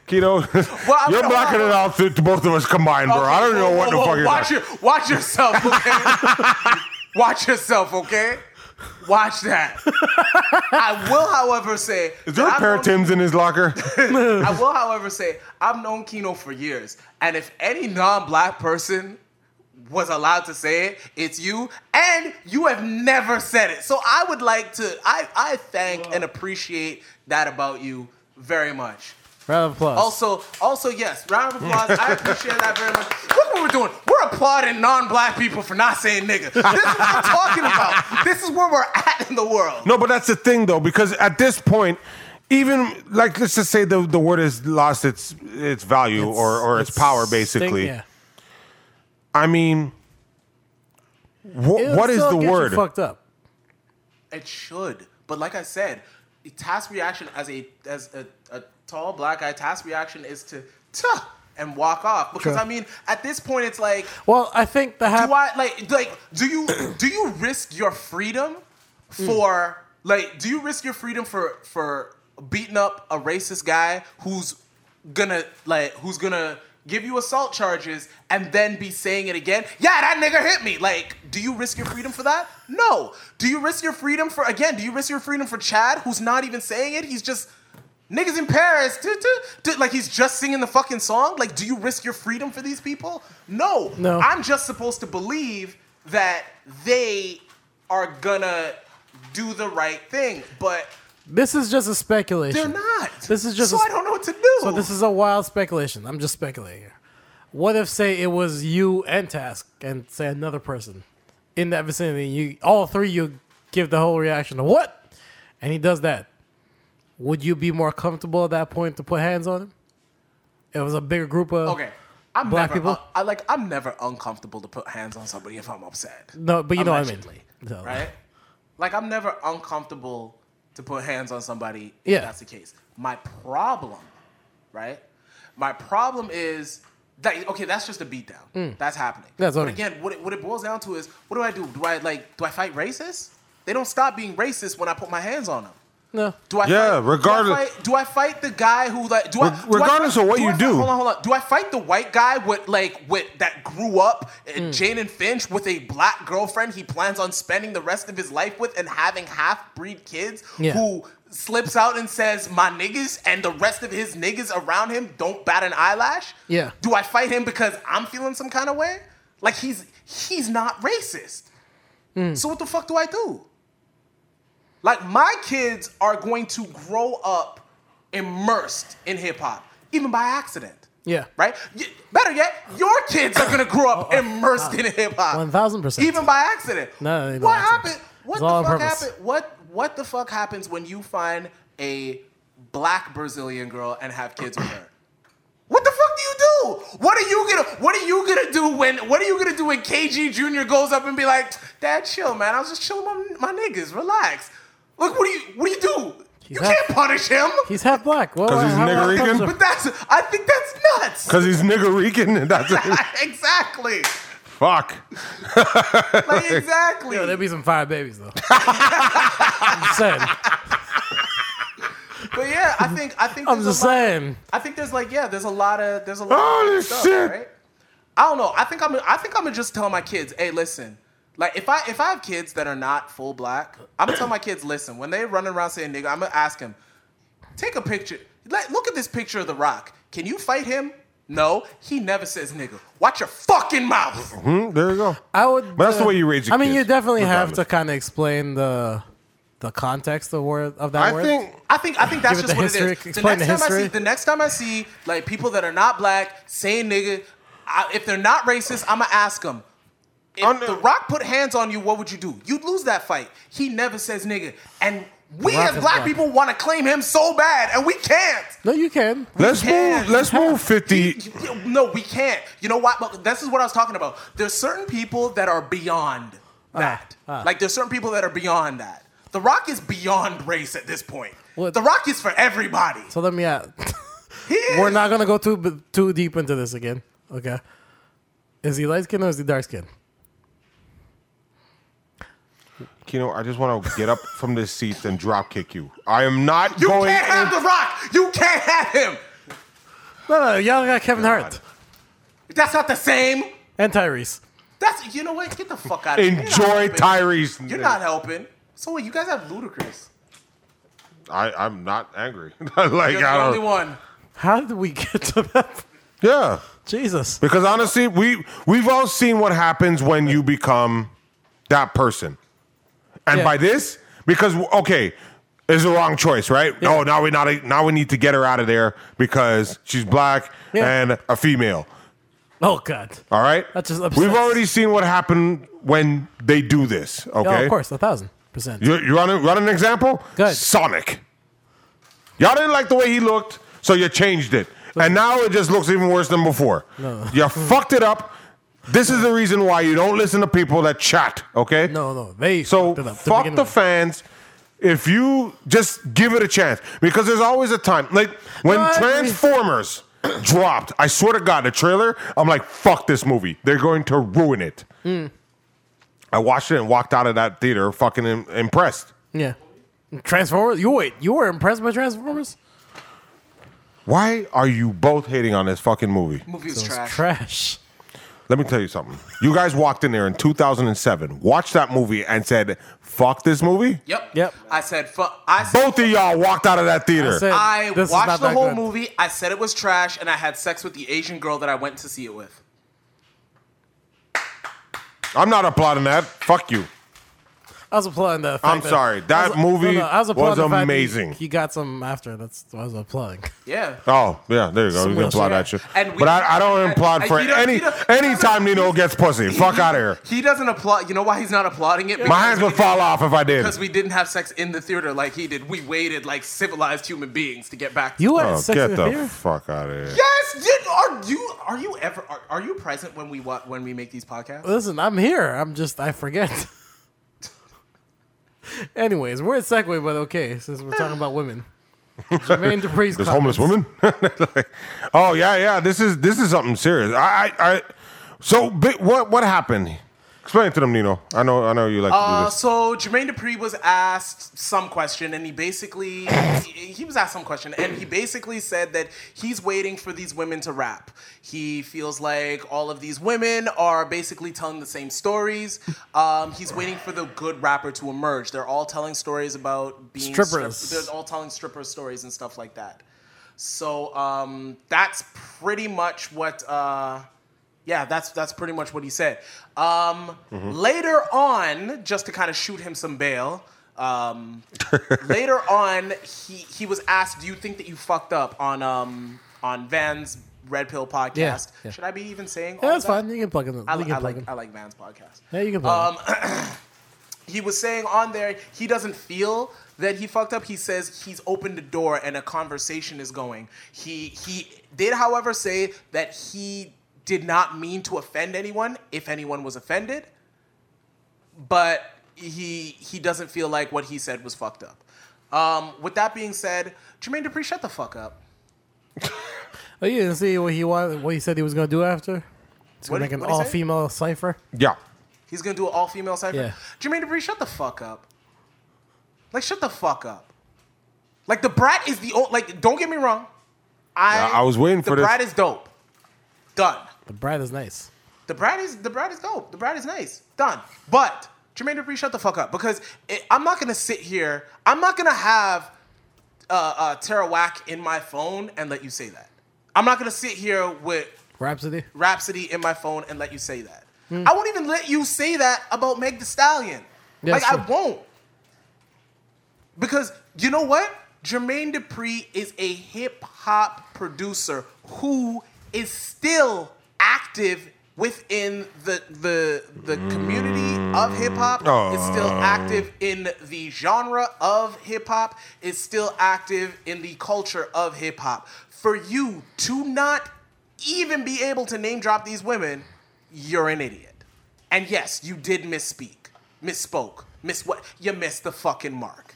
Keto, I'm- you're blocking it out to, to both of us combined, bro. I don't know what the fuck you're watch talking- your- watch yourself, okay? watch yourself, okay? Watch that. I will, however, say Is there a pair of Tim's in his locker? I will, however, say I've known Kino for years, and if any non-black person was allowed to say it, it's you, and you have never said it. So I would like to I I thank and appreciate that about you very much. Round of applause. Also, also yes, round of applause. I appreciate that very much. Look what we're doing. We're applauding non-black people for not saying nigga. This is what I'm talking about. This is where we're at in the world. No, but that's the thing though, because at this point, even like let's just say the, the word has lost its its value or, or its, It's power, stink- basically. yeah. I mean, wh- It'll what is still the get you word? Fucked up. It should, but like I said, the task reaction as a as a, a tall black guy, task reaction is to tuh and walk off. Because Sure. I mean, at this point, it's like, Well, I think the do hap- I like like do you do you risk your freedom for like do you risk your freedom for for beating up a racist guy who's gonna like who's gonna give you assault charges and then be saying it again yeah that nigga hit me like do you risk your freedom for that no do you risk your freedom for again do you risk your freedom for chad who's not even saying it he's just niggas in paris duh, duh, duh," like he's just singing the fucking song like do you risk your freedom for these people no No. i'm just supposed to believe that they are gonna do the right thing, but This is just a speculation. they're not. This is just so a- I don't know what to do. So this is a wild speculation. I'm just speculating here. What if, say, it was you and Task, and say another person in that vicinity? You all three, you give the whole reaction of what, and he does that. Would you be more comfortable at that point to put hands on him? It was a bigger group of okay. I'm Black never, people? un- I like. I'm never uncomfortable to put hands on somebody if I'm upset. No, but you know what I mean. Allegedly, So- right? Like I'm never uncomfortable to put hands on somebody if Yeah. that's the case. My problem, right? My problem is that okay, that's just a beatdown. That's happening. That's what but I mean. again, what it, what it boils down to is what do I do? Do I like do I fight racists? They don't stop being racist when I put my hands on them. No. Do I Yeah, fight, regardless- Do I fight, do I fight the guy who like? Do I, Re- do I regardless fight- of what I you fight- do. Hold on, hold on. Do I fight the white guy with like with that grew up uh, Mm. Jane and Finch with a black girlfriend he plans on spending the rest of his life with and having half breed kids Yeah. who slips out and says my niggas and the rest of his niggas around him don't bat an eyelash? Yeah. Do I fight him because I'm feeling some kind of way? Like he's he's not racist. Mm. So what the fuck do I do? Like my kids are going to grow up immersed in hip hop, even by accident. Yeah. Oh, Right? Y- Better yet, your kids are gonna grow up immersed in hip hop. One thousand percent. Even by accident. No, they don't what have to. happened? What It's the all on fuck purpose. happened? What what the fuck happens when you find a black Brazilian girl and have kids with her? What the fuck do you do? What are you gonna What are you gonna do when What are you gonna do when KG Junior goes up and be like, "Dad, chill, man. I was just chilling with my, my niggas. Relax. Look, what do you What do you do? you half- can't punish him. He's half black. Well, 'Cause he's how- how- Nigerian? how- but that's I think that's nuts. Because he's nigger Rican. and That's it. exactly. Fuck. Like, exactly. Yo, there'd be some fire babies though. I'm just saying. But yeah, I think I think I'm there's a just lot- saying. I think there's like yeah, there's a lot of there's a lot Holy of stuff, shit. right? I don't know. I think I'm I think I'm gonna just tell my kids, hey, listen. Like if I if I have kids that are not full black, I'm gonna tell my kids, listen, when they run around saying nigga, I'm gonna ask them, take a picture. Like, look at this picture of The Rock. Can you fight him? No, he never says nigga. Watch your fucking mouth. Hmm, there you go. I would. uh, But that's the way you raise your I mean, kids, you definitely have regardless. to kind of explain the the context of word of that I word. think I think I think that's Give just it the what history, it is. The explain next the time I see history. the next time I see like people that are not black saying nigga, I, if they're not racist, I'ma ask them. If On the- The Rock put hands on you, what would you do? You'd lose that fight. He never says nigga, and we Rock as is black, black. people want to claim him so bad, and we can't. no, you can. let's can. move. Let's move fifty. No, we can't. You know what? But This is what I was talking about. There's certain people that are beyond that. ah. Like there's certain people that are beyond that. The Rock is beyond race at this point. What- The Rock is for everybody. So let me ask. He is. We're not gonna go too too deep into this again. Okay. Is he light skinned or is he dark skinned? Kino, I just want to get up from this seat and drop kick you. I am not You going. can't have The Rock. You can't have him. No, no, y'all got Kevin Hart God. That's not the same. and Tyrese. That's you know what? Get the fuck out of here. You're not Enjoy helping. Tyrese. You're not helping. So what, you guys have ludicrous. I, I'm not angry. like You're I the don't. only one. How did we get to that? Yeah, Jesus. because honestly, we we've all seen what happens when you become that person, and Yeah. by this, because okay, it's the wrong choice, right? No, now we not now we need to get her out of there because she's black Yeah. and a female. Oh God. All right, That just upsets- we've already seen what happened when they do this. Oh, Okay, of course, a thousand percent. You, you want to run an example? Good. Sonic. Y'all didn't like the way he looked, so you changed it. And now it just looks even worse than before. You fucked it up. This is the reason why you don't listen to people that chat, okay? No, no, they So fucked it up to fuck begin the with. fans. If you just give it a chance, because there's always a time. Like when No, I agree. Transformers dropped, I swear to God, the trailer, I'm like, fuck this movie. They're going to ruin it. Hmm. I watched it and walked out of that theater fucking im- impressed. Yeah. Transformers. You wait. You were impressed by Transformers? Why are you both hating on this fucking movie? Movie was It was trash. trash. Let me tell you something. You guys walked in there in 2007, watched that movie, and said, fuck this movie? yep. Yep. I said fuck. I said, Both of y'all walked out of that theater. I said- I This is watched not the that whole good. movie. I said it was trash, and I had sex with the Asian girl that I went to see it with. I'm not applauding that. Fuck you. I was applauding the. Fact I'm that- sorry, that I was- movie was applauding the fact that amazing. He, he got some after. That's what I was applauding. Yeah. Oh yeah, there you go. Some You can real applaud shit. that shit. And we- but I, I don't applaud and for he don't- any he don't- any time Nino gets pussy. Fuck out of here. He doesn't applaud. You know why he's not applauding it? My hands would fall off if I did. Because we didn't have sex in the theater like he did. We waited like civilized human beings to get back. to You had Oh, sex get in the the theater? fuck out of here. Yes, you- are you are you ever are, are you present when we wa- when we make these podcasts? Listen, I'm here. I'm just I forget. Anyways, we're at segue, but okay, since we're talking about women. Jermaine Dupri's This homeless woman. oh yeah, yeah. This is this is something serious. I I, I so bi- what what happened? Explain it to them, Nino. I know I know you like to do Uh, this. so Jermaine Dupri was asked some question, and he basically he, he was asked some question, and he basically said that he's waiting for these women to rap. He feels like all of these women are basically telling the same stories. Um, he's waiting for the good rapper to emerge. They're all telling stories about being strip- Strippers. they're all telling stripper stories and stuff like that. So um, that's pretty much what. Uh, yeah, that's that's pretty much what he said. Um, Mm-hmm. Later on, just to kind of shoot him some bail. Um, later on, he he was asked, "Do you think that you fucked up on um on Van's Red Pill podcast? Yeah, yeah. Should I be even saying? Yeah, all that's of that? fine. You can plug in. You I, li- can I plug in. like I Um, like Van's podcast Yeah, you can plug in. he was saying on there he doesn't feel that he fucked up. He says he's opened the door and a conversation is going. He he did, however, say that he did not mean to offend anyone if anyone was offended, but he he doesn't feel like what he said was fucked up. Um, with that being said, Jermaine Dupri, shut the fuck up. Oh, you didn't see what he wanted, what he said he was gonna do after? What He's gonna did- make an what did he say? all female cipher. Yeah. He's gonna do an all female cipher. Yeah. Jermaine Dupri, shut the fuck up. Like, shut the fuck up. Like the brat is the old. Like, don't get me wrong. I Yeah, I was waiting the for this. brat is dope. Done. The bride is nice. The brat is the brat is dope. The brat is nice. Done. But Jermaine Dupri, shut the fuck up because it, I'm not gonna sit here. I'm not gonna have uh, uh, Terawak in my phone and let you say that. I'm not gonna sit here with Rhapsody. Rhapsody in my phone and let you say that. Hmm. I won't even let you say that about Meg the Stallion. Yeah, like that's I true. won't. Because you know what? Jermaine Dupri is a hip hop producer who is still active within the the the community of hip hop. Is still active in the genre of hip hop. Is still active in the culture of hip hop. For you to not even be able to name drop these women, you're an idiot. And yes, you did misspeak, misspoke, miss what you missed the fucking mark.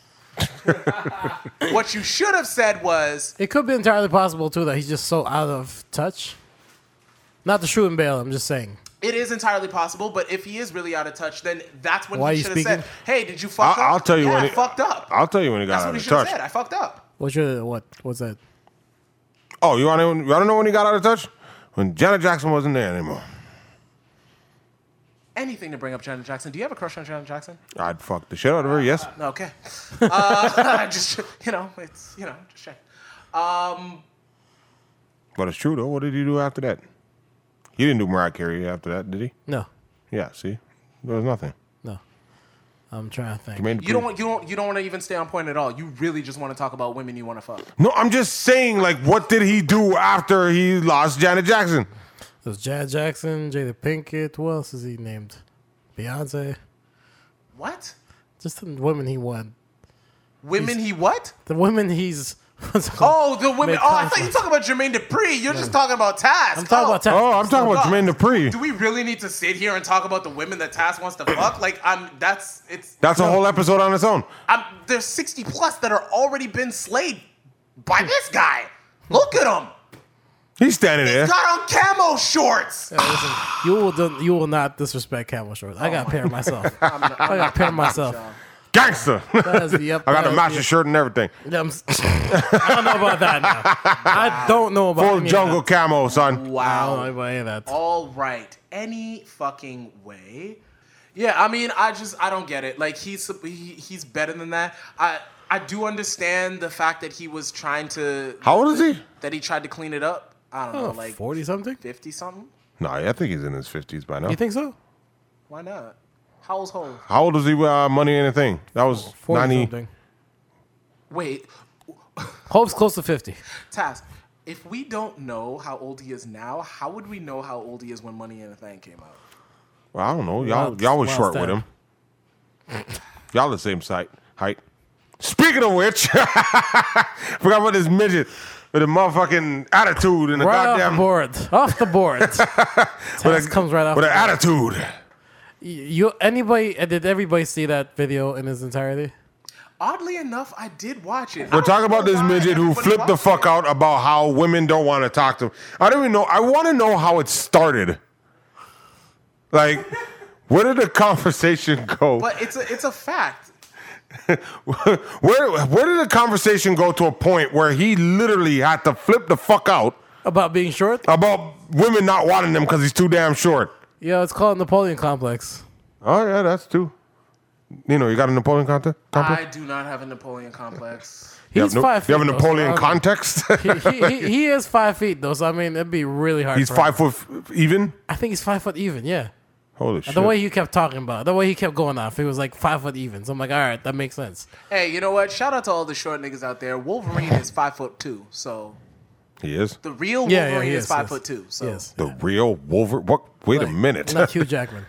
what you should have said was, It could be entirely possible too that he's just so out of touch. Not the shoot and bail. I'm just saying. it is entirely possible, but if he is really out of touch, then that's when Why he you should have speaking? said, "Hey, did you I, fuck up?" I'll tell you yeah, when I it fucked up. I'll tell you when it got that's what out he of should have touch. said. I fucked up. What's your what? What's that? Oh, you want to? You want to know when he got out of touch? When Janet Jackson wasn't there anymore. Anything to bring up Janet Jackson. Do you have a crush on Janet Jackson? I'd fuck the shit out of her. Yes. No, Okay. Uh, just you know, it's you know, just check. But it's true though. What did he do after that? He didn't do Mariah Carey after that, did he? No, Yeah. See, there was nothing. no. I'm trying to think. Jermaine You don't Dupri- want you don't you don't want to even stay on point at all. You really just want to talk about women you want to fuck. No, I'm just saying. Like, what did he do after he lost Janet Jackson? There's Jad Jackson, Jada Pinkett. Who else is he named? Beyonce. What? Just the women he won. Women he what? The women he's. What's it called? Oh, the women. Make Oh, I thought you were contact. talking about Jermaine Dupri. You're just talking about Taz. I'm oh. talking about. Taz. Oh, I'm talking about God. Jermaine Do Dupri. we really need to sit here and talk about the women that Taz wants to fuck? Like, I'm. That's it's. That's a whole episode on its own. I'm, there's 60 plus that are already been slayed by this guy. Look at him. He's standing there. Got on camo shorts. Listen, you will do- you will not disrespect camel shorts. I got a pair myself. I got a pair myself. Gangster. That is the up- I got that a is matching the- shirt and everything. I'm s- I don't know about that. Now. I uh, don't know about Full any of jungle camo, son. that. I don't know Wow. about any of that. All right. Any fucking way. Yeah, I mean, I just I don't get it. Like he's he, he's better than that. I I do understand the fact that he was trying to How old is he? that he tried to clean it up. I don't know, Oh, like Forty something? 50 something. No, I think he's in his fifties by now. You think so? Why not? Howl's home. How old was he? with, Uh, money and a thing. That was 40 ninety. something. Wait, Hope's close to 50. Task. If we don't know how old he is now, how would we know how old he is when Money and a Thing came out? Well, I don't know. Y'all, Last- y'all was last short with time. him. y'all the same height. Height. Speaking of which, forgot about this midget with a motherfucking attitude and a Right off the goddamn board. Off the board. Task comes right off with the an board. attitude. You anybody uh, did everybody see that video in its entirety? Oddly enough, I did watch it. We're talking about this midget who flipped the fuck out about how women don't want to talk to him. I don't even know. I want to know how it started. Like, where did the conversation go? But it's a it's a fact. Where where did the conversation go to a point where he literally had to flip the fuck out About being short? about women not wanting him because he's too damn short? Yeah, it's called Napoleon Complex. Oh yeah, that's true. You know, you got a Napoleon conte- I complex. do not have a Napoleon complex. You He's have, no- five you feet, have a though, Napoleon so I don't- context. he, he, he is five feet though, so I mean it'd be really hard. he's for five Him. foot f- even. I think he's five foot even. Yeah, Holy shit! the way he kept talking about, it, the way he kept going off, he was like five foot even. So I'm like, all right, that makes sense. Hey, you know what? Shout out to all the short niggas out there. Wolverine is five foot two, so he is the real Yeah, yeah, Wolverine he is is, five yes. foot two. So Yes, the real Wolverine. What? Wait a Like, minute. not Hugh Jackman.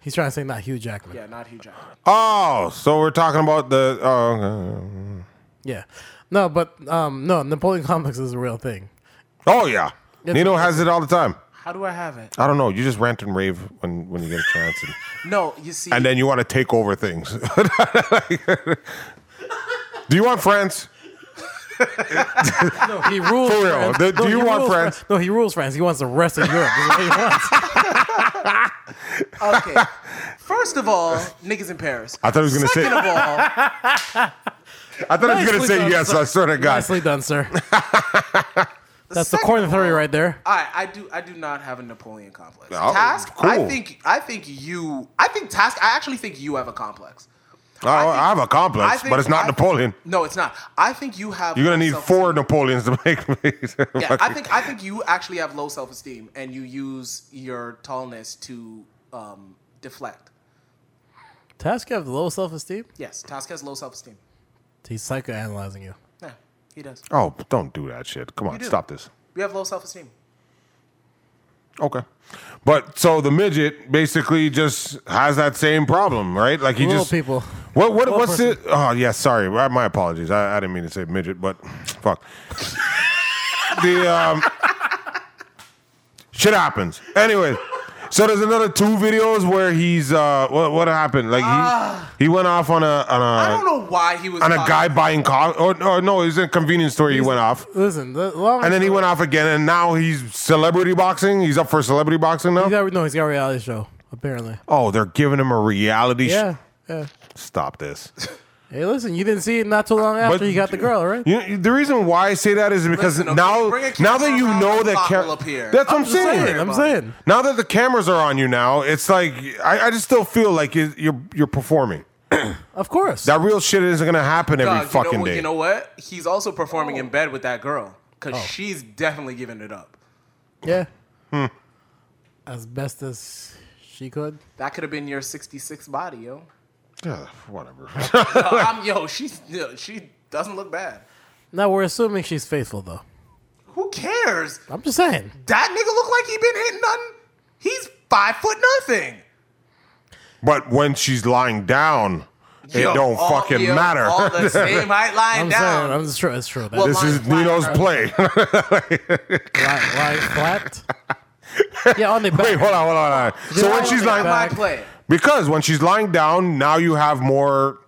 He's trying to say not Hugh Jackman. yeah, not Hugh Jackman. oh, so we're talking about the. Oh, okay. Yeah. No, but um, no, Napoleon complex is a real thing. oh yeah. Yeah, Nino has it all the time. How do I have it? I don't know. You just rant and rave when, when you get a chance. And, No, you see, and then you want to take over things. do you want friends? No, he rules. For real. France. Do- do No, you he want rules France? Fran- No, he rules France. He wants the rest of Europe. That's what he wants. okay. First of all, niggas in Paris. I thought he was gonna say. Second of I all, thought he was gonna Nicely say done, yes. sir. I swear to God. Nicely done, sir. That's the Second corn of theory all- right there. I, I do I do not have a Napoleon complex. Oh, Task, cool. I think I think you I think Task I actually think you have a complex. I, I have a I complex, think- but it's not I- Napoleon. No, it's not. I think you have You're gonna low need self-esteem. four Napoleons to make me. Yeah, I think I think you actually have low self esteem and you use your tallness to um, deflect. Task have low self esteem. Yes, Task has low self esteem. He's psychoanalyzing you. Yeah, he does. Oh, don't do that shit. Come on, do. stop this. You have low self esteem. Okay. But so the midget basically just has that same problem, right? Like he Little just people. What what Little what's person. it? Oh yeah, sorry. My my apologies. I, I didn't mean to say midget, but fuck. the um, shit happens. Anyway, so there's another two videos where he's uh, what what happened? Like he he went off on a Ah. I don't on a know why he was on Uh, a talking- guy buying coffee. Or, or no, it was in a convenience store. He went off. Listen, the long And then he went off again, and now he's celebrity boxing. He's up for celebrity boxing now. He's got, no, he's got a reality show apparently. Oh, they're giving him a reality. Yeah, Sh- yeah. Stop this. Hey, listen, you didn't see it not too long after you got the girl, right? You know, the reason why I say that is because Listen, okay, now, bring a now camera that you around, know the that clock cam- will appear. that's what I'm, I'm just saying. saying, I'm saying. Now that the cameras are on you, now it's like I, I just still feel like you- you're you're performing. Of course. That real shit isn't gonna happen every Dog, fucking you know, day. Oh. You know what? He's also performing in bed with that girl because she's definitely giving it up. yeah. Hmm. As best as she could. That could have been your 66 body, yo. Yeah, whatever. No, Uh, I'm, yo, she's, yo, she doesn't look bad. Now we're assuming she's faithful though. Who cares? I'm just saying. That nigga look like he been hitting nothing. He's five foot nothing. but when she's lying down, Yo, it don't all- fucking yo, matter. All the same height lying I'm down. saying. I'm just sure. It's true. That Well, this is lying Nino's flat. play. Lie, lie flat. yeah, on the back. Wait, hold on, hold on. Hold on. So I when don't she's think lying, my back- play. because when she's lying down, now you have more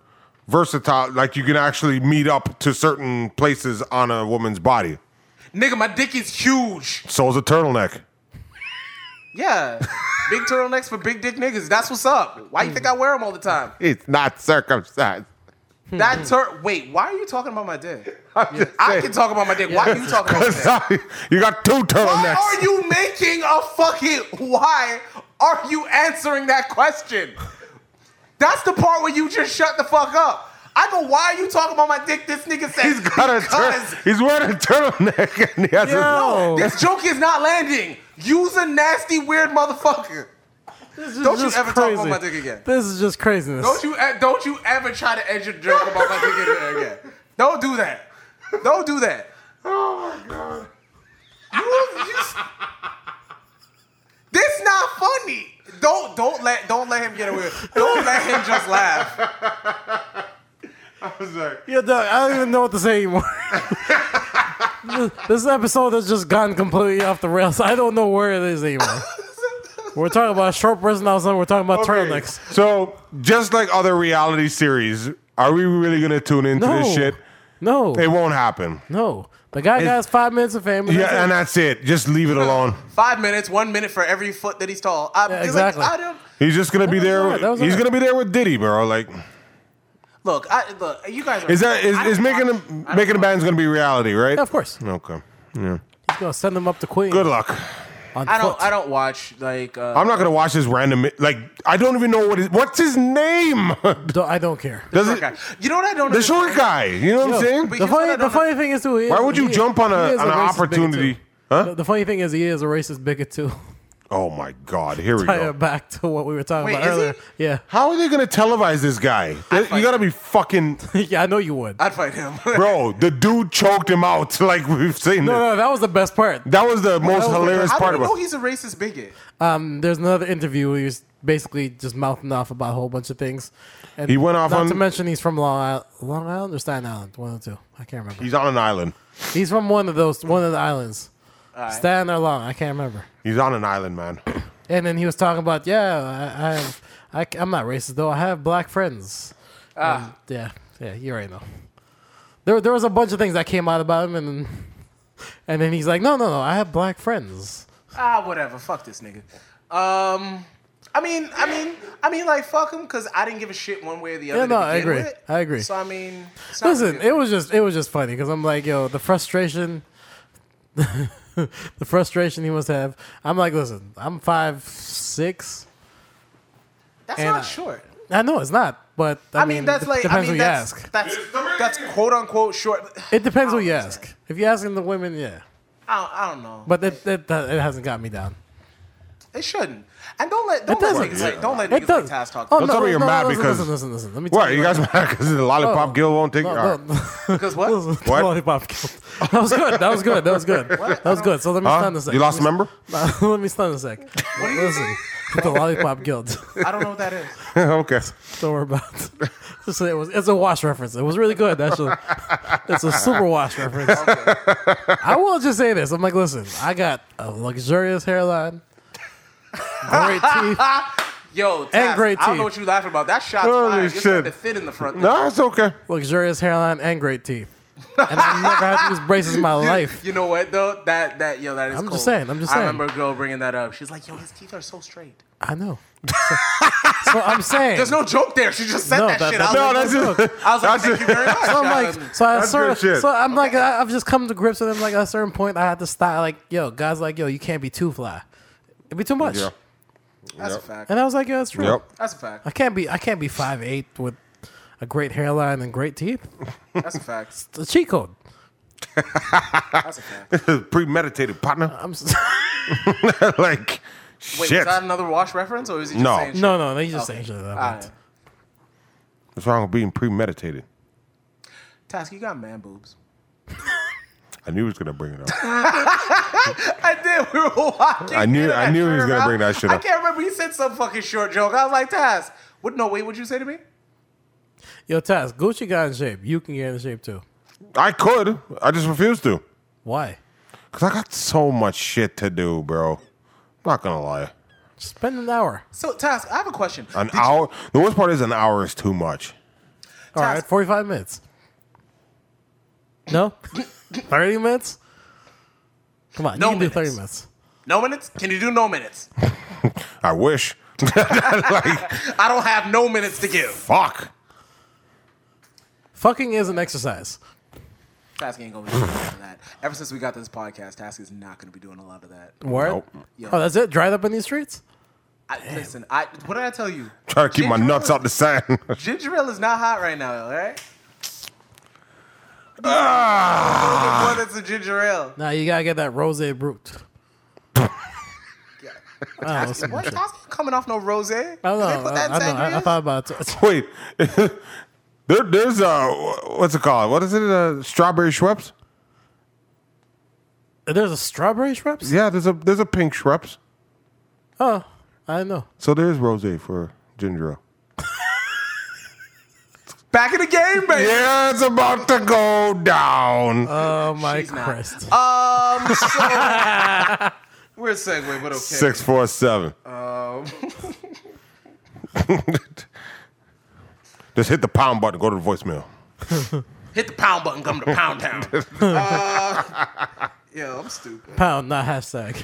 versatile. Like you can actually meet up to certain places on a woman's body. Nigga, my dick is huge. So is a turtleneck. Yeah. big turtlenecks for big dick niggas. That's what's up. Why you think I wear them all the time? It's not circumcised. That tur wait, why are you talking about my dick? I'm just I saying. can talk about my dick. Why are you talking about my dick? you got two Why turtlenecks. are you making a fucking why are you answering that question? That's the part where you just shut the fuck up. I go, why are you talking about my dick? This nigga says He's got a because tur- He's wearing a turtleneck, and he has a- Yo. this joke is not landing. You's a nasty weird motherfucker. This is Don't you just ever talk crazy. about my dick again. This is just craziness. Don't you e- don't you ever try to edge your joke about my dick again. Don't do that. Don't do that. Oh my god. You, you s- This not funny. Don't don't let don't let him get away. with- Don't let him just laugh. I was like, Yeah, Doug, I don't even know what to say anymore. This- this episode has just gone completely off the rails. I don't know where it is anymore. We're talking about a short person outside. We're talking about turtlenecks. So, just like other reality series, are we really gonna tune into No. this shit? No, It won't happen. no. The guy has five minutes of fame. and that's it. Yeah, and that's it. Just leave it alone. Five minutes, one minute for every foot that he's tall. I, Yeah, it's exactly. Like, I don't, He's just gonna be was there. all right, that was He's all right. gonna be there with Diddy, bro. Like, look, I, look, you guys are. is that is, I is don't making watch- I a don't making a watch- band's gonna be reality, right? Yeah, of course. Okay. Yeah. He's gonna send them up to Queen. Good luck. On I foot. don't. I don't watch like. Uh, I'm not gonna watch this random. Like, I don't even know what is. What's his name? Don't- I don't care. Does short it, guy. You know what I don't. the short guy. You know what I'm Yo, saying? But the here's what I funny, don't the funny thing is too. he Why is- would you he- jump on he a is on an racist bigot, opportunity? too. Huh? The, the funny thing is, he is a racist bigot too. Oh my God! Here we Tie it go. back to what we were talking Wait, about is he? earlier. Yeah, How are they gonna televise this guy? You gotta be fucking yeah, I know you would. I'd fight him. bro. The dude choked him out. Like we've seen. No, this. no, that was the best part. That was the most hilarious How part do you about. know he's a racist bigot? Um, there's another interview where he's basically just mouthing off about a whole bunch of things. And He went off not on- to mention he's from Long Island, Long Island or Staten Island, one or two. I can't remember. He's on an island. He's from one of those, one of the islands, Staten or Long. I can't remember. He's on an island, man. And then he was talking about, yeah, I, I have, I, am not racist though. I have black friends. Ah. yeah, yeah, you already know. There, there was a bunch of things that came out about him, and and then he's like, no, no, no, I have black friends. Ah, whatever. Fuck this nigga. Um, I mean, I mean, I mean, like fuck him because I didn't give a shit one way or the other. Yeah, to no, I begin agree. with. I agree. So I mean, it's not Listen, really- it was just, it was just funny because I'm like, yo, the frustration, the frustration he must have. I'm like, listen, I'm five six. that's and not I- short. I know it's not, but I, I mean, that's it like depends I mean who you that's ask. that's that's quote unquote short. It depends who you I don't ask. If you asking the women, yeah. I don't, I don't know, but But it, it, it hasn't got me down. it shouldn't. And don't let don't doesn't. let niggas like don't let It niggas like does. Taz talk Oh, Don't tell me you're mad listen, because- Listen, listen, listen. Let me tell What? You guys mad because the lollipop Oh. gull won't take? All No, right. no, because what? no. What? Lollipop killed. That was good. That was good. That was good. That was good. So let me stun Huh? a sec. You lost a member? Let me stun a sec. Listen, the Lollipop Guild. I don't know what that is. okay. Don't worry about it. Just say it was, it's a wash reference. It was really good. Actually, it's a super wash reference. I will just say this. I'm like, listen, I got a luxurious hairline, great teeth. Yo, Taz, great I don't teeth. know what you laughing about. That shot's Holy fine. You're starting to shit. thin in the front. No, it's okay. luxurious hairline and great teeth. And I've never had these braces in my life. You know what though? That that yo, that is. I'm just cold. saying, I'm just I saying. remember a girl bringing that up. She's like, "Yo, his teeth are so straight." I know. So, so I'm saying. There's no joke there. She just said No, that, that- shit. that- I No, was that's like, just. I was like that's "Thank you very much." so I'm I like, was- so I That's sort good shit. so I'm like, I, I've just come to grips with him. Like at a certain point, I had to stop. Like, yo, guys, like, yo, you can't be too fly. It'd be too much. Yeah. that's a fact. And I was like, yeah, that's true. Yep. That's a I fact. can't be, I can't be five eight with a great hairline and great teeth. That's a fact. It's a cheat code. That's a fact. Wait, Premeditated partner. I'm s- like, was shit. that another Wash reference, or is he just No. saying shit? no, no, they just Okay. saying shit. All right. Right. What's wrong with being premeditated? Task, you got man boobs. I knew he was gonna bring it up. I did. We were walking. I knew- in and I knew he turned was gonna around. bring that shit I up. can't remember. He said some fucking short joke. I was like, Task, what? No, wait. What'd you say to me? Yo, Taz, Gucci got in shape. You can get in shape too. I could. I just refuse to. Why? Cause I got so much shit to do, bro. I'm not gonna lie. Spend an hour. So, Task, I have a question. An hour. The worst part is an hour is too much. All Taz- right, 45 minutes. No? 30 minutes? Come on, No you can do 30 minutes. minutes. No minutes? Can you do no minutes? I wish. like, I don't have no minutes to give. fuck. Fucking is an exercise. Task ain't gonna be doing a lot of that. Ever since we got this podcast, Task is not gonna be doing a lot of that. Word? Nope. Yo. Oh, that's it? Dried up in these streets? I, listen, I what did I tell you? Trying to keep my Ginger nuts ale- out the sand. Ginger ale is not hot right now, all right? Ah. Boy, that's a ginger ale. Nah, you gotta get that rose brute. Yeah. I don't know. What? Costco coming off no rose? I I, don't know. They put that I, I, in know. I, I sangrias? thought about it. Wait, there, there's uh, what's it called? What is it? Uh, strawberry Schweppes? There's a strawberry Schweppes? Yeah, there's a there's a pink Schweppes. Oh, I don't know. So there's rosé for ginger ale. Back in the game, baby. Yeah, it's about to go down. Oh my She's not. Christ! Um, so we're a segue, but okay. Six four seven. Just hit the pound button. Go to the voicemail. Hit the pound button. Come to Pound Town. uh, yo, I'm stupid. Pound, not hashtag.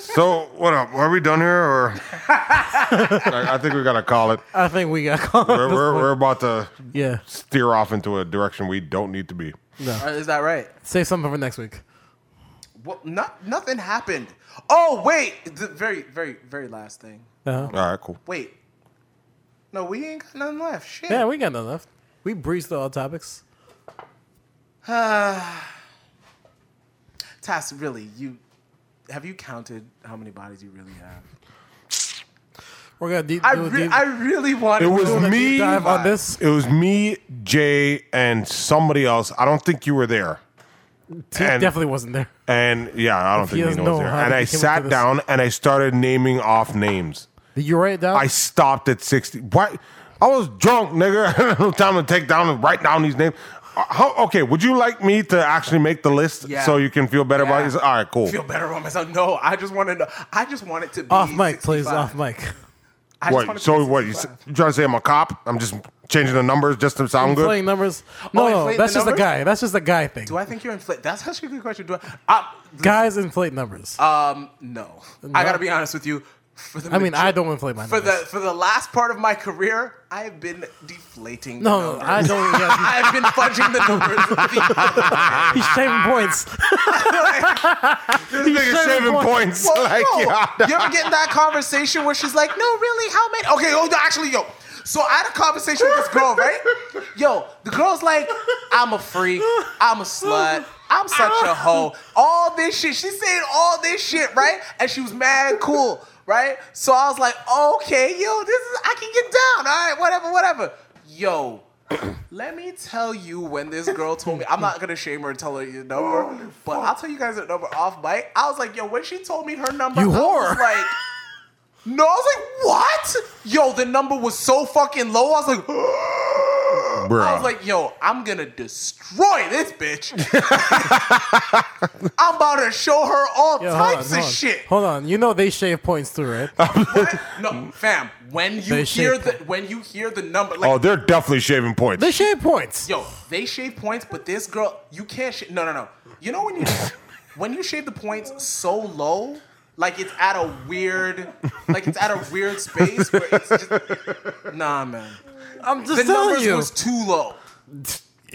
So what up? Are we done here, or I, I think we gotta call it. I think we got called. We're, we're, we're about to yeah. steer off into a direction we don't need to be. Uh, Is that right? Save something for next week. Well, not nothing happened. Oh wait, the very, very, very last thing. Uh-huh. All right, cool. Wait, no, we ain't got nothing left. Shit. Yeah, we got nothing left. We breezed through all topics. Tass, really, you have you counted how many bodies you really have? We're gonna deep, I, do a re- deep, I really want. It was do a deep me. dive on this. It was me, Jay, and somebody else. I don't think you were there. He And- definitely wasn't there. And yeah, I don't he think doesn't Nino was know there. how And he I came up with sat this. down and I started naming off names. Did you write it down? I stopped at 60. Why? I was drunk, nigga. I had no time to take down and write down these names. Uh, How, okay, would you like me to actually make the list Yeah. so you can feel better about Yeah. yourself? All right, cool. feel better about myself. No, I just want to know. I just want it to be off mic, please. 65. Off mic. I just want What? it to So be what? You, s- 65. you trying to say I'm a cop? I'm just changing the numbers just to sound good. Playing numbers. No, no, inflate that's Oh, the just a numbers? guy. That's just a guy thing. Do I think you're inflated? That's actually a good question. Do I? I Guys inflate numbers. um, no. I gotta be honest with you. For the I mean, I major- don't inflate my For the numbers. for the last part of my career, I have been deflating. the no, no, I numbers. don't. Yeah, I have been fudging the numbers. with the- he's shaving points. This nigga shaving shaving points. Well, like, no. yeah. You ever get in that conversation where she's like, "No, really? How many?" Okay, oh, no, actually, yo. So I had a conversation with this girl, right? Yo, the girl's like, "I'm a freak. I'm a slut. I'm such a hoe." All this shit. She's saying all this shit, right? And she was mad cool, right? So I was like, "Okay, yo, this is I can get down. All right, whatever, whatever." Yo. Let me tell you when this girl told me I'm not gonna shame her and tell her your number, but I'll tell you guys her number off mic. I was like, yo, when she told me her number, You I was whore. like, no, I was like, what? Yo, the number was so fucking low. I was like, I was Bruh. like, yo, I'm gonna destroy this bitch. I'm about to show her all Yo, hold on, types hold of on. shit. Oh, Hold on. You know they shave points too, right? No, fam, when you They hear shape- the when you hear the number, like oh, they're definitely shaving points. They shave points. Yo, they shave points, but this girl, you can't shave. No, no, no. You know when you when you shave the points so low, like it's at a weird, like it's at a weird space where it's just nah, man. I'm The just telling numbers you. was too low.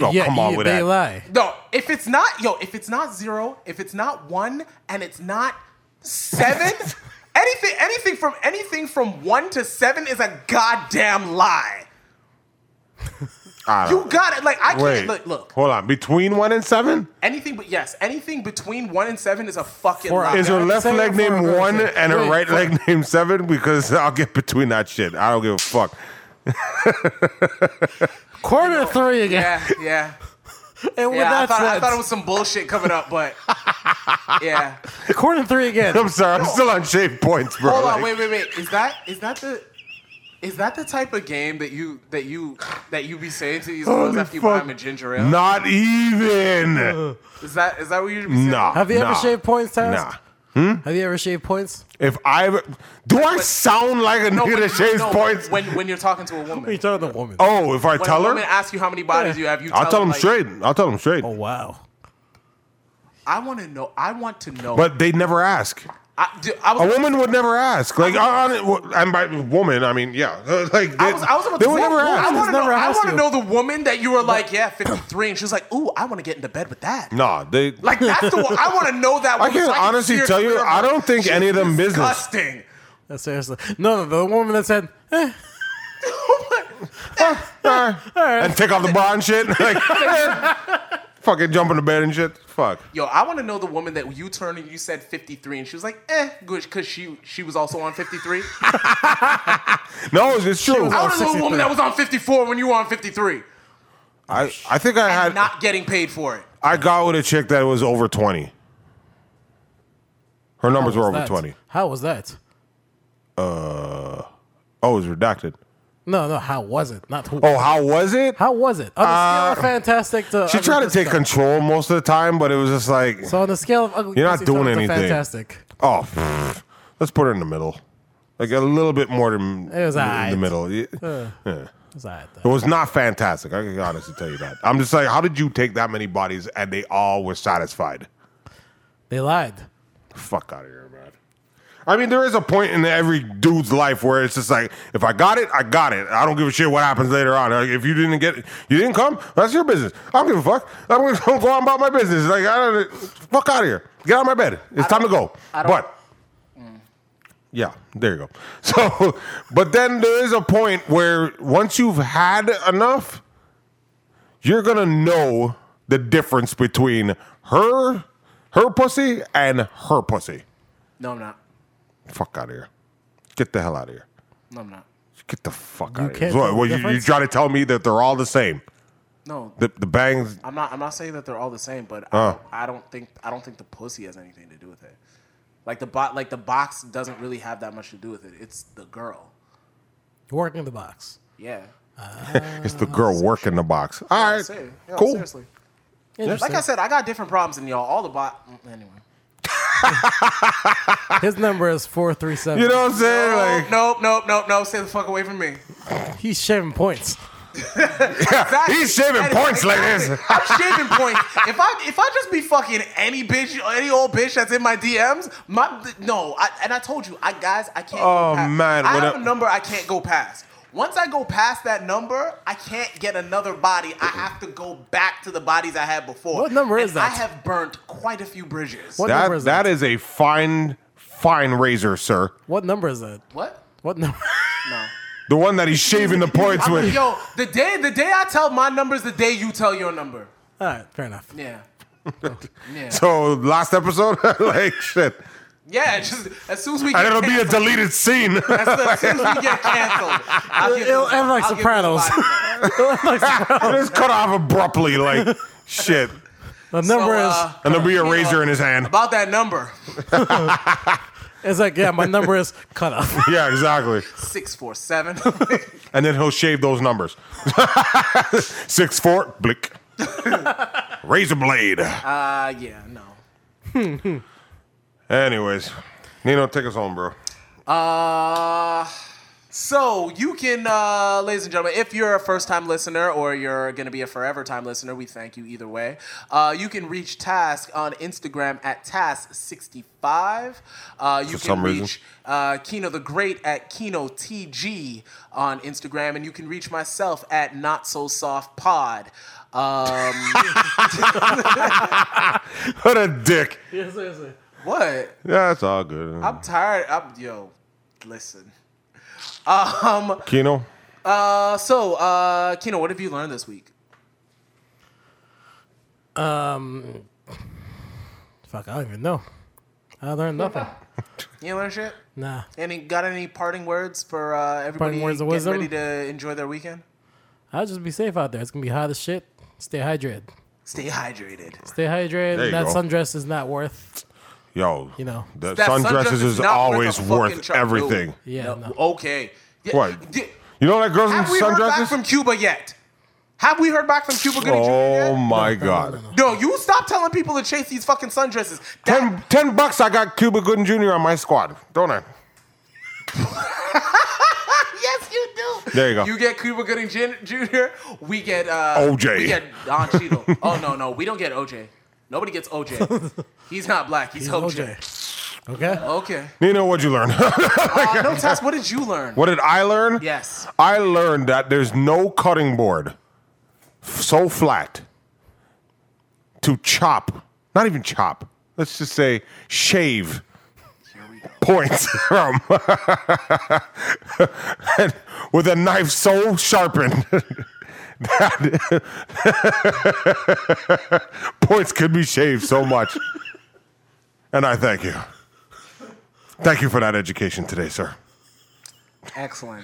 oh, yeah, come on you- with they that. lie. No, if it's not yo, if it's not zero, if it's not one, and it's not seven, anything, anything from anything from one to seven is a goddamn lie. I don't- You got it. Like I can't Wait, look. Look, Hold on. Between one and seven, anything but yes, anything between one and seven is a fucking Four lie. is her Yeah, left seven leg for a named girl, one yeah. and her right Wait, leg named seven? Because I'll get between that shit. I don't give a fuck. Quarter three again. Yeah, yeah. And with yeah I, that thought, I said, thought it was some bullshit coming up, but yeah. quarter three again. I'm sorry. I'm still on shave points, bro. Hold on, wait, Like, wait, wait. Is that is that the is that the type of game that you that you that you be saying to these girls Holy after you buy fuck. them a ginger ale? Not Uh, even. Is that is that what you should be saying? nah. Have you ever nah, shaved points, Taz? Nah. Hmm? Have you ever shaved points? If I do, I sound like a No, nigga when, that shaves no, points. when when you're talking to a woman. When talking to a woman. oh, if I a tell her, woman asks you how many bodies you have, you I'll tell them him like, straight. I'll tell him straight. Oh wow. I want to know. I want to know. But they never ask. I, dude, I was A woman would never ask. Like, I, I, and by woman, I mean, yeah. Uh, Like, they, I was, I was about they to would say, never ask. I want to know. Never I asked want to you. know the woman that you were like, yeah, fifty-three, and she was like, ooh, I want to get into bed with that. Nah, they. Like that's the one. I want to know that. I woman can so honestly steer tell you, clear of her. I don't think She's any of them business. Disgusting. No, seriously. No, no, the woman that said, eh, And take off the bra and shit. Like, fucking jump in the bed and shit. Fuck. Yo, I want to know the woman that you turned and you said 53, and she was like, eh, good, because she she was also on 53. I No, it's, it's true. was I, want to know the 63. woman that was on 54 when you were on 53 I think I and had not getting paid for it. I got with a chick that was over twenty. Her numbers were over That's- twenty. How was that? Oh, it was redacted. No, no. How was it? Not who. Oh, how was it? How was it? On a Uh, scale of fantastic to. She ugly tried to pussy take stuff. control most of the time, but it was just like, So on the scale of ugly You're not pussy stuff doing to anything. Fantastic. oh, pfft, let's put her in the middle, like a little bit more than It was in aight. the middle. It, It's all right, it though. was not fantastic. I can honestly tell you that. I'm just like, how did you take that many bodies and they all were satisfied? They lied. Fuck out of here, man. I mean, there is a point in every dude's life where it's just like, if I got it, I got it. I don't give a shit what happens later on. Like, if you didn't get it, you didn't come. That's your business. I don't give a fuck. I'm gonna go on about my business. Like, I don't, fuck out of here. Get out of my bed. It's time to go. But yeah, there you go. So, but then there is a point where once you've had enough, you're gonna know the difference between her, her pussy, and her pussy. No, I'm not. Fuck out of here. Get the hell out of here. No, I'm not. Get the fuck out of here. can't What, tell what, the you, you difference? trying to tell me that they're all the same? No, The, the bangs. I'm not. I'm not saying that they're all the same, but I, I don't think I don't think the pussy has anything to do with it. Like the bot, like the box doesn't really have that much to do with it. It's the girl. Working the box. Yeah. It's the girl working the box. All right. Say- yo, cool. Seriously. Like Interesting. I said, I got different problems than y'all. All the bot. mm, Anyway. His number is four three seven. You know what I'm saying? Like, nope, nope, nope, nope. Stay the fuck away from me. he's shaving points. Exactly. He's shaving And- points like this. exactly. I'm shaving points. If I if I just be fucking any bitch, any old bitch that's in my DMs, my no. I, and I told you, I guys, I can't. Oh, go past. man, I when have I- a number I can't go past. Once I go past that number, I can't get another body. I have to go back to the bodies I had before. What number And is that? I have burnt quite a few bridges. What number that, is that is a fine, fine razor, sir. What number is that? What? What number? No. The one that he's shaving the points I'm- with. yo, the day the day I tell my number is the day you tell your number. All right, fair enough. Yeah. Yeah. So last episode, like shit, Yeah, it's just as soon as we and get it'll be a canceled, deleted scene. as, soon- as soon as we get canceled, I'll give It'll this- end like I'll give this Sopranos. body back. Just cut off abruptly, like shit, The number So, is. uh, and there'll be a razor in his hand. About that number, It's like yeah, my number is cut off. Yeah, exactly. six four seven. And then he'll shave those numbers. Six four, blick, razor blade. Uh, yeah, no. Anyways, Nino, take us home, bro. Uh, so you can, uh, ladies and gentlemen, if you're a first-time listener or you're going to be a forever time listener, we thank you either way. Uh, you can reach Task on Instagram at Task65. Uh, you For can some reason. reach uh, Kino the Great at Kino TG on Instagram, and you can reach myself at Not So Soft Pod. Um, What a dick. yeah, seriously. what? Yeah, it's all good. I'm tired. I'm yo. Listen. Um. Kino, Uh. So, uh, Kino, what have you learned this week? Fuck, I don't even know. I learned nothing. You ain't learned shit? Nah. Any got any parting words for uh, everybody Parting words of getting wisdom? ready to enjoy their weekend? I'll just be safe out there. It's gonna be hot as shit. Stay hydrated. Stay hydrated. Stay There hydrated. you That go. sundress is not worth. yo, you know. the That sundress sundresses is is not worth always a fucking worth truck, everything. dude. Yeah. No, No. Okay. Yeah, What? di- You know that girls in have we heard back sundresses? from Cuba yet? Have we heard back from Cuba Gooding oh Jr. yet? my no, god. no, no. No, you stop telling people to chase these fucking sundresses. That- Ten, 10 bucks I got Cuba Gooden Jr. on my squad, don't I? yes, you do. There you go. You get Cuba Gooding Jin- Jr. We get uh, OJ. We get Don Cheadle. oh no, no, we don't get OJ. Nobody gets OJ. He's not black. He's, OJ. OJ. Okay. Okay. Nino, what'd you learn? Uh, no, Tess, what did you learn? what did I learn? Yes. I learned that there's no cutting board f- so flat to chop, not even chop, let's just say shave points from and with a knife so sharpened Points could be shaved so much. and I thank you. Thank you for that education today, sir. Excellent.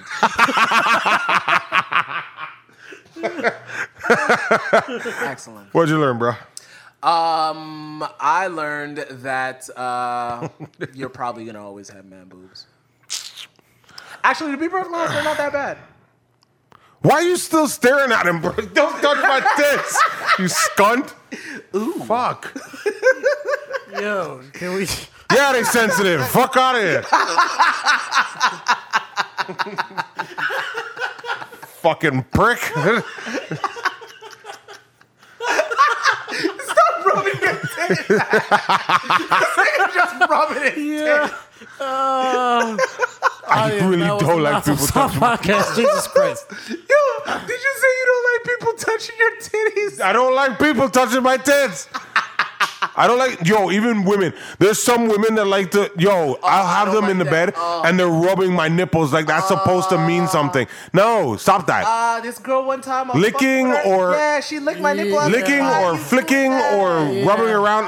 Excellent. What'd you learn, bro? Um, I learned that uh, you're probably gonna always have man boobs. Actually, to be perfectly honest, they're not that bad. Why are you still staring at him, bro? Don't touch my tits, you skunt. Fuck. Yo, can we? Yeah, they sensitive. Fuck out of here. Fucking prick. Rubbing your dick. just rubbing it. Yeah. Uh, I really don't like people touching. podcast. Jesus Christ. Yo, did you say you don't like people touching your titties? I don't like people touching my tits. I don't like yo. Even women, there's some women that like to yo. I'll have Oh, don't them in the like that. Oh. bed and they're rubbing my nipples like that's supposed to mean something. No, stop that. Uh, this girl one time I fucked Licking with her. or- yeah, she licked my nipple. I was like, Licking "Why or you do flicking that?" or rubbing around.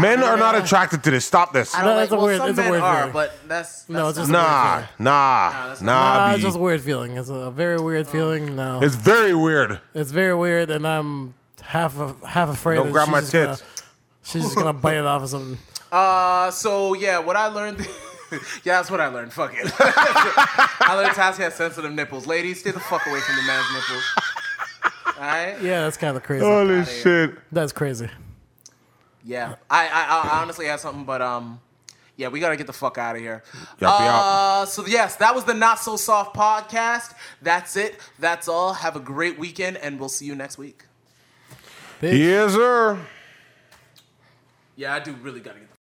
Men are not attracted to this. Stop this. I don't No, like, it's a well, weird- some it's a men weird are, feeling. but that's, that's No, it's just Nah, nah, that's nah. Uh, B. it's just a weird feeling. It's a very Oh. weird feeling. No, It's very weird. it's very weird, and I'm half a, half afraid. Don't that grab she's my just gonna- tits. she's just gonna bite it off or something. Uh, so yeah, what I learned. yeah, that's what I learned. Fuck it. I learned Tassie has sensitive nipples. Ladies, stay the fuck away from the man's nipples. All right. Yeah, that's kind of crazy. Holy shit. That's crazy. Yeah. I, I I honestly had something, but um, yeah, we gotta get the fuck out of here. Yup, yup. uh, so yes, that was the not so soft podcast. That's it. That's all. Have a great weekend, and we'll see you next week. Yes, sir. Yeah, I do really gotta get the.